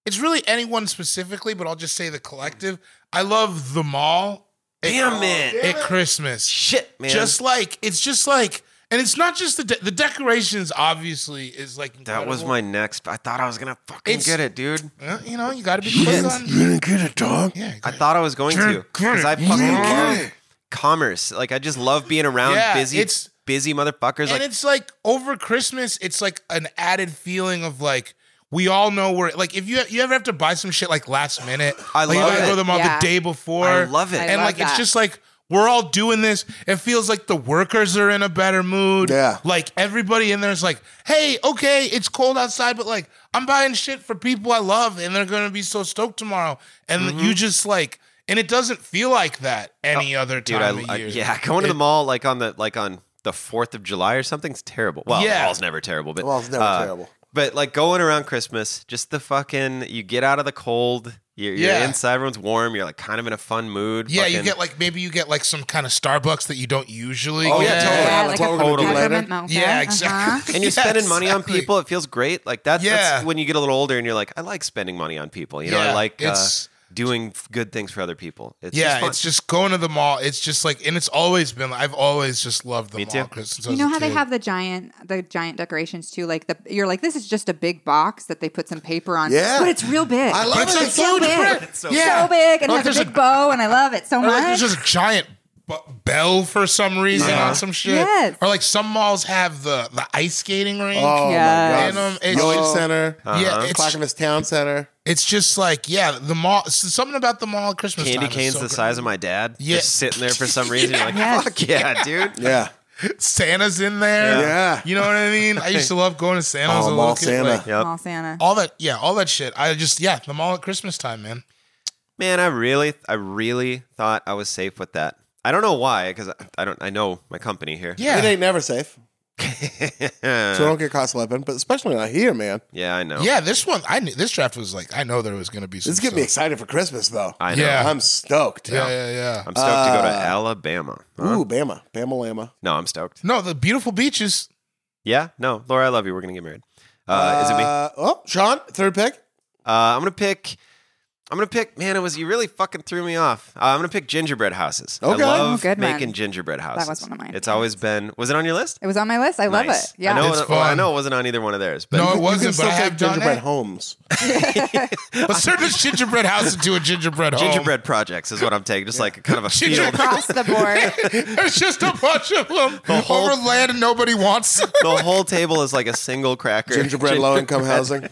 S3: it's really anyone specifically, but I'll just say the collective. I love the mall.
S2: oh,
S3: at-
S1: Damn it.
S3: At Christmas,
S1: Shit, man.
S3: Just like it's just like, and it's not just the de- the decorations. Obviously, is like
S1: that was
S3: incredible.
S1: my next. I thought I was gonna fucking
S3: It's-
S1: get it, dude.
S3: Uh, you know, you got to be quick on.
S2: didn't get it, dog.
S3: Yeah,
S1: I thought I was going to because I fucking love commerce. Like I just love being around
S3: Yeah,
S1: busy,
S3: it's-
S1: busy motherfuckers.
S3: and
S1: Like
S3: it's like over Christmas, it's like an added feeling of like we all know where. Like if you you ever have to buy some shit like last minute,
S1: I
S3: like you
S1: love
S3: gotta
S1: it.
S3: go to the mall
S4: Yeah.
S3: the day before.
S1: I love it. I
S3: and
S4: love
S3: like it's
S4: that.
S3: just like we're all doing this. It feels like the workers are in a better mood.
S2: Yeah.
S3: like everybody in there is like, hey, okay, it's cold outside, but like I'm buying shit for people I love, and they're gonna be so stoked tomorrow. And
S1: Mm-hmm.
S3: you just like. And it doesn't feel like that any other
S1: Oh, dude,
S3: time
S1: I, I-
S3: of year.
S1: yeah, going to the mall like on the like on the Fourth of July or something's terrible. Well,
S3: Yeah.
S1: the mall's never terrible, but
S2: Well, it's never
S1: uh,
S2: terrible.
S1: But like going around Christmas, just the fucking you get out of the cold. You're, you're
S3: Yeah.
S1: inside, everyone's warm. You're like kind of in a fun mood.
S3: Yeah, you
S1: fucking-
S3: get like maybe you get like some kind of Starbucks that you don't usually.
S1: Oh, yeah,
S3: get.
S1: totally.
S4: Yeah,
S1: that's
S4: like
S1: what
S4: a
S1: we're gonna do later.
S4: peppermint mocha.
S3: Yeah,
S4: Uh-huh.
S3: exactly.
S1: and you're
S3: Yeah,
S1: spending money on
S3: exactly.
S1: people. It feels great. Like that's,
S3: Yeah.
S1: that's when you get a little older and you're like, I like spending money on people. You know,
S3: Yeah,
S1: I like uh,
S3: it's-
S1: doing f- good things for other people. It's
S3: yeah,
S1: just fun.
S3: it's just going to the mall. It's just like, and it's always been. I've always just loved the
S1: Me
S3: mall.
S1: too.
S3: Chris, since I
S4: You
S3: was
S4: know
S3: a
S4: how they
S3: kid.
S4: have the giant the giant decorations too? Like the you're like, this is just a big box that they put some paper on.
S2: Yeah.
S4: But it's real big.
S2: I love
S3: But it's
S2: it.
S3: a
S2: It's
S3: huge
S4: big.
S3: print.
S1: It's so
S3: yeah.
S4: So big and
S3: Or
S4: it
S3: like
S4: has a
S3: there's
S4: big bow and I love it so
S3: Or like there's
S4: much.
S3: just a giant b- bell for some reason on some shit.
S4: Yes.
S3: Or like some malls have the the ice skating rink.
S2: Oh Uh-huh.
S4: Yes.
S2: my god!
S3: Venom, it's
S2: Yoink
S3: just-
S2: Center,
S3: Yeah, it's
S2: Clackamas Town Center.
S3: it's just like yeah, the mall. s- Something about the mall at Christmas.
S1: candy
S3: time is
S1: canes
S3: so
S1: the
S3: good.
S1: size of my dad.
S3: Yeah.
S1: Just sitting there for some reason. You're like,
S4: Yes.
S1: fuck yeah, dude.
S2: Yeah,
S3: Santa's in there.
S2: Yeah.
S3: You know what I mean? I used to love going to Santa's.
S2: Oh,
S3: a
S2: mall
S3: little kid,
S2: Santa.
S3: like,
S1: Yep.
S4: Mall Santa.
S3: all that yeah all that shit i just yeah the mall at christmas time man
S1: Man, I really, I really thought I was safe with that. I don't know why, because I, I don't, I know my company here.
S3: yeah
S2: it ain't never safe. So
S1: Yeah,
S2: don't get caught slipping, but especially not here, man.
S1: I know.
S3: yeah this one i knew this draft was like i know there was gonna be some
S2: This is getting me
S3: stuff.
S2: excited for Christmas, though.
S1: I know.
S3: Yeah.
S2: I'm stoked.
S3: yeah yeah yeah
S1: I'm stoked to go
S3: Uh,
S1: to Alabama. Huh?
S2: Ooh, Bama, Bama Lama.
S1: No, I'm stoked.
S3: no the beautiful beaches
S1: Yeah, no, Laura, I love you. We're gonna get married. Uh, is it me? Uh,
S2: Uh, oh, Sean, third pick.
S1: I'm gonna pick. I'm gonna pick. Man, it was you really fucking threw me off. Uh, I'm gonna pick gingerbread houses.
S2: Okay.
S1: I love
S4: Oh, good one.
S1: making gingerbread houses.
S4: was one of mine.
S1: It's always been. Was it on your list?
S4: It was on my list. I love
S1: Nice.
S4: it. Yeah.
S1: I know.
S3: It's
S1: it, well, I
S3: fun.
S1: know it wasn't on either one of theirs. But
S3: no it
S2: You can
S3: wasn't
S2: still
S3: but i
S2: take
S3: have done
S2: gingerbread
S3: that
S2: homes.
S3: let's turn this gingerbread house into a gingerbread home
S1: gingerbread projects is what I'm taking. Just like kind of a field.
S3: Gingerbread-
S4: Across the board.
S3: it's just a bunch of them
S1: whole-
S3: over land and nobody wants it.
S1: the whole table is like a single cracker.
S2: Gingerbread low income housing.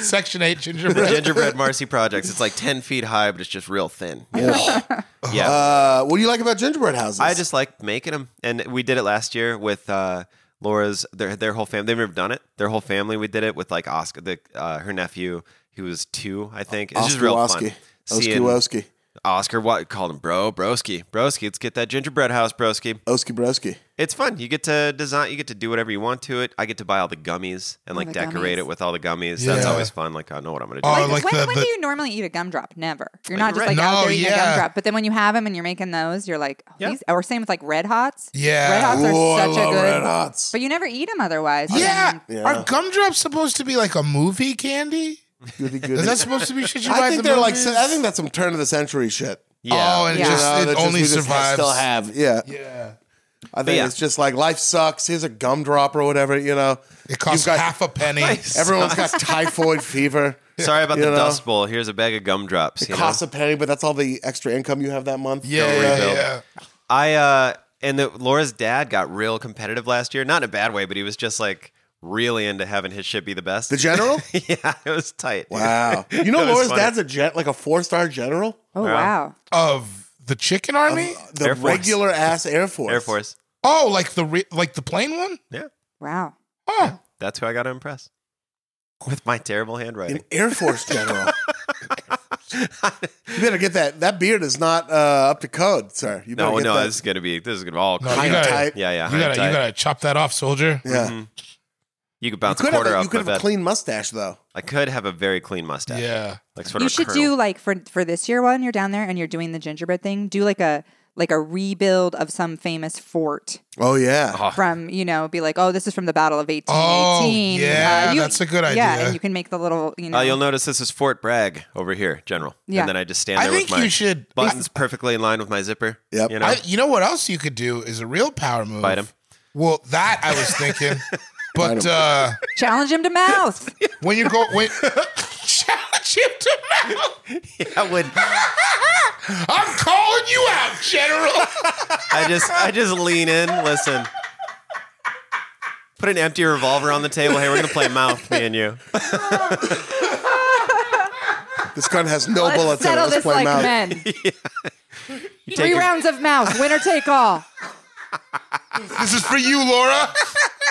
S3: section 8
S1: The
S3: gingerbread
S1: gingerbread Marcy projects. It's like ten feet high, but it's just real thin. Yeah. yeah.
S2: Uh, what do you like about gingerbread houses?
S1: I just like making them, and we did it last year with uh, Laura's their their whole family. They've never done it. Their whole family. We did it with like Oscar, the, uh, her nephew, who was two, I think. It's just real fun.
S2: Oskiwoski.
S1: Seeing
S2: Oskiwoski.
S1: Oscar, what called him, bro, broski, broski. Let's get that gingerbread house, broski.
S2: Oski Broski.
S1: It's fun. You get to design. You get to do whatever you want to it. I get to buy all the gummies and like
S4: the
S1: decorate
S4: gummies.
S1: it with all the gummies. That's
S3: Yeah.
S1: always fun. Like I know what I'm gonna do.
S3: Oh, like
S4: Like, when,
S3: the-
S4: when
S3: the-
S4: do you normally eat a gumdrop? Never. You're not just
S1: right.
S4: like out
S3: No,
S4: there eating
S3: yeah.
S4: a gumdrop. But then when you have them and you're making those, you're like, oh, these, or same with like Red Hots.
S3: Yeah.
S4: Red Hots
S2: Ooh, I
S4: are such a
S2: love
S4: good.
S2: Red Hots.
S4: But you never eat them otherwise.
S3: yeah.
S4: And-
S2: Yeah.
S3: are gumdrops supposed to be like a movie candy
S2: Goody, goody.
S3: is that supposed to be shit you buy
S2: I
S3: at
S2: think
S3: the
S2: they're like.
S3: movies?
S2: I think that's some turn of the century shit.
S3: oh and
S4: Yeah.
S3: just
S2: You know, that
S3: it
S2: just-
S3: only
S2: we just
S3: survives
S2: Still have, yeah.
S3: yeah
S2: I think
S1: yeah.
S2: it's just like life sucks. Here's a gumdrop or whatever. You know,
S3: it costs
S2: You've got-
S3: half a penny
S2: everyone's got typhoid fever.
S1: Sorry about the
S2: You know?
S1: dust bowl. Here's a bag of gumdrops. you know?
S2: Costs a penny, but that's all the extra income you have that month.
S3: yeah yeah,
S1: rebuild.
S3: yeah.
S1: I uh and the, Laura's dad got real competitive last year, not in a bad way, but he was just like really into having his shit be the best.
S2: The general.
S1: yeah, it was tight.
S2: Wow. You know,
S1: That was
S2: Laura's
S1: funny.
S2: dad's a gen, like a four star general.
S4: Oh wow.
S3: of the chicken army
S2: The
S1: Air Force.
S2: regular ass Air Force.
S1: Air Force.
S3: oh like the re- like the plain one
S1: Yeah,
S4: Wow.
S3: oh
S1: that's who I got to impress with my terrible
S2: An
S1: handwriting.
S2: Air Force general. you better get that. That beard is not uh, up to code, sir. You better
S1: No,
S2: get
S1: no,
S2: that.
S1: this is gonna be this is gonna be all.
S3: No,
S2: high
S3: you
S2: and
S3: gotta-
S2: tight.
S1: yeah, yeah,
S3: you
S1: high
S3: gotta
S1: and tight.
S3: you gotta chop that off soldier
S2: Yeah.
S1: You could
S2: You
S1: bounce a
S2: could have
S1: quarter
S2: a, you
S1: off
S2: could
S1: my
S2: have a
S1: bed.
S2: clean mustache though.
S1: I could have a very clean mustache.
S3: yeah
S1: like sort
S4: you
S1: of a
S4: should
S1: curl.
S4: do like for for this year when you're down there and you're doing the gingerbread thing. Do like a like a rebuild of some famous fort
S2: Oh yeah.
S3: Ah.
S4: from you know be like oh this is from the Battle of eighteen
S3: Oh,
S4: eighteen. Uh,
S3: yeah, that's a good
S4: Yeah,
S3: idea.
S4: and you can make the little you know.
S1: Uh, you'll notice this is Fort Bragg over here, General.
S4: Yeah.
S1: And then I just stand
S3: i
S1: there
S3: think
S1: with my
S3: you should
S1: buttons perfectly in line with my zipper.
S2: Yep.
S1: You know,
S3: I, you know what else you could do is a real power move
S1: Bite 'em.
S3: well that i was thinking but uh
S4: challenge him to mouth.
S3: when you go when challenge him to mouth
S1: I would.
S3: i'm calling you out general
S1: I just I just lean in, listen. Put an empty revolver on the table. Hey, we're gonna play mouth, me and you.
S2: This gun has no
S4: Let's
S2: bullets in it.
S4: settle
S2: Let's
S4: this
S2: play
S4: like
S2: mouth.
S4: men. Three
S1: your-
S4: rounds of mouth, winner take all.
S3: this is for you laura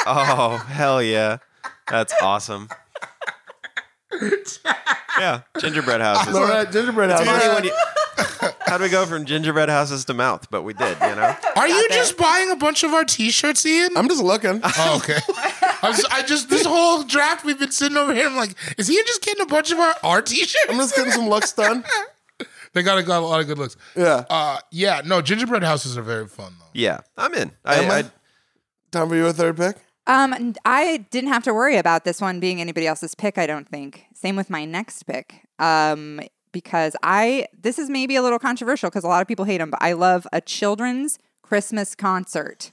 S1: Oh, hell yeah. That's awesome. Yeah, gingerbread houses.
S2: Laura, gingerbread house.
S1: Funny when you- how do we go from gingerbread houses to mouth? But we did, you know?
S3: are you just buying a bunch of our t-shirts ian
S2: I'm just looking.
S3: oh, okay I, was, I just this whole draft we've been sitting over here. I'm like, is he just getting a bunch of our, our t-shirts?
S2: I'm just getting some looks done.
S3: They got a, got a lot of good looks.
S2: Yeah.
S3: Uh, yeah. No, gingerbread houses are very fun though.
S1: Yeah, I'm in.
S2: Am I?
S1: I, I
S2: Time for your third pick.
S4: Um, n- I didn't have to worry about this one being anybody else's pick. I don't think. Same with my next pick. Um, because I this is maybe a little controversial because a lot of people hate them, but I love a children's Christmas concert.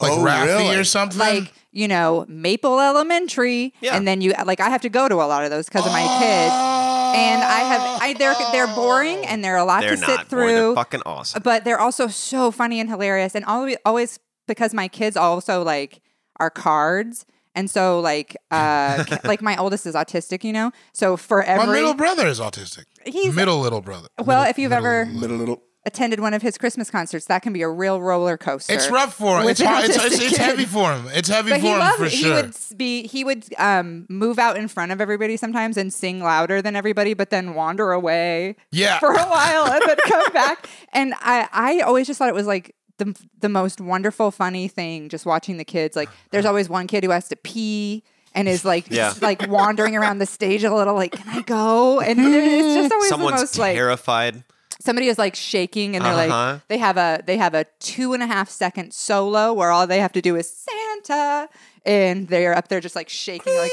S3: Like
S2: Oh,
S3: Raffi
S2: really?
S3: or something.
S4: Like you know, Maple Elementary,
S1: Mm. Yeah.
S4: and then you like I have to go to a lot of those because of my kids,
S3: Uh,
S4: and I have I they're they're boring and they're a lot
S1: they're
S4: to
S1: not
S4: sit
S1: boring. They're
S4: through.
S1: fucking awesome.
S4: but they're also so funny and hilarious and always, always because my kids also like are cards and so like uh ca- like my oldest is autistic you know so for
S3: my
S4: every
S3: middle brother is autistic.
S4: He's-
S3: middle little brother.
S4: well
S3: Middle-
S4: if you've
S3: middle-
S4: ever
S2: Middle little.
S4: attended one of his christmas concerts that can be a real roller coaster
S3: it's rough for him.
S4: with
S3: It's,
S4: an
S3: hard, it's,
S4: autistic
S3: it's, it's
S4: kid.
S3: heavy for him. It's heavy
S4: but
S3: for
S4: he
S3: him
S4: loved
S3: for
S4: he
S3: sure.
S4: would s- be he would um move out in front of everybody sometimes and sing louder than everybody but then wander away
S3: Yeah.
S4: for a while and then come back and i i always just thought it was like the, the most wonderful funny thing just watching the kids like there's always one kid who has to pee and is like
S1: Yeah.
S4: just, like wandering around the stage a little like can i go and it's just always the
S1: Someone's
S4: most like
S1: terrified.
S4: somebody is like shaking and they're
S1: Uh-huh.
S4: like they have a they have a two and a half second solo where all they have to do is santa and they're up there just like shaking like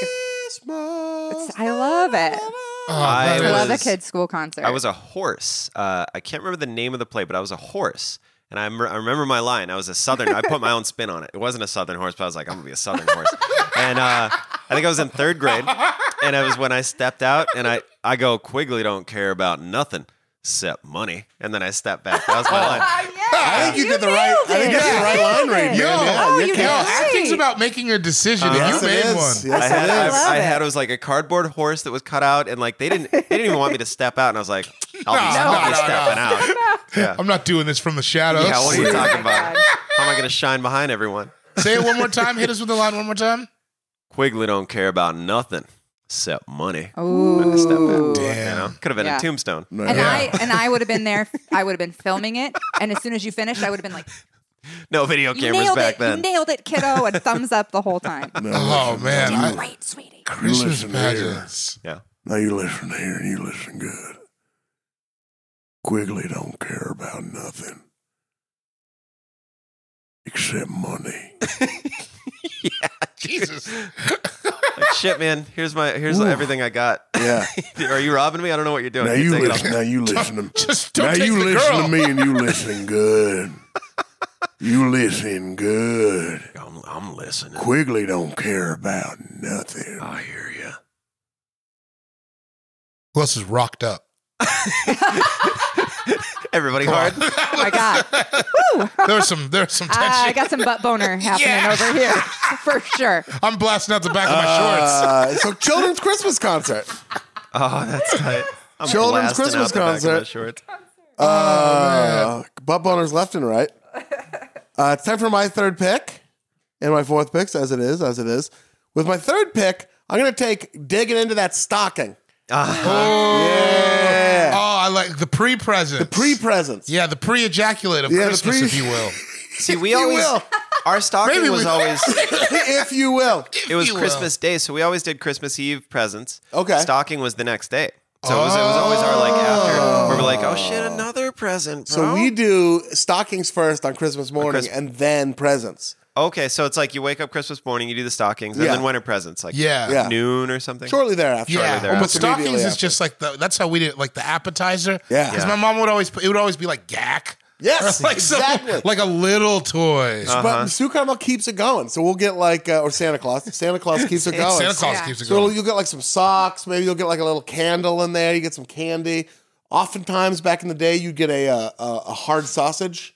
S4: it's, i love it
S3: Oh,
S1: I
S3: that
S4: i
S3: is-
S4: love a
S1: was-
S4: kids school concert
S1: I was a horse. Uh, I can't remember the name of the play, but I was a horse. And I, remember- I remember my line. I was a southern. I put my own spin on it. It wasn't a southern horse, but I was like, I'm gonna be a southern horse. And uh, I think I was in third grade, and it was when I stepped out, and I I go Quigley don't care about nothing except money, and then I stepped back. That was my
S4: Uh,
S1: line.
S2: I think you, did the right. I think
S4: nailed
S2: that's the
S4: it.
S2: right
S4: You
S2: line
S4: nailed
S2: right
S4: it.
S2: there.
S3: Yo,
S2: Yeah,
S4: Oh,
S2: you're
S4: you
S2: kidding.
S3: Yo,
S4: did.
S3: acting's
S4: Right.
S3: about making a decision. and
S2: Uh, Yes,
S3: you
S2: it is.
S3: made one.
S2: Yes,
S1: I had
S2: it
S1: I,
S2: is.
S4: love
S1: I
S4: it.
S1: had it was like a cardboard horse that was cut out, and like they didn't they didn't even want me to step out, and I was like, I'll be,
S3: No,
S1: I'll be
S3: no, no.
S1: stepping out.
S3: I'm not doing this from the shadows.
S1: Yeah, what are you
S4: Oh my
S1: talking about?
S4: God.
S1: How am I gonna shine behind everyone?
S3: Say it one more time. Hit us with the line one more time.
S1: Quigley don't care about nothing except money.
S4: Ooh.
S1: You know, could have been
S4: Yeah.
S1: a tombstone.
S4: and
S3: Yeah.
S4: i and i would have been there i would have been filming it and as soon as you finished i would have been like
S1: No video
S4: you
S1: cameras
S4: nailed
S1: back
S4: it
S1: then.
S4: you nailed it kiddo and thumbs up the whole time
S2: No,
S3: Oh man,
S4: Did
S3: I,
S4: great sweetie
S3: Christmas
S2: Listen here.
S3: pageants.
S1: yeah.
S2: Now you listen here and you listen good. Quigley don't care about nothing except money.
S3: Jesus.
S1: Like, shit, man. Here's my here's everything I got.
S2: Yeah.
S1: Are you robbing me? I don't know what you're doing.
S2: Now
S1: You
S2: you
S1: take it
S2: listen.
S1: off.
S2: Now you listen to me.
S3: Just don't
S2: Now
S3: take
S2: you
S3: the
S2: listen
S3: girl.
S2: to me and you listen good. You listen good.
S1: I'm, I'm listening.
S2: Quigley don't care about nothing.
S1: I hear you.
S3: Who else is rocked up?
S1: Everybody hard.
S4: oh my god
S3: There was some. There was some tension.
S4: I got some butt boner happening
S3: Yeah.
S4: over here for sure.
S3: I'm blasting out the back of my shorts.
S2: Uh, so children's Christmas concert.
S1: Oh, that's tight. I'm
S2: Children's
S1: blasting
S2: Christmas
S1: out the back of my
S2: concert.
S1: shorts.
S2: Uh, butt boners left and right. Uh, it's time for my third pick and my fourth picks, as it is, as it is. With my third pick, I'm going to take digging into that stocking.
S1: Uh-huh.
S3: Oh, I like the pre-present.
S2: Pre presents.
S3: Yeah, the pre-ejaculate of
S2: Yeah, the
S3: Christmas,
S2: pre-
S3: if you will.
S1: See, we always
S2: will.
S1: our stocking
S3: Maybe
S1: was
S3: we-
S1: always
S2: if you will.
S1: it was
S3: you will.
S1: Christmas Day, so we always did Christmas Eve presents.
S2: Okay.
S1: Stocking was the next day. So it, was, it was always our like after where we're like, oh shit, another present. Bro.
S2: So we do stockings first on Christmas morning
S1: Christmas.
S2: and then presents.
S1: Okay, so it's like you wake up Christmas morning, you do the stockings,
S2: Yeah.
S1: and then winter presents, like
S3: Yeah.
S2: Yeah.
S1: noon or something.
S2: Shortly thereafter.
S3: Yeah,
S1: there.
S3: but
S2: Almost
S3: stockings
S2: immediately
S3: is
S2: after.
S3: just like the. That's how we did it, like the appetizer.
S2: Yeah.
S3: because
S2: Yeah.
S3: my mom would always. put- It would always be like gack.
S2: Yes,
S3: Or like some-
S2: exactly.
S3: like uh-huh. a little toy.
S1: Uh,
S2: But Sue Carmel keeps it going. So we'll get like, uh, or Santa Claus. Santa Claus keeps it
S3: And
S2: going.
S3: Santa Claus
S4: Yeah.
S3: keeps it
S2: So
S3: going.
S2: you'll get like some socks. Maybe you'll get like a little candle in there. You get some candy. Oftentimes, back in the day, you get a uh, a, a hard sausage.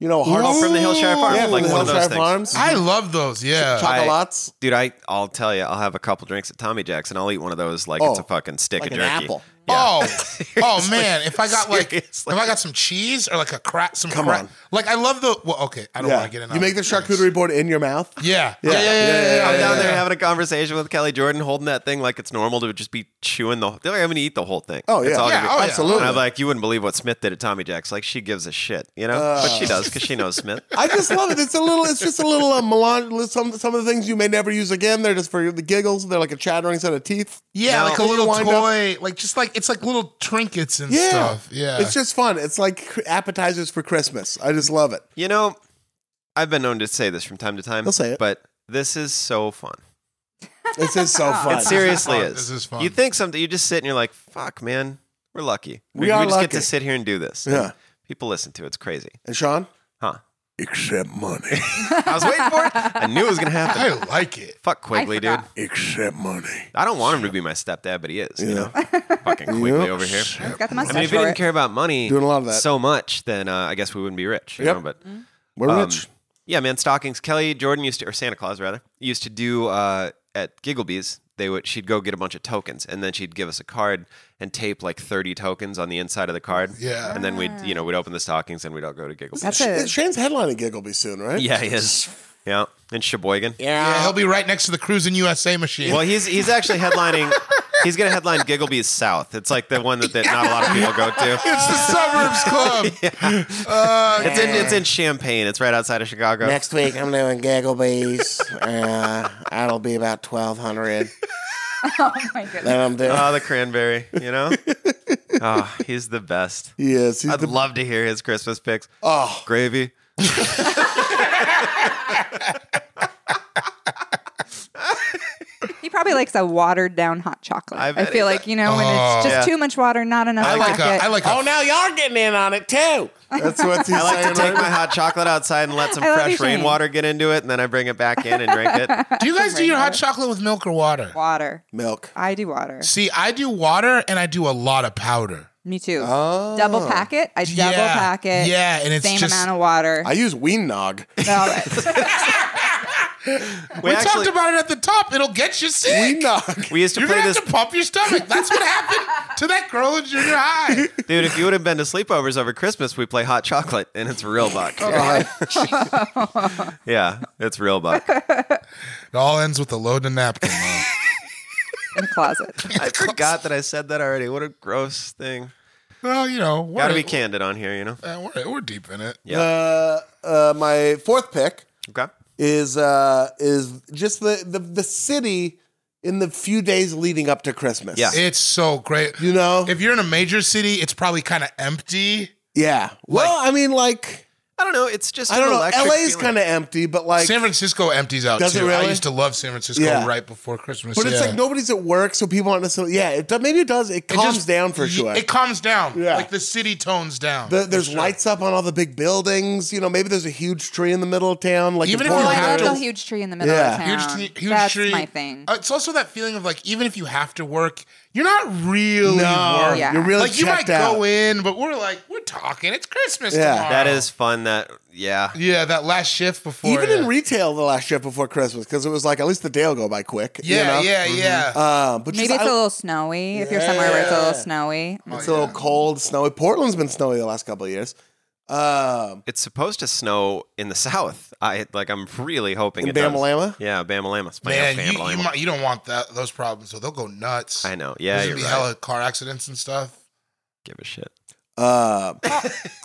S2: You know, a hard
S1: Oh, from the Hillshire Farm,
S2: yeah, from
S1: like
S2: the
S1: one of those
S2: Hillshire
S1: things.
S2: Farms.
S3: I love those. Yeah,
S1: I-
S2: Chocolates.
S1: Dude, I I'll tell you, I'll have a couple drinks at Tommy Jack's, and I'll eat one of those like it's
S2: Oh,
S1: a fucking stick
S2: like
S1: of
S2: an
S1: jerky.
S2: apple.
S3: Oh, oh man! If I got like,
S1: Seriously.
S3: if I got some cheese or like a crack, some
S2: Come
S3: cra-
S2: on.
S3: Like I love the. Well, okay, I don't
S2: yeah.
S3: want to get in.
S2: you make the charcuterie board in your mouth.
S3: Yeah.
S2: Yeah.
S3: Yeah, yeah, yeah, yeah, yeah,
S1: I'm
S3: yeah,
S1: down there
S3: yeah.
S1: having a conversation with Kelly Jordan, holding that thing like it's normal to just be chewing the. They're like, I'm going to eat the whole thing.
S2: Oh yeah,
S1: It's all
S3: Yeah,
S1: gonna be-
S3: oh, yeah.
S2: absolutely.
S1: And I'm like, you wouldn't believe what Smith did at Tommy Jack's. Like, she gives a shit, you know? but she does because she knows Smith.
S2: I just love it. It's a little. It's just a little uh, melange. Some some of the things you may never use again. They're just for the giggles. They're like a chattering set of teeth.
S3: Yeah,
S1: Now-
S3: like a little
S2: Wind up.
S3: toy, like just like it's like little trinkets and
S2: Yeah,
S3: stuff. Yeah,
S2: It's just fun. It's like cr- appetizers for Christmas. I just love it.
S1: You know, I've been known to say this from time to time.
S2: He'll say it.
S1: But this is so fun.
S2: It's just so fun.
S1: It seriously
S3: This
S1: is.
S3: is fun. This is fun.
S1: You think something, you just sit and you're like, fuck, man, we're lucky.
S2: We are
S1: just get
S2: lucky.
S1: to sit here and do this.
S2: Yeah.
S1: People listen to it. It's crazy.
S2: And Sean,
S1: Huh.
S2: Except money.
S1: I was waiting for it. I knew it was going to happen.
S3: I like it.
S1: Fuck Quigley, dude.
S4: forgot.
S2: Except money.
S1: I don't want him to be my stepdad, but he is. You know, fucking Quigley
S2: Yep.
S1: over here.
S4: He's got the
S1: I
S4: mustache
S1: mean, if we
S4: for
S1: didn't
S4: it.
S1: care about money,
S2: Doing a lot of that.
S1: so much, then uh, I guess we wouldn't be rich. You
S2: Yep.
S1: know, but
S2: We're
S1: um,
S2: rich.
S1: yeah, man, stockings. Kelly Jordan used to, or Santa Claus rather, used to do uh, at Gigglebees. They would she'd go get a bunch of tokens, and then she'd give us a card and tape like thirty tokens on the inside of the card.
S3: Yeah.
S1: and then we'd you know we'd open the stockings and we'd all go to Gigglebees.
S4: That's
S2: Sh-
S4: it.
S2: Shane's headlining giggle be soon, right?
S1: yeah, he is. Yeah, in Sheboygan.
S3: Yeah, he'll be right next to the cruising USA machine.
S1: Well, he's he's actually headlining. He's gonna headline Gigglebees South. It's like the one that, that not a lot of people go to.
S3: it's the suburbs club. Uh,
S1: It's in it's in Champaign. It's right outside of Chicago.
S8: Next week, I'm doing Gagglebees. uh, that'll be about 1,200.
S4: Oh my goodness.
S8: Then I'm doing.
S1: Oh, the cranberry, you know? oh, he's the best.
S2: Yes. He's
S1: I'd
S2: the,
S1: love to hear his Christmas picks.
S2: oh,
S1: Gravy.
S4: He probably likes a watered down hot chocolate.
S1: I
S4: I,
S1: bet
S4: feel
S1: he
S4: like, you know, when it's
S1: Oh.
S4: just
S1: Yeah.
S4: too much water, not enough
S3: I like a.
S4: chocolate.
S3: I like a.
S8: Oh, now y'all getting in on it too.
S2: that's what he's
S1: I like
S2: saying.
S1: to take
S2: right?
S1: my hot chocolate outside and let some
S4: I love you,
S1: fresh
S4: Shane.
S1: rainwater get into it, and then I bring it back in and drink it.
S3: do you guys do your hot
S4: Rainwater.
S3: chocolate with milk or water?
S4: water.
S2: milk.
S4: I do water.
S3: See, I do water and I do a lot of powder.
S4: Me too. Double packet. I double
S3: Yeah.
S4: pack it.
S3: Yeah, and it's
S4: same
S3: just-
S4: amount of water.
S2: I use ween nog.
S4: All right.
S1: We,
S3: We
S1: actually,
S3: talked about it at the top. It'll get you
S2: Ween
S3: sick.
S2: nog.
S1: we used to
S3: You're
S1: play
S3: gonna
S1: this.
S3: have to pump your stomach. That's what happened to that girl in junior high.
S1: Dude, if you would have been to sleepovers over Christmas, we play hot chocolate, and it's real buck.
S3: Oh.
S2: Uh,
S1: yeah, it's real buck.
S3: It all ends with a load of napkin. man.
S4: In the closet.
S1: I forgot that I said that already. What a gross thing.
S3: well, you know, we're,
S1: Gotta be candid on here, you know?
S3: uh, we're, we're deep in it.
S1: Yeah.
S2: Uh, uh, my fourth pick
S1: Okay.
S2: is uh, is just the, the the city in the few days leading up to Christmas.
S1: Yeah.
S3: It's so great.
S2: You know?
S3: if you're in a major city, it's probably kind of empty.
S2: yeah. Well, I mean, like
S1: I don't know. It's just
S2: I don't
S1: an
S2: know.
S1: electric
S2: LA's
S1: feeling.
S2: kind of empty, but like,
S3: San Francisco empties out
S2: Does it
S3: too. I
S2: really?
S3: used to love San Francisco
S2: Yeah.
S3: right before Christmas.
S2: but it's
S3: yeah.
S2: like nobody's at work, so people aren't necessarily. Yeah, it do- maybe it does. It
S3: It
S2: calms
S3: just-
S2: down for
S3: y-
S2: sure.
S3: It calms down.
S2: Yeah.
S3: Like the city tones down.
S2: The, there's
S3: For sure.
S2: lights up on all the big buildings. You know, maybe there's a huge tree in the middle of town. Like
S3: Even
S2: in
S3: if you
S4: Oh,
S2: Portland,
S4: I
S3: have
S4: love
S2: there's-
S4: the
S3: Candles.
S4: huge tree in the middle
S2: Yeah.
S4: of
S3: Huge,
S4: town.
S3: tree- huge
S4: That's
S3: tree.
S4: my thing.
S3: Uh, it's also that feeling of like even if you have to work, you're not really
S2: No,
S3: working.
S4: Yeah.
S2: you're really
S3: Like you might
S2: checked out.
S3: go in, but we're like we're talking. It's Christmas
S2: Yeah.
S3: tomorrow.
S1: That is fun. That, yeah.
S3: yeah. That last shift before
S2: Even in
S3: yeah.
S2: retail, the last shift before Christmas, because it was like at least the day will go by quick. you
S3: Yeah,
S2: know?
S3: yeah,
S1: Mm-hmm.
S3: yeah.
S2: Uh, but
S4: Maybe
S2: just-
S4: it's
S2: I-
S4: a little snowy if you're somewhere where it's a little
S2: Yeah.
S4: snowy.
S2: it's a
S3: Oh,
S2: little cold, snowy. Portland's been snowy the last couple of years. Um,
S1: It's supposed to snow in the south. I like. I'm really hoping
S2: In
S1: it does.
S2: Bamalama?
S1: Yeah, Bamalama.
S3: Man,
S1: Bam-
S3: you, you,
S1: Bamalama.
S3: might, you don't want that those problems, so they'll go nuts.
S1: I know. Yeah,
S3: There's
S1: you're
S3: gonna be
S1: right.
S3: hella car accidents and stuff.
S1: Give a shit.
S2: uh,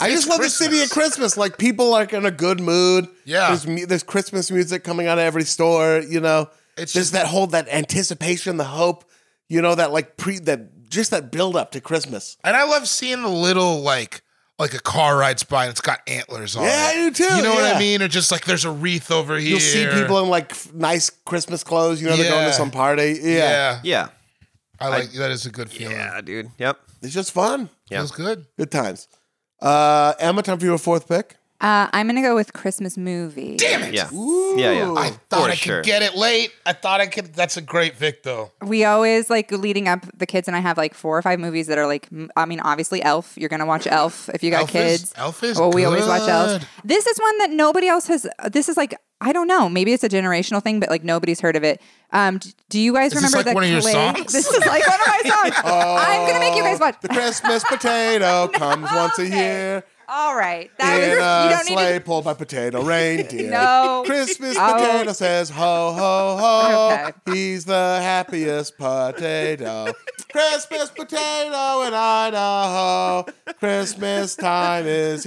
S2: I just love the city
S3: Christmas.
S2: at Christmas. Like people are in a good mood.
S3: Yeah.
S2: there's, mu- there's Christmas music coming out of every store. You know,
S3: It's
S2: there's
S3: just-
S2: that whole that anticipation, the hope. You know that like pre that just that build up to Christmas.
S3: And I love seeing the little like like a car rides by and it's got antlers on
S2: Yeah,
S3: it.
S2: I do too,
S3: You know what
S2: yeah.
S3: I mean? Or just like there's a wreath over here.
S2: You'll see people in like f- nice Christmas clothes. You know they're going
S3: Yeah.
S2: to some party. Yeah,
S3: Yeah.
S1: Yeah.
S3: I like that is a good feeling.
S1: Yeah, dude. Yep.
S2: it's just fun.
S1: Yeah.
S3: Feels good.
S2: Good times. Uh, Emma, time for your fourth pick.
S4: Uh, I'm gonna go with Christmas movie.
S3: Damn it!
S1: Yeah. Yeah, yeah.
S3: I thought
S1: For
S3: I
S1: sure.
S3: could get it late. I thought I could. That's a great Vic, though.
S4: We always like leading up the kids and I have like four or five movies that are like m- I mean obviously Elf you're gonna watch Elf if you got
S3: Elf is-
S4: kids
S3: Elf is
S4: well we always watch Elf
S3: good.
S4: this is one that nobody else has this is like I don't know maybe it's a generational thing but like nobody's heard of it um d- do you guys
S3: Is this
S4: remember
S3: like
S4: the
S3: one of your
S4: clay-
S3: songs? Oh.
S4: this is like one of my songs I'm gonna make you guys watch
S2: The Christmas potato comes once a
S4: okay.
S2: year
S4: all right that
S2: in
S4: was, you
S2: a
S4: don't need
S2: sleigh
S4: to
S2: pulled by potato reindeer.
S4: No.
S2: Christmas
S4: Oh.
S2: potato says ho ho ho.
S4: Okay.
S2: He's the happiest potato. Christmas potato in Idaho. Christmas time is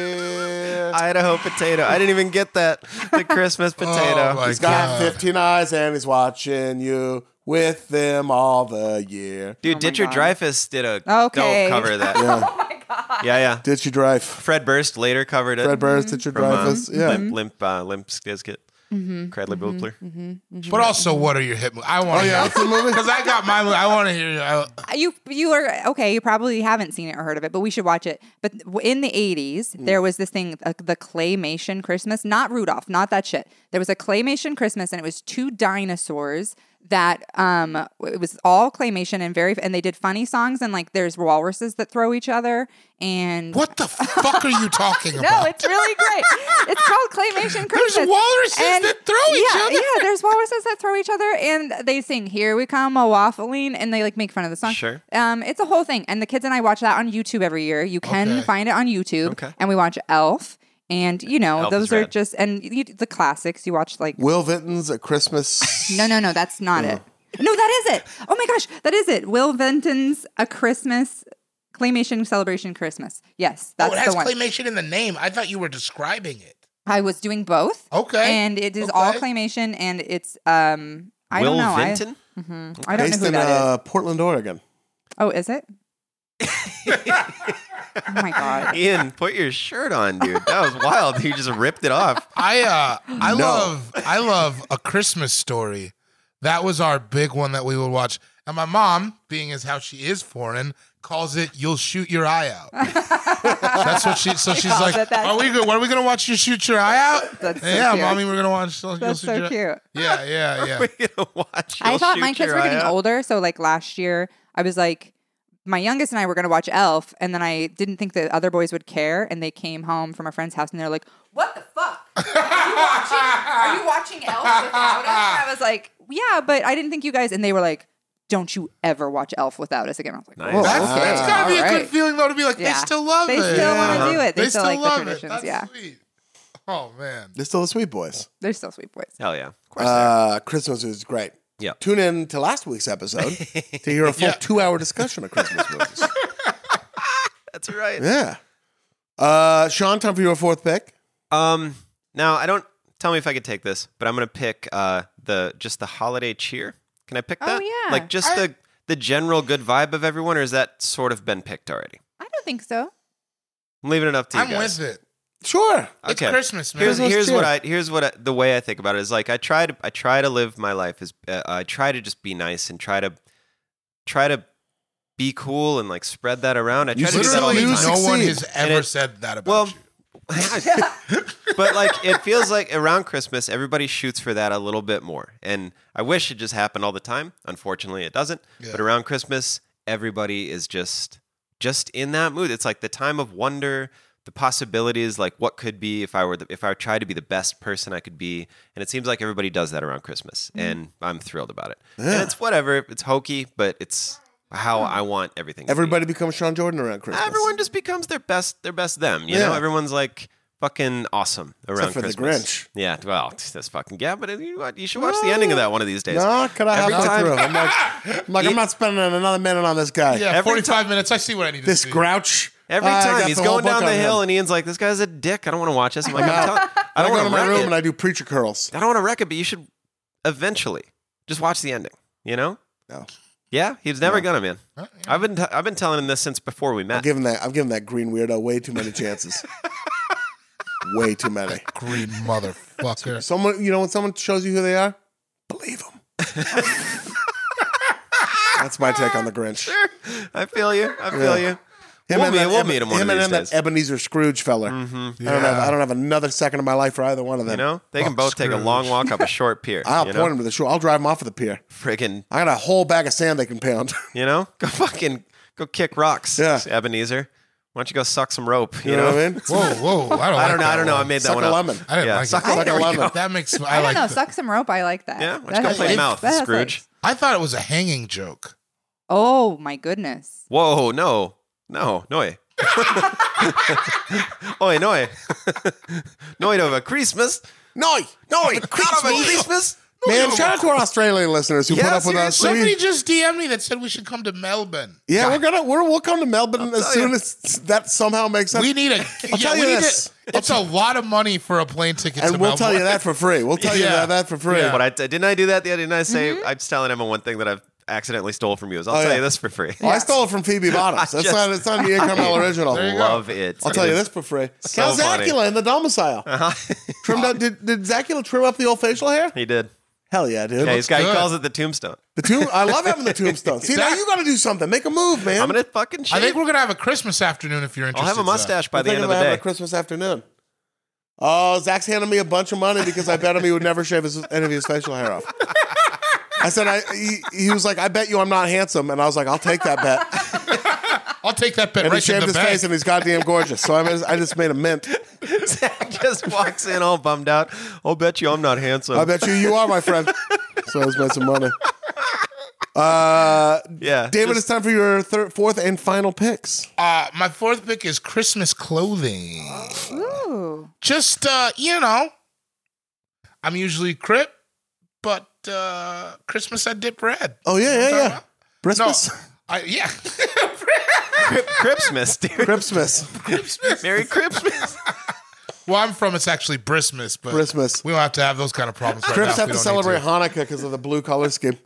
S2: here.
S1: Idaho potato. I didn't even get that. The Christmas potato.
S3: Oh, my
S2: He's got
S3: God.
S2: 15 eyes and he's watching you with them all the year.
S1: Dude, Ditcher Dreyfus did a
S4: Oh Okay. Oh
S1: dope cover of that.
S2: Yeah.
S1: yeah, yeah.
S2: Did you drive?
S1: Fred Burst later covered it.
S2: Fred Burrs, did you
S1: from, uh,
S2: drive us? Yeah.
S1: Limp, limp, uh, limp Skizkit.
S4: Mm-hmm.
S1: Cradley Buchler.
S3: But also, what are your hit movies? I want to
S2: Oh, yeah,
S3: hear because I got my. mo- I want to hear. your- I,
S4: you you are okay. You probably haven't seen it or heard of it, but we should watch it. But in the eighties,
S2: Hmm.
S4: there was this thing, uh, the claymation Christmas, not Rudolph, not that shit. There was a claymation Christmas, and it was two dinosaurs that um it was all claymation and very and they did funny songs and like there's walruses that throw each other and
S3: what the fuck are you talking
S4: no,
S3: about?
S4: it's really great. It's called claymation Christmas.
S3: walruses that throw each
S4: yeah,
S3: other.
S4: Yeah, there's walruses that throw each other, and they sing "Here We Come a Waffling," and they like make fun of the song.
S1: Sure.
S4: Um, it's a whole thing, and the kids and I watch that on YouTube every year. You can
S3: Okay.
S4: find it on YouTube,
S1: Okay.
S4: and we watch Elf, and you know
S1: Elf
S4: those
S1: is
S4: are
S1: rad.
S4: just and you, the classics. You watch like
S2: Will Vinton's A Christmas.
S4: no, no, no, that's not it. No, that is it. Oh my gosh, that is it. Will Venton's A Christmas Claymation Celebration Christmas. Yes, that's
S3: oh, it has
S4: the one.
S3: claymation in the name. I thought you were describing it.
S4: I was doing both.
S3: Okay.
S4: And it is all
S3: Okay.
S4: claymation and it's um I
S1: Will
S4: don't know. I-
S1: Vinton?
S4: I, don't
S2: Based
S4: know who
S2: in
S4: that is.
S2: uh, Portland, Oregon.
S4: Oh, is it? oh my god.
S1: Ian, put your shirt on, dude. That was wild. You just ripped it off.
S3: I uh, I love I love a Christmas story. That was our big one that we would watch. And my mom, being as how she is foreign, calls it "You'll shoot your eye out." That's what she. So she's
S4: calls
S3: like,
S4: it that.
S3: "Are we? go- What are we gonna watch? You shoot your eye out?"
S4: That's so
S3: yeah,
S4: cute.
S3: mommy, we're gonna watch. You'll
S4: That's
S3: shoot
S4: so
S3: your-
S4: cute.
S3: Yeah, yeah, yeah.
S1: We're gonna watch.
S4: I
S1: You'll
S4: thought
S1: Shoot
S4: my kids
S1: Your
S4: were
S1: Eye
S4: getting
S1: Out.
S4: older, so like last year I was like my youngest and I were going to watch Elf and then I didn't think the other boys would care and they came home from a friend's house and they're like, "What the fuck? Are you watching, are you watching Elf without us?" And I was like, "Yeah, but I didn't think you guys." And they were like, "Don't you ever watch Elf without us again." I was like,
S1: Nice.
S4: "Whoa,
S3: That's,
S4: okay,
S3: that's gotta be
S4: all
S3: a
S4: right."
S3: good feeling though to be like
S4: Yeah.
S3: they still love
S4: They
S3: it.
S4: still wanna do it. They
S3: still
S4: still like the
S3: love
S4: traditions,
S3: It. That's
S4: yeah.
S3: sweet. Oh man.
S2: They're still the Sweet Boys.
S4: They're still sweet boys.
S1: Hell yeah. Of course. they are.
S2: Uh, Christmas is great.
S1: Yeah.
S2: Tune in to last week's episode to hear a full two hour discussion of Christmas movies.
S1: That's right.
S2: Yeah. Uh, Sean, time for your fourth pick.
S1: Um, now I don't. Tell me if I could take this, but I'm gonna pick uh the just the holiday cheer. Can I pick that?
S4: Oh, yeah.
S1: Like just the the general good vibe of everyone, or is that sort of been picked already?
S4: I don't think so.
S1: I'm leaving it up to you
S3: I'm
S1: guys.
S3: with it.
S2: Sure.
S3: It's Christmas, man.
S1: Here's, here's
S2: cheer.
S1: what I here's what I, the way I think about it is like I try to I try to live my life as uh, I try to just be nice and try to try to be cool and like spread that around. I try to do that all
S3: Literally,
S1: the
S2: you
S3: no
S1: time.
S3: one
S2: succeed.
S3: has
S1: And
S3: ever
S1: it-
S3: said that about
S1: Well,
S3: you.
S1: but like it feels like around Christmas, everybody shoots for that a little bit more. And I wish it just happened all the time. Unfortunately, it doesn't. But around Christmas, everybody is just just in that mood. It's like the time of wonder, the possibilities, like what could be if I were the, if I tried to be the best person I could be. And it seems like everybody does that around Christmas, and I'm thrilled about it. And it's whatever, it's hokey, but it's how I want everything. to be.
S2: Everybody becomes Sean Jordan around Christmas.
S1: Everyone just becomes their best, their best them. You know,
S2: Yeah.
S1: everyone's like fucking awesome around
S2: Except for the
S1: Christmas.
S2: Grinch.
S1: Yeah, well, that's fucking yeah. But you, know what? you should watch the ending of that one of these days.
S2: No, could I have
S1: Every
S2: that
S1: time-
S2: through? I'm like, I'm, like, I'm not spending another minute on this guy.
S3: Yeah,
S1: Every
S3: 45 minutes. I see what I need to
S2: This
S3: see.
S2: grouch.
S1: Every
S2: I
S1: time
S2: got
S1: he's
S2: the whole
S1: going down
S2: book
S1: the
S2: on
S1: hill,
S2: him.
S1: and Ian's like, "This guy's a dick. I don't want to watch this." I'm like, I'm telling- I
S2: I
S1: don't
S2: go
S1: want
S2: to
S1: to
S2: my
S1: wreck
S2: room
S1: it.
S2: and I do preacher curls.
S1: I don't want to wreck it, but you should eventually just watch the ending. You know?
S2: No.
S1: Yeah, he's never gonna, man. I've been t- I've been telling him this since before we met.
S2: I've given that I've given that green weirdo way too many chances. way too many.
S3: Green motherfucker.
S2: Someone, you know, when someone shows you who they are, believe them. That's my take on the Grinch.
S1: I feel you. I feel you.
S2: Him
S1: We'll
S2: and
S1: meet-
S2: that
S1: we'll
S2: Eben-
S1: meet him one of
S2: and
S1: these
S2: that
S1: days.
S2: Ebenezer Scrooge fella. I don't have. I don't have another second of my life for either one of them.
S1: You know, they can
S3: Fuck
S1: both take a long
S3: Scrooge.
S1: walk up a short pier.
S2: I'll
S1: you
S2: point
S1: know?
S2: them to the shore. I'll drive them off of the pier.
S1: Friggin',
S2: I got a whole bag of sand they can pound.
S1: you know, go fucking go kick rocks,
S2: Yeah.
S1: Ebenezer. Why don't you go suck some rope? You,
S2: You know, what I mean?
S3: Whoa, whoa! I don't.
S1: I don't know.
S3: like That
S1: I don't know. I
S3: one.
S1: made that
S2: Suck
S1: one
S2: a
S1: up.
S2: lemon.
S3: I didn't
S1: yeah,
S3: like
S1: suck a
S2: Suck
S3: it.
S2: a
S1: lemon. There we
S2: lemon.
S1: go.
S3: That makes.
S4: I,
S3: I,
S4: don't
S3: like.
S4: know.
S3: the-
S4: Suck some rope. I like that.
S1: Yeah, why don't you
S4: That
S1: go
S4: has
S1: play
S4: legs.
S1: mouth,
S4: That has
S1: Scrooge?
S4: legs.
S3: I thought it was a hanging joke.
S4: Oh my goodness.
S1: Whoa, no, no, noi. Oi, noi. noi over Christmas.
S2: No, no,
S1: Not over Christmas.
S2: man! Shout out to our Australian listeners who
S1: Yeah,
S2: put up with us.
S1: seriously.
S3: Somebody
S2: We-
S3: just DM'd me that said we should come to Melbourne.
S2: yeah, we're gonna we're, we'll come to Melbourne as
S1: tell
S2: soon
S1: you.
S2: as that somehow makes sense.
S3: We need a. yeah,
S2: tell
S3: we
S2: you
S3: need
S2: this.
S3: A, it's a lot of money for a plane ticket to
S2: and we'll
S3: Melbourne.
S2: tell you that for free. We'll tell you
S3: Yeah.
S2: that, that for free.
S3: Yeah. Mm-hmm.
S1: But I didn't I do that the other day? Didn't I say I was telling Emma one thing that I've accidentally stole from you. Is I'll
S2: Oh,
S1: tell
S2: yeah.
S1: you this for free.
S2: Well, I stole it from Phoebe Bottoms. That's
S1: just-
S2: not it's not the Incomel original.
S3: There you go.
S1: Love it.
S2: I'll tell you this for free.
S1: So
S2: How's
S1: funny. Uh-huh.
S2: Zacula in the domicile? Trimmed up, did, did Zacula trim up the old facial hair?
S1: He did.
S2: Hell yeah, dude.
S1: Yeah, he's got, he
S3: good.
S1: calls it the tombstone.
S2: the tomb. I love having the tombstone. See, now you got to do something. Make a move, man.
S1: I'm gonna fucking. Shave.
S3: I think we're gonna have a Christmas afternoon if you're
S1: I'll
S3: interested.
S1: have a
S3: Zach.
S1: mustache by
S2: We're
S1: the end
S2: thinking
S1: of
S2: about
S1: the
S2: having
S1: day.
S2: a Christmas afternoon. Oh, Zach's handed me a bunch of money because I bet him he would never shave his, any of his facial hair off. I said, I, he, he was like, I bet you I'm not handsome. And I was like, I'll take that bet.
S3: I'll take that bet
S2: And he
S3: right to
S2: shaved
S3: the
S2: his
S3: bank.
S2: face and he's goddamn gorgeous. So I, I just made a mint.
S1: Zach just walks in all bummed out. I'll bet you I'm not handsome.
S2: I bet you you are, my friend. So I spent some money. Uh,
S1: Yeah.
S2: David,
S1: just-
S2: it's time for your third, fourth and final picks.
S3: Uh, my fourth pick is Christmas clothing.
S4: Ooh.
S3: Just uh, you know, I'm usually crip, but uh, Christmas I dip red.
S2: Oh yeah, yeah, yeah.
S3: No,
S2: Christmas,
S3: I, yeah.
S1: Christmas, dude.
S2: Christmas,
S1: Merry Christmas.
S3: well, I'm from it's actually Bristmas, but
S2: Christmas.
S3: we don't have to have those kind of problems. Right
S2: Crips
S3: now
S2: have
S3: if we
S2: to
S3: don't need
S2: celebrate Hanukkah because of the blue color scheme.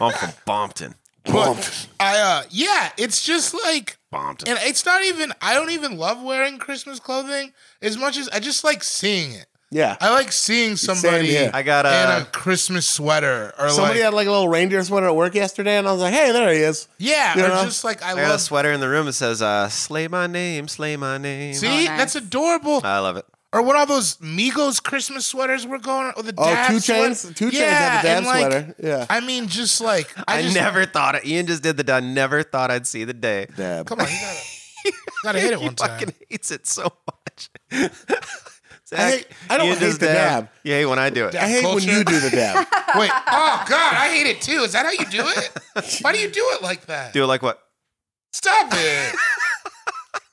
S1: I'm from Bompton.
S2: Bumped.
S3: I uh, yeah, it's just like
S1: Bompton.
S3: And it's not even I don't even love wearing Christmas clothing as much as I just like seeing it.
S2: Yeah.
S3: I like seeing somebody
S2: here.
S3: in
S1: I got
S3: a
S1: a.
S3: Christmas sweater or
S2: Somebody
S3: like
S2: had like a little reindeer sweater at work yesterday, and I was like, "Hey, there he is."
S3: yeah,
S2: you
S3: or
S2: know?
S3: just like I,
S1: I got a
S3: love.
S1: sweater in the room that says uh, "Slay my name, slay my name."
S3: See,
S4: Oh, nice.
S3: that's adorable.
S1: I love it.
S3: or what all those Migos Christmas sweaters were going or the
S2: Oh,
S3: dad
S2: two
S3: sweater.
S2: chains. Two chains had the
S3: Yeah,
S2: dad
S3: and, like,
S2: sweater. Yeah.
S3: I mean, just like I,
S1: I,
S3: just,
S1: never thought it. Ian just did the. I never thought I'd see the day.
S2: Dab.
S3: come on. You gotta, you gotta hit it
S1: he
S3: one
S1: fucking
S3: time.
S1: hates it so much. Zach,
S2: hate- I don't
S1: Ian
S2: hate
S1: does
S2: the dab.
S1: Yeah, when I do it.
S2: I hate when
S3: culture.
S2: you do the dab.
S3: Wait, oh god, I hate it too. Is that how you do it? Why do you do it like that?
S1: Do it like what?
S3: Stop it.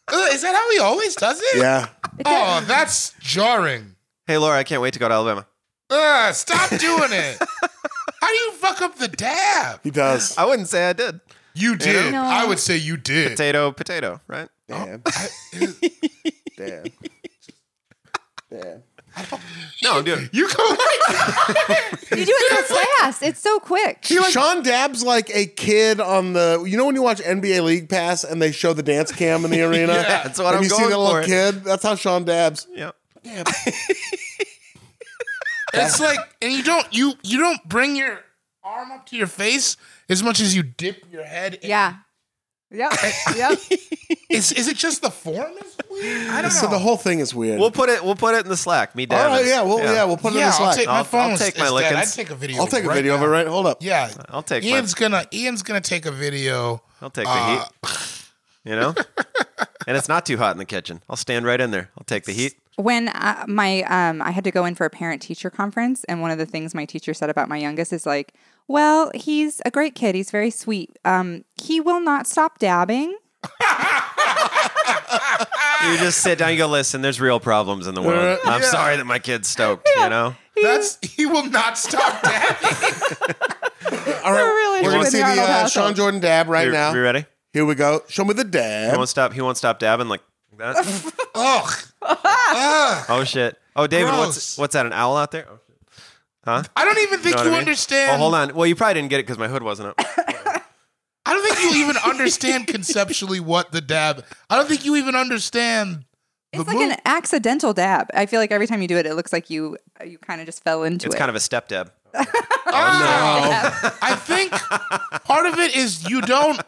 S3: Ugh, Is that how he always does it?
S2: yeah.
S3: Oh, that's jarring.
S1: Hey, Laura, I can't wait to go to Alabama.
S3: Ugh, stop doing it. How do you fuck up the dab?
S2: He does.
S1: I wouldn't say I did.
S3: You did.
S4: No.
S3: I would say you did.
S1: Potato, potato, right?
S2: Damn. Damn. Damn.
S1: No, I'm doing.
S3: You go like
S4: You do it so fast. It's so quick.
S2: Sean Dab's like a kid on the. You know when you watch NBA League Pass and they show the dance cam in the arena.
S1: Yeah, that's what
S2: and
S1: I'm
S2: you see
S1: going
S2: the little
S1: for.
S2: kid. That's how Sean Dabs.
S1: Yeah.
S3: It's like, and you don't you you don't bring your arm up to your face as much as you dip your head. In.
S4: Yeah. Yep. Yep.
S3: Is is it just the form is weird? I don't
S2: So
S3: know.
S2: the whole thing is weird.
S1: We'll put it. We'll put it in the Slack. Me,
S2: All
S1: Dad.
S2: right, yeah, we'll, yeah. we'll put it in
S3: yeah,
S2: the
S3: I'll
S2: Slack.
S3: take
S1: I'll-
S3: my phone.
S1: I'll
S3: is-
S1: take my
S3: is dead.
S1: lickings.
S3: I'd take a video.
S2: I'll take a
S3: right
S2: video
S3: now.
S2: of it. Right, hold up.
S3: Yeah,
S1: I'll take my-
S3: Ian's gonna Ian's gonna take a video. Uh,
S1: I'll take the
S2: Uh.
S1: heat. You know, and it's not too hot in the kitchen. I'll stand right in there. I'll take the heat.
S4: when I, my um, I had to go in for a parent teacher conference, and one of the things my teacher said about my youngest is like, "Well, he's a great kid. He's very sweet. Um, he will not stop dabbing."
S1: You just sit down. You go listen. There's real problems in the world. I'm sorry that my kid's stoked. You know,
S3: That's he will not stop dabbing.
S2: All
S4: We're
S2: right,
S4: really
S2: we're gonna see the
S4: doing the Arnold
S2: uh,
S4: household.
S2: Sean Jordan dab right
S1: you,
S2: now.
S1: you ready?
S2: Here we go. Show me the
S1: He
S2: dab.
S1: won't stop. He won't stop dabbing like that.
S3: Ugh.
S1: Oh shit. Oh, David,
S3: Gross.
S1: what's what's that? An owl out there? Oh, shit.
S3: I don't even think
S1: Know what
S3: you
S1: I mean?
S3: understand.
S1: Oh, hold on. Well, you probably didn't get it because my hood wasn't up.
S3: I don't think you even understand conceptually what the dab. I don't think you even understand.
S4: It's
S3: the
S4: like
S3: move.
S4: an accidental dab. I feel like every time you do it, it looks like you you kind of just fell into
S1: It's
S4: it.
S1: kind of a step dab.
S3: Oh, I think part of it is you don't.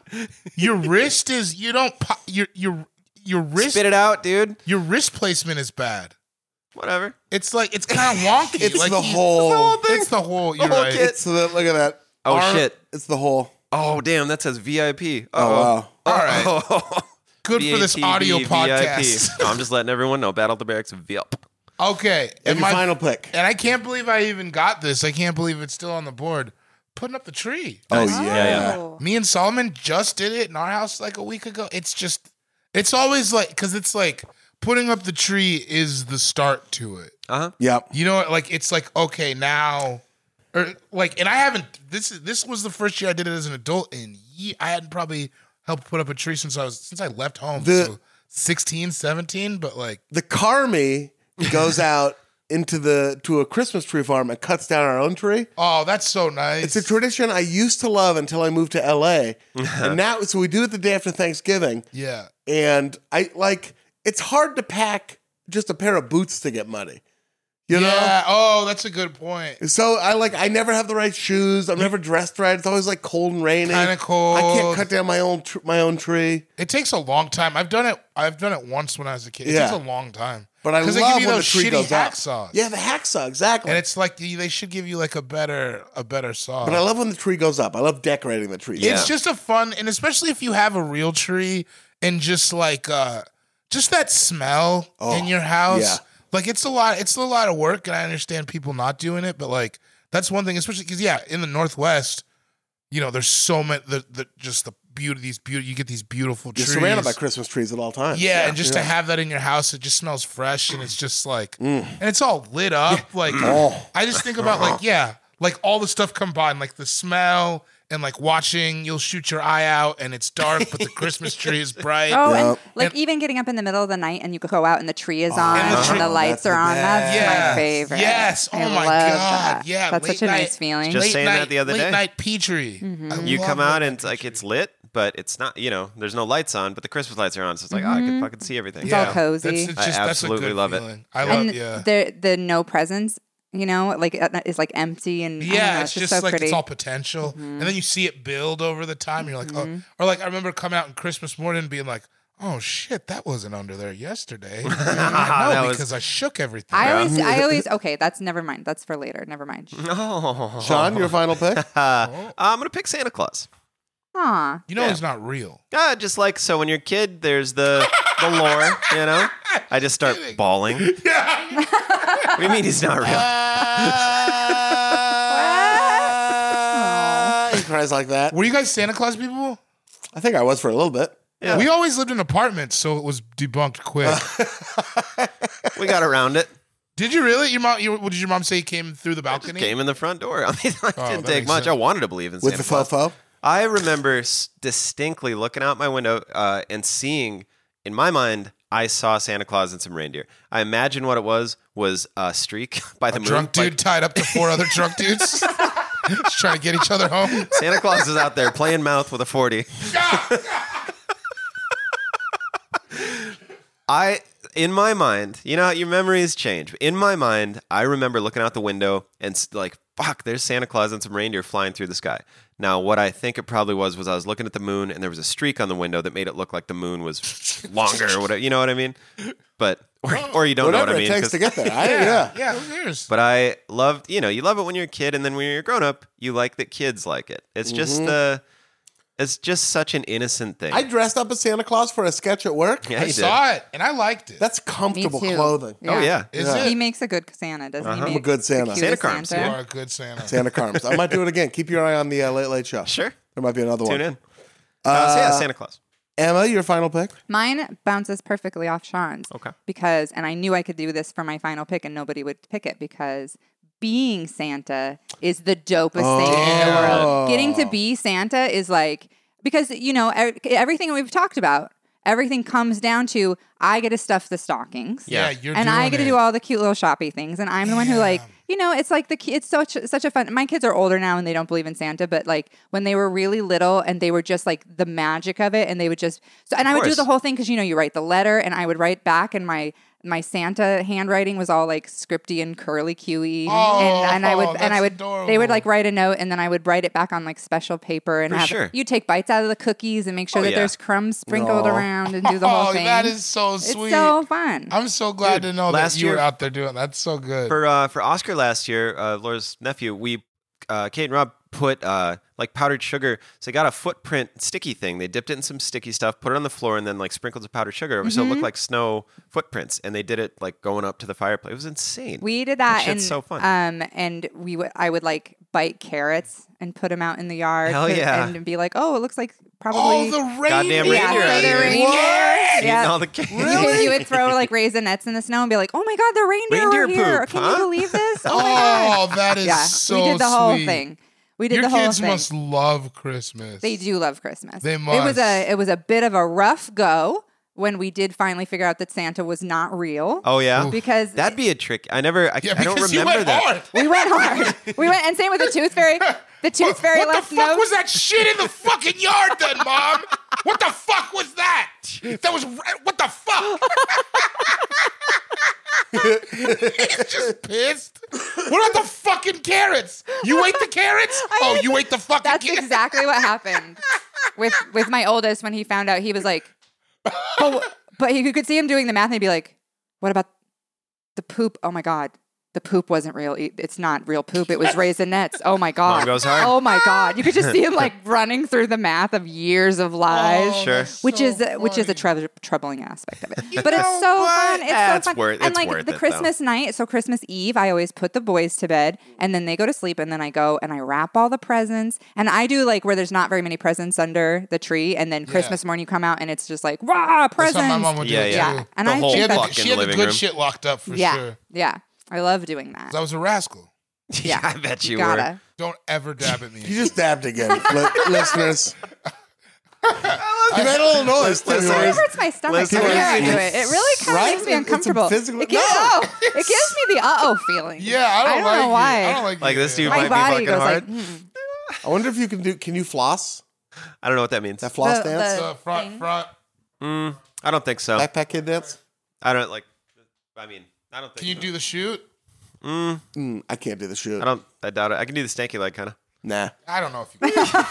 S3: Your wrist is you don't. po- Your your your wrist
S1: Spit it out, dude.
S3: your wrist placement is bad.
S1: Whatever.
S3: It's like it's kind of wonky.
S2: It's
S3: like
S2: the
S3: you-
S2: whole- It's the whole
S3: It's the whole. You're
S1: whole
S3: right.
S1: kit.
S2: It's the look at that.
S1: Oh, shit.
S2: It's the whole.
S1: Oh damn, that says VIP.
S2: Oh, wow.
S3: All right. Good for this
S1: VATB,
S3: audio
S1: VIP.
S3: podcast.
S1: No, I'm just letting everyone know. Battle at the barracks VIP.
S3: Okay,
S2: And
S3: and
S2: your
S3: my
S2: final pick.
S3: and I can't believe I even got this. I can't believe it's still on the board. Putting up the tree.
S2: Oh yeah.
S4: Oh.
S3: Me and Solomon just did it in our house like a week ago. It's just, it's always like, because it's like putting up the tree is the start to it.
S2: Yep.
S3: You know, like it's like okay now, or like, and I haven't. This is this was the first year I did it as an adult, and ye, I hadn't probably helped put up a tree since I was since I left home.
S2: The-
S3: so 16, 17, but like
S2: The Carmi goes out into the to a Christmas tree farm and cuts down our own tree.
S3: oh, that's so nice.
S2: It's a tradition I used to love until I moved to LA. and now so we do it the day after Thanksgiving.
S3: Yeah,
S2: And I like it's hard to pack just a pair of boots to get muddy. You know?
S3: yeah. Oh, that's a good point.
S2: So I like I never have the right shoes. I'm never dressed right. It's always like cold and rainy.
S3: Kinda cold.
S2: I can't cut down my own tr- my own tree.
S3: It takes a long time. I've done it. I've done it once when I was a kid. It
S2: Yeah.
S3: takes a long time.
S2: But I love
S3: because they give you
S2: when
S3: those
S2: the tree
S3: shitty
S2: goes up.
S3: hacksaws.
S2: Yeah, the hacksaw exactly.
S3: and it's like they should give you like a better a better saw.
S2: but I love when the tree goes up. I love decorating the tree.
S3: It's just a fun, and especially if you have a real tree and just like uh just that smell in your house.
S2: Oh, yeah.
S3: Like it's a lot. It's a lot of work, and I understand people not doing it, but like that's one thing, especially because yeah, in the Northwest, you know, there's so many the, the just the beauty these beauty you get these beautiful
S2: You're
S3: trees.
S2: surrounded by Christmas trees at all times.
S3: yeah, and just to have that in your house, it just smells fresh, and it's just like, and it's all lit up. Like,
S2: Oh.
S1: Oh.
S3: I just think about like, yeah, like all the stuff combined, like the smell and like watching. You'll shoot your eye out, and it's dark, but the Christmas tree is bright.
S4: Oh, and
S2: Yep.
S4: like even getting up in the middle of the night and you could go out and the tree is on
S3: Oh, and the
S4: and the,
S3: tree-
S4: lights are on. That's
S3: Yes.
S4: my favorite.
S3: Yes. Oh
S4: I
S3: my
S4: love
S3: God.
S4: that.
S3: Yeah,
S4: That's such a
S3: late night-
S4: nice feeling.
S1: Just saying that
S3: night-
S1: the other
S3: late
S1: day.
S3: night pea tree.
S4: Mm-hmm.
S3: I
S1: You
S3: love
S1: come out
S3: late
S1: and it's
S3: night
S1: like
S3: pea
S1: it's lit, but it's not. You know, there's no lights on, but the Christmas lights are on. So it's like oh, I can fucking see everything.
S3: tree.
S4: all cozy.
S3: That's, it's
S1: I
S3: just, that's a
S1: absolutely
S3: good
S1: love it.
S3: feeling. I love.
S4: and
S3: Yeah.
S4: the the no presents, you know, like uh, is like empty and I don't
S3: Yeah,
S4: know,
S3: it's just,
S4: so
S3: like
S4: pretty. Mm-hmm.
S3: it's all potential, and then you see it build over the time. You're like, oh, or like I remember coming out on Christmas morning and being like, oh shit, that wasn't under there yesterday. I
S1: That
S3: know
S1: was-
S3: because I shook everything.
S4: I always, I always, okay, that's never mind. That's for later. Never mind.
S2: Mm-hmm.
S1: Oh,
S2: Sean, your final pick.
S1: Uh,
S3: Oh.
S1: I'm gonna pick Santa Claus.
S4: Aw.
S3: you know, it's not real.
S1: Ah, just like so when you're a kid, there's the the lore, you know. I just start bawling. what do you mean he's not real?
S3: Ah.
S2: he cries like that.
S3: Were you guys Santa Claus people?
S2: I think I was for a little bit.
S1: Yeah.
S3: We always lived in apartments, so it was debunked quick.
S1: We got around it.
S3: did you really? Your mom? You, did your mom say you came through the balcony?
S1: Came in the front door. I mean, it
S3: Oh, that
S1: didn't
S3: makes
S1: take much.
S3: sense.
S1: I wanted to believe in
S2: With
S1: Santa
S2: the
S1: Claus.
S2: fofo.
S1: I remember s- distinctly looking out my window uh, and seeing, in my mind, I saw Santa Claus and some reindeer. I imagine what it was was a streak by the moon.
S3: Drunk dude
S1: Like,
S3: tied up to four other drunk dudes, just trying to get each other home.
S1: Santa Claus is out there playing mouth with a forty. I in my mind, you know, your memories change. In my mind, I remember looking out the window and s- like, fuck, there's Santa Claus and some reindeer flying through the sky. Now, what I think it probably was was I was looking at the moon and there was a streak on the window that made it look like the moon was longer or whatever. You know what I mean? But or, or you don't
S2: Whatever
S1: know what I
S2: it
S1: mean.
S2: takes
S1: 'cause-
S2: to get there. I, yeah.
S3: yeah. Who cares?
S1: but I loved, you know, you love it when you're a kid, and then when you're a grown up, you like that kids like it. It's just the, it's just such an innocent thing.
S2: I dressed up as Santa Claus for a sketch at work.
S1: yeah,
S3: I
S1: you did.
S3: saw it and I liked it.
S2: That's
S4: Me
S2: comfortable
S4: too.
S2: clothing.
S1: Oh yeah,
S3: Is
S2: Yeah. Uh-huh.
S3: it?
S4: He makes a good Santa, doesn't he?
S2: I'm a good Santa.
S4: Santa
S1: Carms,
S4: Santa.
S3: You are a good Santa.
S2: Santa Carms. I might do it again. Keep your eye on the uh, Late Late Show.
S1: sure.
S2: There might be another
S1: Tune
S2: one.
S1: in. Uh, so yeah, Santa Claus.
S2: Emma, your final pick.
S4: Mine bounces perfectly off Sean's.
S1: Okay.
S4: Because, and I knew I could do this for my final pick and nobody would pick it because being Santa is the dopest
S3: Oh,
S4: thing in the world. Getting to be Santa is like, because, you know, e- everything we've talked about, everything comes down to I get to stuff the stockings.
S3: yeah, you're
S4: and I
S3: doing
S4: get to
S3: it.
S4: do all the cute little shoppy things, and I'm the one who like you know it's like the ki- it's such such a fun. My kids are older now and they don't believe in Santa, but like when they were really little and they were just like the magic of it, and they would just so and I would do
S1: course.
S4: the whole thing because you know you write the letter and I would write back and my my Santa handwriting was all like scripty and curly cuey,
S3: Oh,
S4: and, and I would and
S3: that's
S4: I would they
S3: adorable.
S4: would like write a note, and then I would write it back on like special paper and
S1: For
S4: have
S1: sure.
S4: you take bites out of the cookies and make sure
S1: Oh,
S4: that
S1: yeah.
S4: there's crumbs sprinkled
S8: Aw.
S4: around and do the whole
S3: oh,
S4: thing.
S3: that is so
S4: it's
S3: sweet.
S4: so fun.
S3: I'm so glad
S1: Dude,
S3: to know that
S1: last
S3: you were
S1: year-
S3: out there doing that. That's so good.
S1: for uh, for Oscar last year, uh, Laura's nephew, we uh, Kate and Rob put uh, like powdered sugar. So they got a footprint sticky thing. They dipped it in some sticky stuff, put it on the floor, and then like sprinkled the powdered sugar over, so it looked like snow footprints. And they did it like going up to the fireplace. It was insane.
S4: We did
S1: That
S4: that,
S1: shit's
S4: and
S1: so fun.
S4: um, and we would I would like bite carrots and put them out in the yard,
S1: Hell
S4: and-
S1: yeah.
S4: and be like, oh, it looks like probably
S3: all the reindeer.
S1: Goddamn
S4: yeah,
S1: reindeer
S4: so
S1: out
S4: they're
S1: here.
S4: reindeer.
S1: Eating
S4: Yeah.
S1: all the kids.
S4: You could- You would throw like raisinets in the snow and be like, "Oh my god, the reindeer,
S1: Reindeer
S4: were here!
S1: poop,
S4: Can
S1: huh?"
S4: you believe this? Oh, my god!"
S3: Oh, that is
S4: yeah,
S3: so
S4: we did the whole
S3: sweet.
S4: thing. We did
S3: Your
S4: the whole
S3: kids
S4: thing.
S3: must love Christmas.
S4: they do love Christmas.
S3: They
S4: It was
S3: must.
S4: a it was a bit of a rough go when we did finally figure out that Santa was not real.
S1: Oh yeah,
S4: because
S1: that'd be a trick. I never. I,
S3: Yeah,
S1: I don't
S3: because
S1: remember
S3: you went
S1: that.
S3: hard.
S4: we went hard. we went and same with the tooth fairy. The tooth fairy
S3: what
S4: left
S3: the fuck
S4: notes.
S3: was that shit in the fucking yard then, mom? What the fuck was that? That was re- what the fuck? He's just pissed. What about the fucking carrots? You ate the carrots? oh, you ate the fucking
S4: That's
S3: carrots.
S4: exactly what happened with with my oldest when he found out. He was like, but but he could see him doing the math and he'd be like, "What about the poop? Oh my god." The poop wasn't real. It- It's not real poop. It was raisinets. Oh my god!
S1: Mom goes hard.
S4: Oh my god! You could just see him like running through the math of years of lies,
S1: Oh,
S3: Oh,
S1: Sure.
S4: which is which is a trou- troubling aspect of it. but it's
S3: know
S4: so
S3: what?
S4: fun. It's
S1: Yeah,
S4: so
S1: it's
S4: fun.
S1: worth-
S4: and
S1: it's
S4: like
S1: worth it,
S4: the
S1: though.
S4: Christmas night, so Christmas Eve, I always put the boys to bed and then they go to sleep and then I go and I wrap all the presents and I do like where there's not very many presents under the tree and then Christmas morning you come out and it's just like rah
S3: That's
S4: presents.
S3: how my mom would do
S1: Yeah,
S3: it
S1: yeah.
S3: too.
S4: Yeah, and
S1: The
S4: I
S1: whole
S3: She
S4: think
S3: had,
S4: that's
S1: block
S3: the,
S1: in
S3: she
S1: the
S3: had the
S1: living
S3: good
S1: room.
S3: shit locked up for
S4: yeah,
S3: sure.
S4: yeah. I love doing that.
S3: I was a rascal.
S1: Yeah, I bet you were.
S4: Gotta.
S3: Don't ever dab at me.
S2: You just dabbed again, li- listeners. You made a little noise. too.
S4: It really hurts my stomach
S1: Listen,
S4: every time I
S1: listen.
S4: do it. It really kind of
S2: Right?
S4: makes
S2: It's
S4: me
S2: a
S4: uncomfortable.
S2: physical-
S4: it gives,
S2: No.
S4: oh, it gives me the uh oh feeling.
S3: Yeah, I don't,
S4: I don't
S3: like
S4: know
S3: it.
S4: why.
S3: I don't like,
S1: Like
S3: it.
S1: this dude
S4: My
S1: might be
S4: body
S1: fucking
S4: goes
S1: hard.
S4: like. "Mm."
S2: I wonder if you can do. Can you floss?
S1: I don't know what that means.
S2: That floss
S4: The-
S2: dance?
S3: The front, front.
S1: Mm, I don't think so.
S2: Backpack kid dance?
S1: I don't like. I mean, I don't think.
S3: Can you
S1: so.
S3: do the shoot?
S1: Mm,
S2: Mm, I can't do the shoot.
S1: I don't. I doubt it. I can do the stanky leg kind of.
S2: Nah.
S3: I don't know if you can.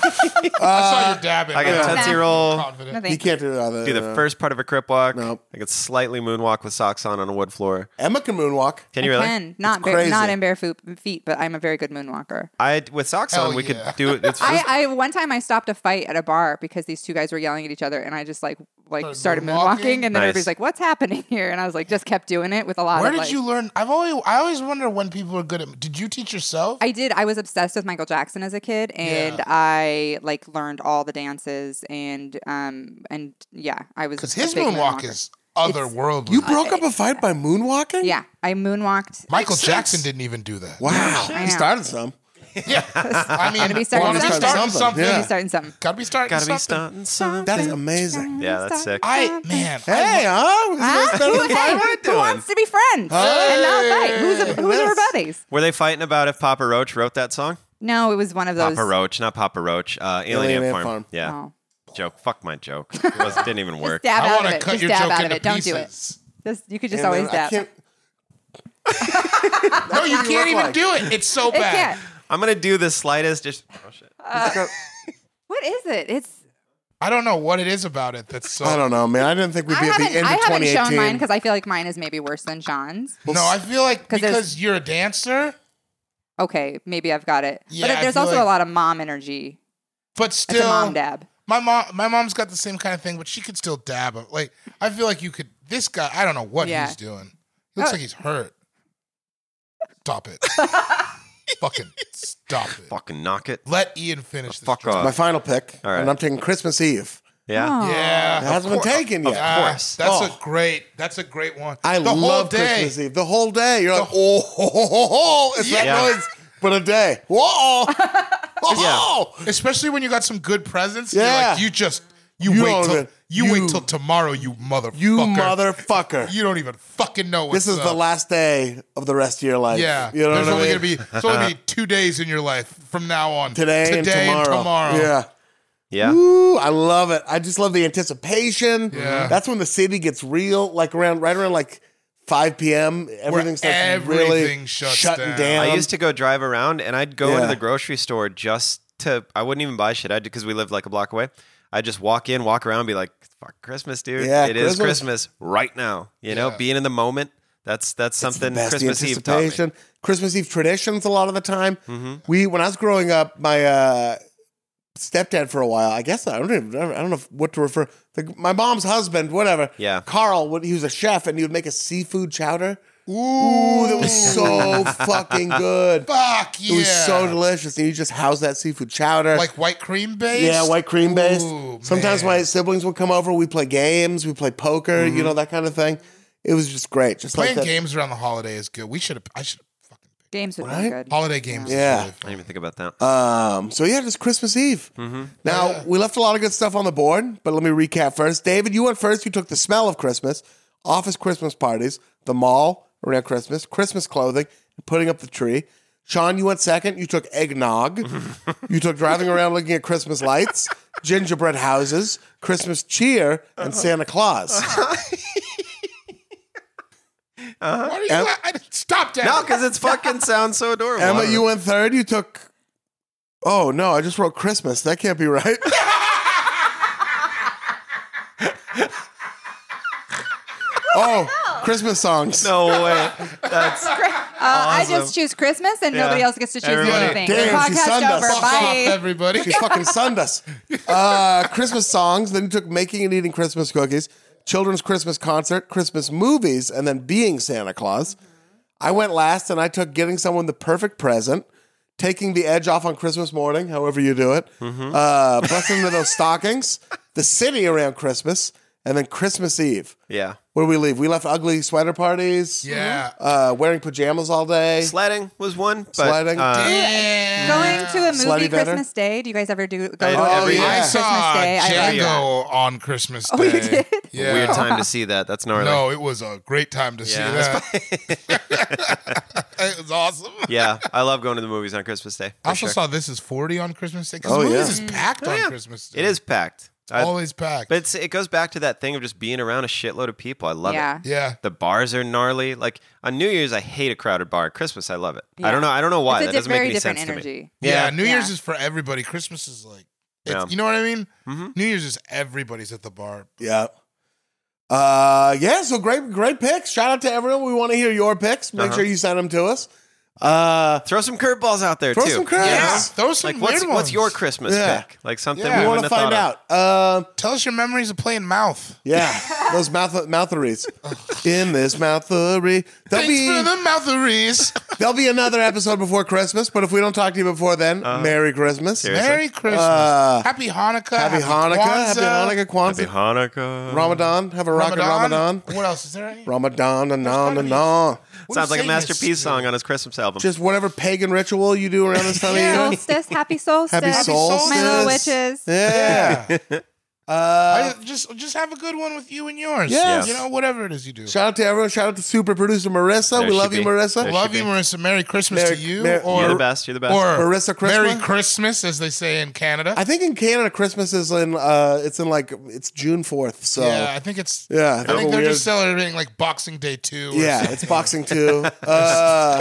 S3: I saw you dabbing.
S1: I got a
S3: I'm
S1: tootsie
S4: Nah.
S1: roll.
S3: confident.
S4: No,
S2: You
S4: thank you.
S2: can't do it uh, either.
S1: Do the first part of a crip walk.
S2: Nope.
S1: I could slightly moonwalk with socks on on a wood floor.
S2: Emma can moonwalk.
S1: Can you really?
S4: Can not
S2: crazy.
S4: bare, not in bare fo- feet, but I'm a very good moonwalker.
S1: I with socks
S3: Hell
S1: on, we
S3: yeah.
S1: could do it. It's
S4: I, I one time I stopped a fight at a bar because these two guys were yelling at each other, and I just like like
S3: Started
S4: started
S3: moonwalking?
S4: moonwalking, and then
S1: Nice.
S4: everybody's like, "What's happening here?" And I was like, just kept doing it with a lot
S3: Where
S4: of.
S3: did
S4: like,
S3: you learn? I've always, I always wonder when people are good at. Did you teach yourself?
S4: I did. I was obsessed with Michael Jackson as a kid, and
S3: Yeah.
S4: I like learned all the dances, and um, and yeah, I was
S3: Because
S4: a
S3: his
S4: big
S3: moonwalk
S4: moonwalker.
S3: is otherworldly.
S2: You broke up a fight by moonwalking?
S4: Yeah, I moonwalked.
S3: Michael Jackson didn't even do that.
S2: Wow.
S4: I
S2: You
S4: know.
S2: started some.
S3: Yeah, I mean,
S4: Gotta be starting
S3: wanna
S4: something.
S2: Something,
S4: Maybe
S2: yeah.
S4: starting something.
S3: Gotta be starting
S1: gotta be
S3: something.
S1: stunting something.
S2: That is amazing.
S1: yeah, that's sick.
S3: I man,
S2: Hey, huh? We're
S4: Huh?
S2: supposed to
S4: Who,
S2: spend-
S4: hey, who
S1: doing?
S4: wants to be friends and not fight? Who's a, who's
S2: Yes.
S4: our buddies?
S1: Were they fighting about if Papa Roach wrote that song?
S4: No, it was one of those.
S1: Papa Roach, not Papa Roach. Uh, Alien,
S2: Alien
S1: Ant
S2: Ant
S1: Farm.
S2: Farm.
S1: Yeah,
S4: Oh.
S1: joke. Fuck my joke. It was, didn't even
S4: Just
S1: work.
S4: dab
S3: I
S4: out
S3: want
S4: of
S3: to
S4: it.
S3: cut
S4: Just
S3: your
S4: dab
S3: joke
S4: out of
S3: into
S4: it. Don't do it.
S3: pieces.
S4: Just, you could just
S2: And then
S4: always
S2: I
S4: dab.
S2: can't-
S4: It
S3: No, you
S2: what you
S3: can't
S2: look
S3: even
S2: like.
S3: do it. It's so bad.
S4: can't.
S1: I'm gonna do the slightest. Just oh shit.
S4: Uh, What is it? It's.
S3: I don't know what it is about it that's so.
S2: I don't know, man. I didn't think we'd
S4: I
S2: be at the
S4: haven't.
S2: end
S4: I
S2: of
S4: haven't
S2: 2018.
S4: shown mine because I feel like mine is maybe worse than Sean's.
S3: No, I feel like
S4: 'Cause there's-
S3: because you're a dancer,
S4: Okay, maybe I've got it.
S3: Yeah, I
S4: but there's
S3: feel
S4: also
S3: like-
S4: a lot of mom energy.
S3: but
S4: It's
S3: still,
S4: a mom dab.
S3: My mom, my mom's got the same kind of thing, but she could still dab. Like I feel like you could. This guy, I don't know what
S4: Yeah.
S3: he's doing. He looks
S4: Oh.
S3: like he's hurt. Stop it! Fucking stop it!
S1: Fucking knock it.
S3: Let Ian finish. This
S1: Fuck
S3: drink.
S1: off.
S2: My final pick,
S1: All right.
S2: and I'm taking Christmas Eve.
S1: Yeah.
S4: Aw.
S2: It
S3: Yeah,
S2: hasn't been taken yet.
S3: Ah,
S1: course.
S3: That's
S2: Oh.
S3: a great. That's a great one.
S2: I
S3: the whole
S2: love
S3: day.
S2: Christmas Eve. The whole day. You're like, oh, ho, ho, ho, ho. it's
S1: Yeah.
S2: that noise, but a day. Whoa. Whoa.
S3: especially when you got some good presents.
S2: Yeah.
S3: you're like, you just you,
S2: You
S3: wait
S2: don't
S3: till
S2: even-
S3: you,
S2: you-
S3: wait till tomorrow, you motherfucker.
S2: You motherfucker.
S3: You don't even fucking know. What's
S2: this is
S3: up.
S2: the last day of the rest of your life.
S3: Yeah,
S2: You know
S3: there's
S2: what I
S3: only
S2: mean?
S3: gonna be it's only gonna be two days in your life from now on.
S2: Today, and, tomorrow. Yeah.
S1: Yeah.
S2: Ooh, I love it. I just love the anticipation.
S3: Yeah.
S2: That's when the city gets real, like around right around like 5 p.m. Everything starts really
S3: everything shuts
S2: shutting down.
S3: down.
S1: I used to go drive around and I'd go
S2: Yeah.
S1: into the grocery store just to, I wouldn't even buy shit. I'd, because we lived like a block away. I'd just walk in, walk around, be like, fuck Christmas, dude.
S2: Yeah,
S1: it is
S2: Christmas.
S1: Christmas right now. You know,
S3: Yeah.
S1: being in the moment. That's that's
S2: It's the
S1: something
S2: best
S1: Christmas Eve taught me. Mm-hmm.
S2: anticipation. Christmas Eve traditions a lot of the time. We when I was growing up, my uh, stepdad for a while. I guess I don't even I don't know what to refer. Like my mom's husband, whatever.
S1: Yeah.
S2: Carl. would- He was a chef, and he would make a seafood chowder. Ooh, that was so fucking good.
S3: Fuck yeah.
S2: It was so delicious, and you just house that seafood chowder.
S3: Like white cream based?
S2: yeah, white cream based.
S3: Ooh,
S2: Sometimes
S3: man.
S2: my siblings would come over. We play games. We play poker.
S1: Mm-hmm.
S2: You know that kind of thing. It was just great. Just
S3: Playing
S2: like that.
S3: games around the holiday is good. We should have. I should have fucking picked
S4: Games would
S2: Right?
S4: be good.
S3: holiday games. is
S2: Yeah.
S1: I
S3: really fun.
S1: didn't even think about that.
S2: Um, so yeah, just Christmas Eve. Now we left a lot of good stuff on the board, but let me recap first. David, you went first. You took the smell of Christmas, office Christmas parties, the mall around Christmas, Christmas clothing, and putting up the tree. Sean, you went second. You took eggnog. you took driving around looking at Christmas lights, gingerbread houses, Christmas cheer, and Santa Claus.
S3: Why are you
S2: Em-
S3: la- I- Stop that.
S1: no, because it's fucking sounds so adorable.
S2: Emma, you went third. You took. Oh no! I just wrote Christmas. That can't be right. oh, Christmas songs.
S1: no way. That's
S4: Uh, I just
S1: Awesome.
S4: choose Christmas, and
S1: Yeah.
S4: nobody else gets to choose
S1: Everybody-
S4: anything.
S2: Damn, she sunned
S4: Podcast
S2: us.
S4: over.
S2: Fuck
S3: Fuck off,
S4: Bye.
S3: everybody.
S2: She fucking sunned us. Uh, Christmas songs. Then you took making and eating Christmas cookies, children's Christmas concert, Christmas movies, and then being Santa Claus. I went last, and I took getting someone the perfect present. Taking the edge off on Christmas morning, however you do it,
S1: Mm-hmm.
S2: uh, busting into those stockings, the city around Christmas, and then Christmas Eve.
S1: yeah.
S2: Where do we leave? We left ugly sweater parties.
S3: Yeah.
S2: Uh, wearing pajamas all day.
S1: Sledding was one. But,
S2: Sledding.
S1: uh,
S3: Damn.
S4: Going to a
S2: Slutty
S4: movie
S2: better.
S4: Christmas Day. Do you guys ever do go
S1: I-
S4: to a
S1: oh,
S4: movie
S2: yeah.
S4: on
S3: I
S4: Christmas
S3: saw
S4: Day? I love that.
S3: Django on Christmas Day.
S4: Oh, you did?
S3: Yeah.
S1: Weird time to see that. That's gnarly.
S3: No, it was a great time to
S1: Yeah.
S3: see that. it was awesome.
S1: Yeah, I love going to the movies on Christmas Day. for
S3: I also
S1: sure.
S3: saw this is 40 on Christmas Day. 'cause
S2: Oh,
S3: the movies
S2: yeah.
S3: is packed on
S1: Yeah.
S3: Christmas Day.
S1: It is packed. I-
S3: Always packed.
S1: But it's, it goes back to that thing of just being around a shitload of people. I love
S4: Yeah.
S1: it.
S3: yeah.
S1: The bars are gnarly. Like on New Year's, I hate a crowded bar. Christmas, I love it. I
S4: Yeah.
S1: don't know. I don't know why.
S4: It's a
S1: that
S4: di-
S1: doesn't make
S4: very
S1: any
S4: different
S1: sense to me.
S4: energy.
S3: Yeah.
S1: Yeah.
S3: New Year's
S4: Yeah.
S3: is for everybody. Christmas is like, it's,
S1: Yeah.
S3: you know what I mean?
S1: Mhm.
S3: New Year's is everybody's at the bar.
S2: Yeah. Uh, yeah. So great, great picks. Shout out to everyone. We want to hear your picks. Make
S1: Uh-huh.
S2: sure you send them to us. Uh,
S1: Throw some curveballs out there
S2: Throw
S1: too.
S2: some curve-
S3: Yeah.
S2: Yes.
S3: Those some
S1: Like what's
S3: weird ones.
S1: what's your Christmas
S2: Yeah.
S1: pick? Like something
S3: Yeah.
S1: we
S2: we want
S1: wouldn't
S2: to
S1: have
S2: find
S1: thought of.
S2: out. Um,
S3: Tell us your memories of playing mouth.
S2: yeah, those mouth moutheries in this mouthery. There'll
S3: Thanks for
S2: be
S3: the moutheries.
S2: there'll be another episode before Christmas. But if we don't talk to you before then, Merry Christmas,
S1: Seriously.
S3: Merry Christmas.
S2: Uh,
S3: happy Hanukkah.
S2: Happy Hanukkah, Happy Hanukkah,
S1: Happy
S2: Kwanzaa,
S1: Hanukkah.
S2: Ramadan. Have a rocket Ramadan,
S3: What else is there? Any?
S2: Ramadan, and on and on.
S3: What
S1: Sounds
S3: is
S1: like a
S3: Satanist?
S1: masterpiece song on his Christmas album.
S2: Just whatever pagan ritual you do around this time of year.
S4: Solstice. Happy solstice.
S2: Happy solstice.
S4: My little witches.
S2: Yeah. Uh,
S3: I- just just have a good one with you and yours.
S2: Yes.
S3: You know, whatever it is you do.
S2: Shout out to everyone. Shout out to super producer Marissa.
S1: There
S2: we
S1: she
S2: love you,
S1: be.
S2: Marissa.
S1: There
S3: Love
S1: should
S3: you,
S1: be.
S3: Marissa. Merry Christmas
S2: Merry-
S3: to you.
S2: Mer-
S3: or
S1: you're the best. You're the best.
S3: Or
S2: Marissa
S3: Merry
S2: Christmas?
S3: Christmas, as they say in Canada.
S2: I think in Canada, Christmas is in uh, it's in like it's June fourth. So
S3: yeah,
S2: yeah,
S3: I think it's.
S2: Yeah,
S3: I think
S2: a
S3: they're
S2: weird-
S3: just celebrating like Boxing Day too. or something.
S2: it's Boxing too.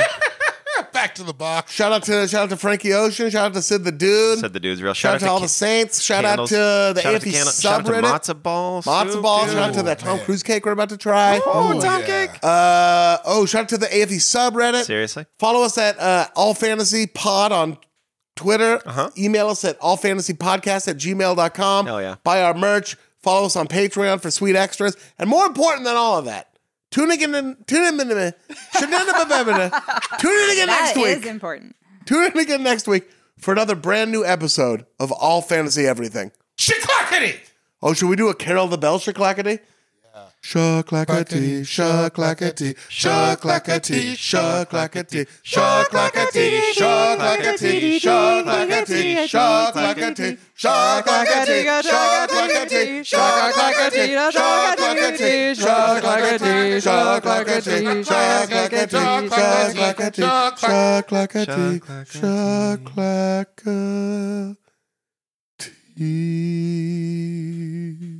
S2: Uh,
S3: back to the box.
S2: shout out to shout out to Frankie Ocean. Shout out to Sid the Dude.
S1: Said the dude's real.
S2: shout, out to all
S1: Ca-
S2: the Saints. Shout
S1: candles.
S2: out to the
S1: Shout out
S2: AFC
S1: candle-
S2: subreddit.
S1: Shout out to matzo balls.
S2: Matzo
S1: soup,
S2: balls.
S1: dude.
S2: Shout out to that Tom
S3: man.
S2: Cruise cake we're about to try.
S1: Oh, Tom
S3: yeah.
S1: cake.
S2: Uh, oh, shout out to the AFC subreddit.
S1: Seriously.
S2: Follow us at uh, All Fantasy Pod on Twitter. Email us at allfantasypodcast at gmail.com.
S1: Uh-huh. Hell yeah.
S2: Buy our merch. Follow us on Patreon for sweet extras. And more important than all of that, tune in again, tune in, tune in again
S4: That
S2: next
S4: is
S2: week.
S4: important.
S2: Tune in again next week for another brand new episode of All Fantasy Everything.
S3: Shiklackity!
S2: Oh, should we do a Carol the Bell shaklackety? Shaklackety, shaklackety, shaklackety, shaklackety, shaklackety, shaklackety, shaklackety, shaklackety, shaklackety, shaklackety, shaklackety, shaklackety, shaklackety, shaklackety, shaklackety, shaklackety, shaklackety, shaklackety, shaklackety.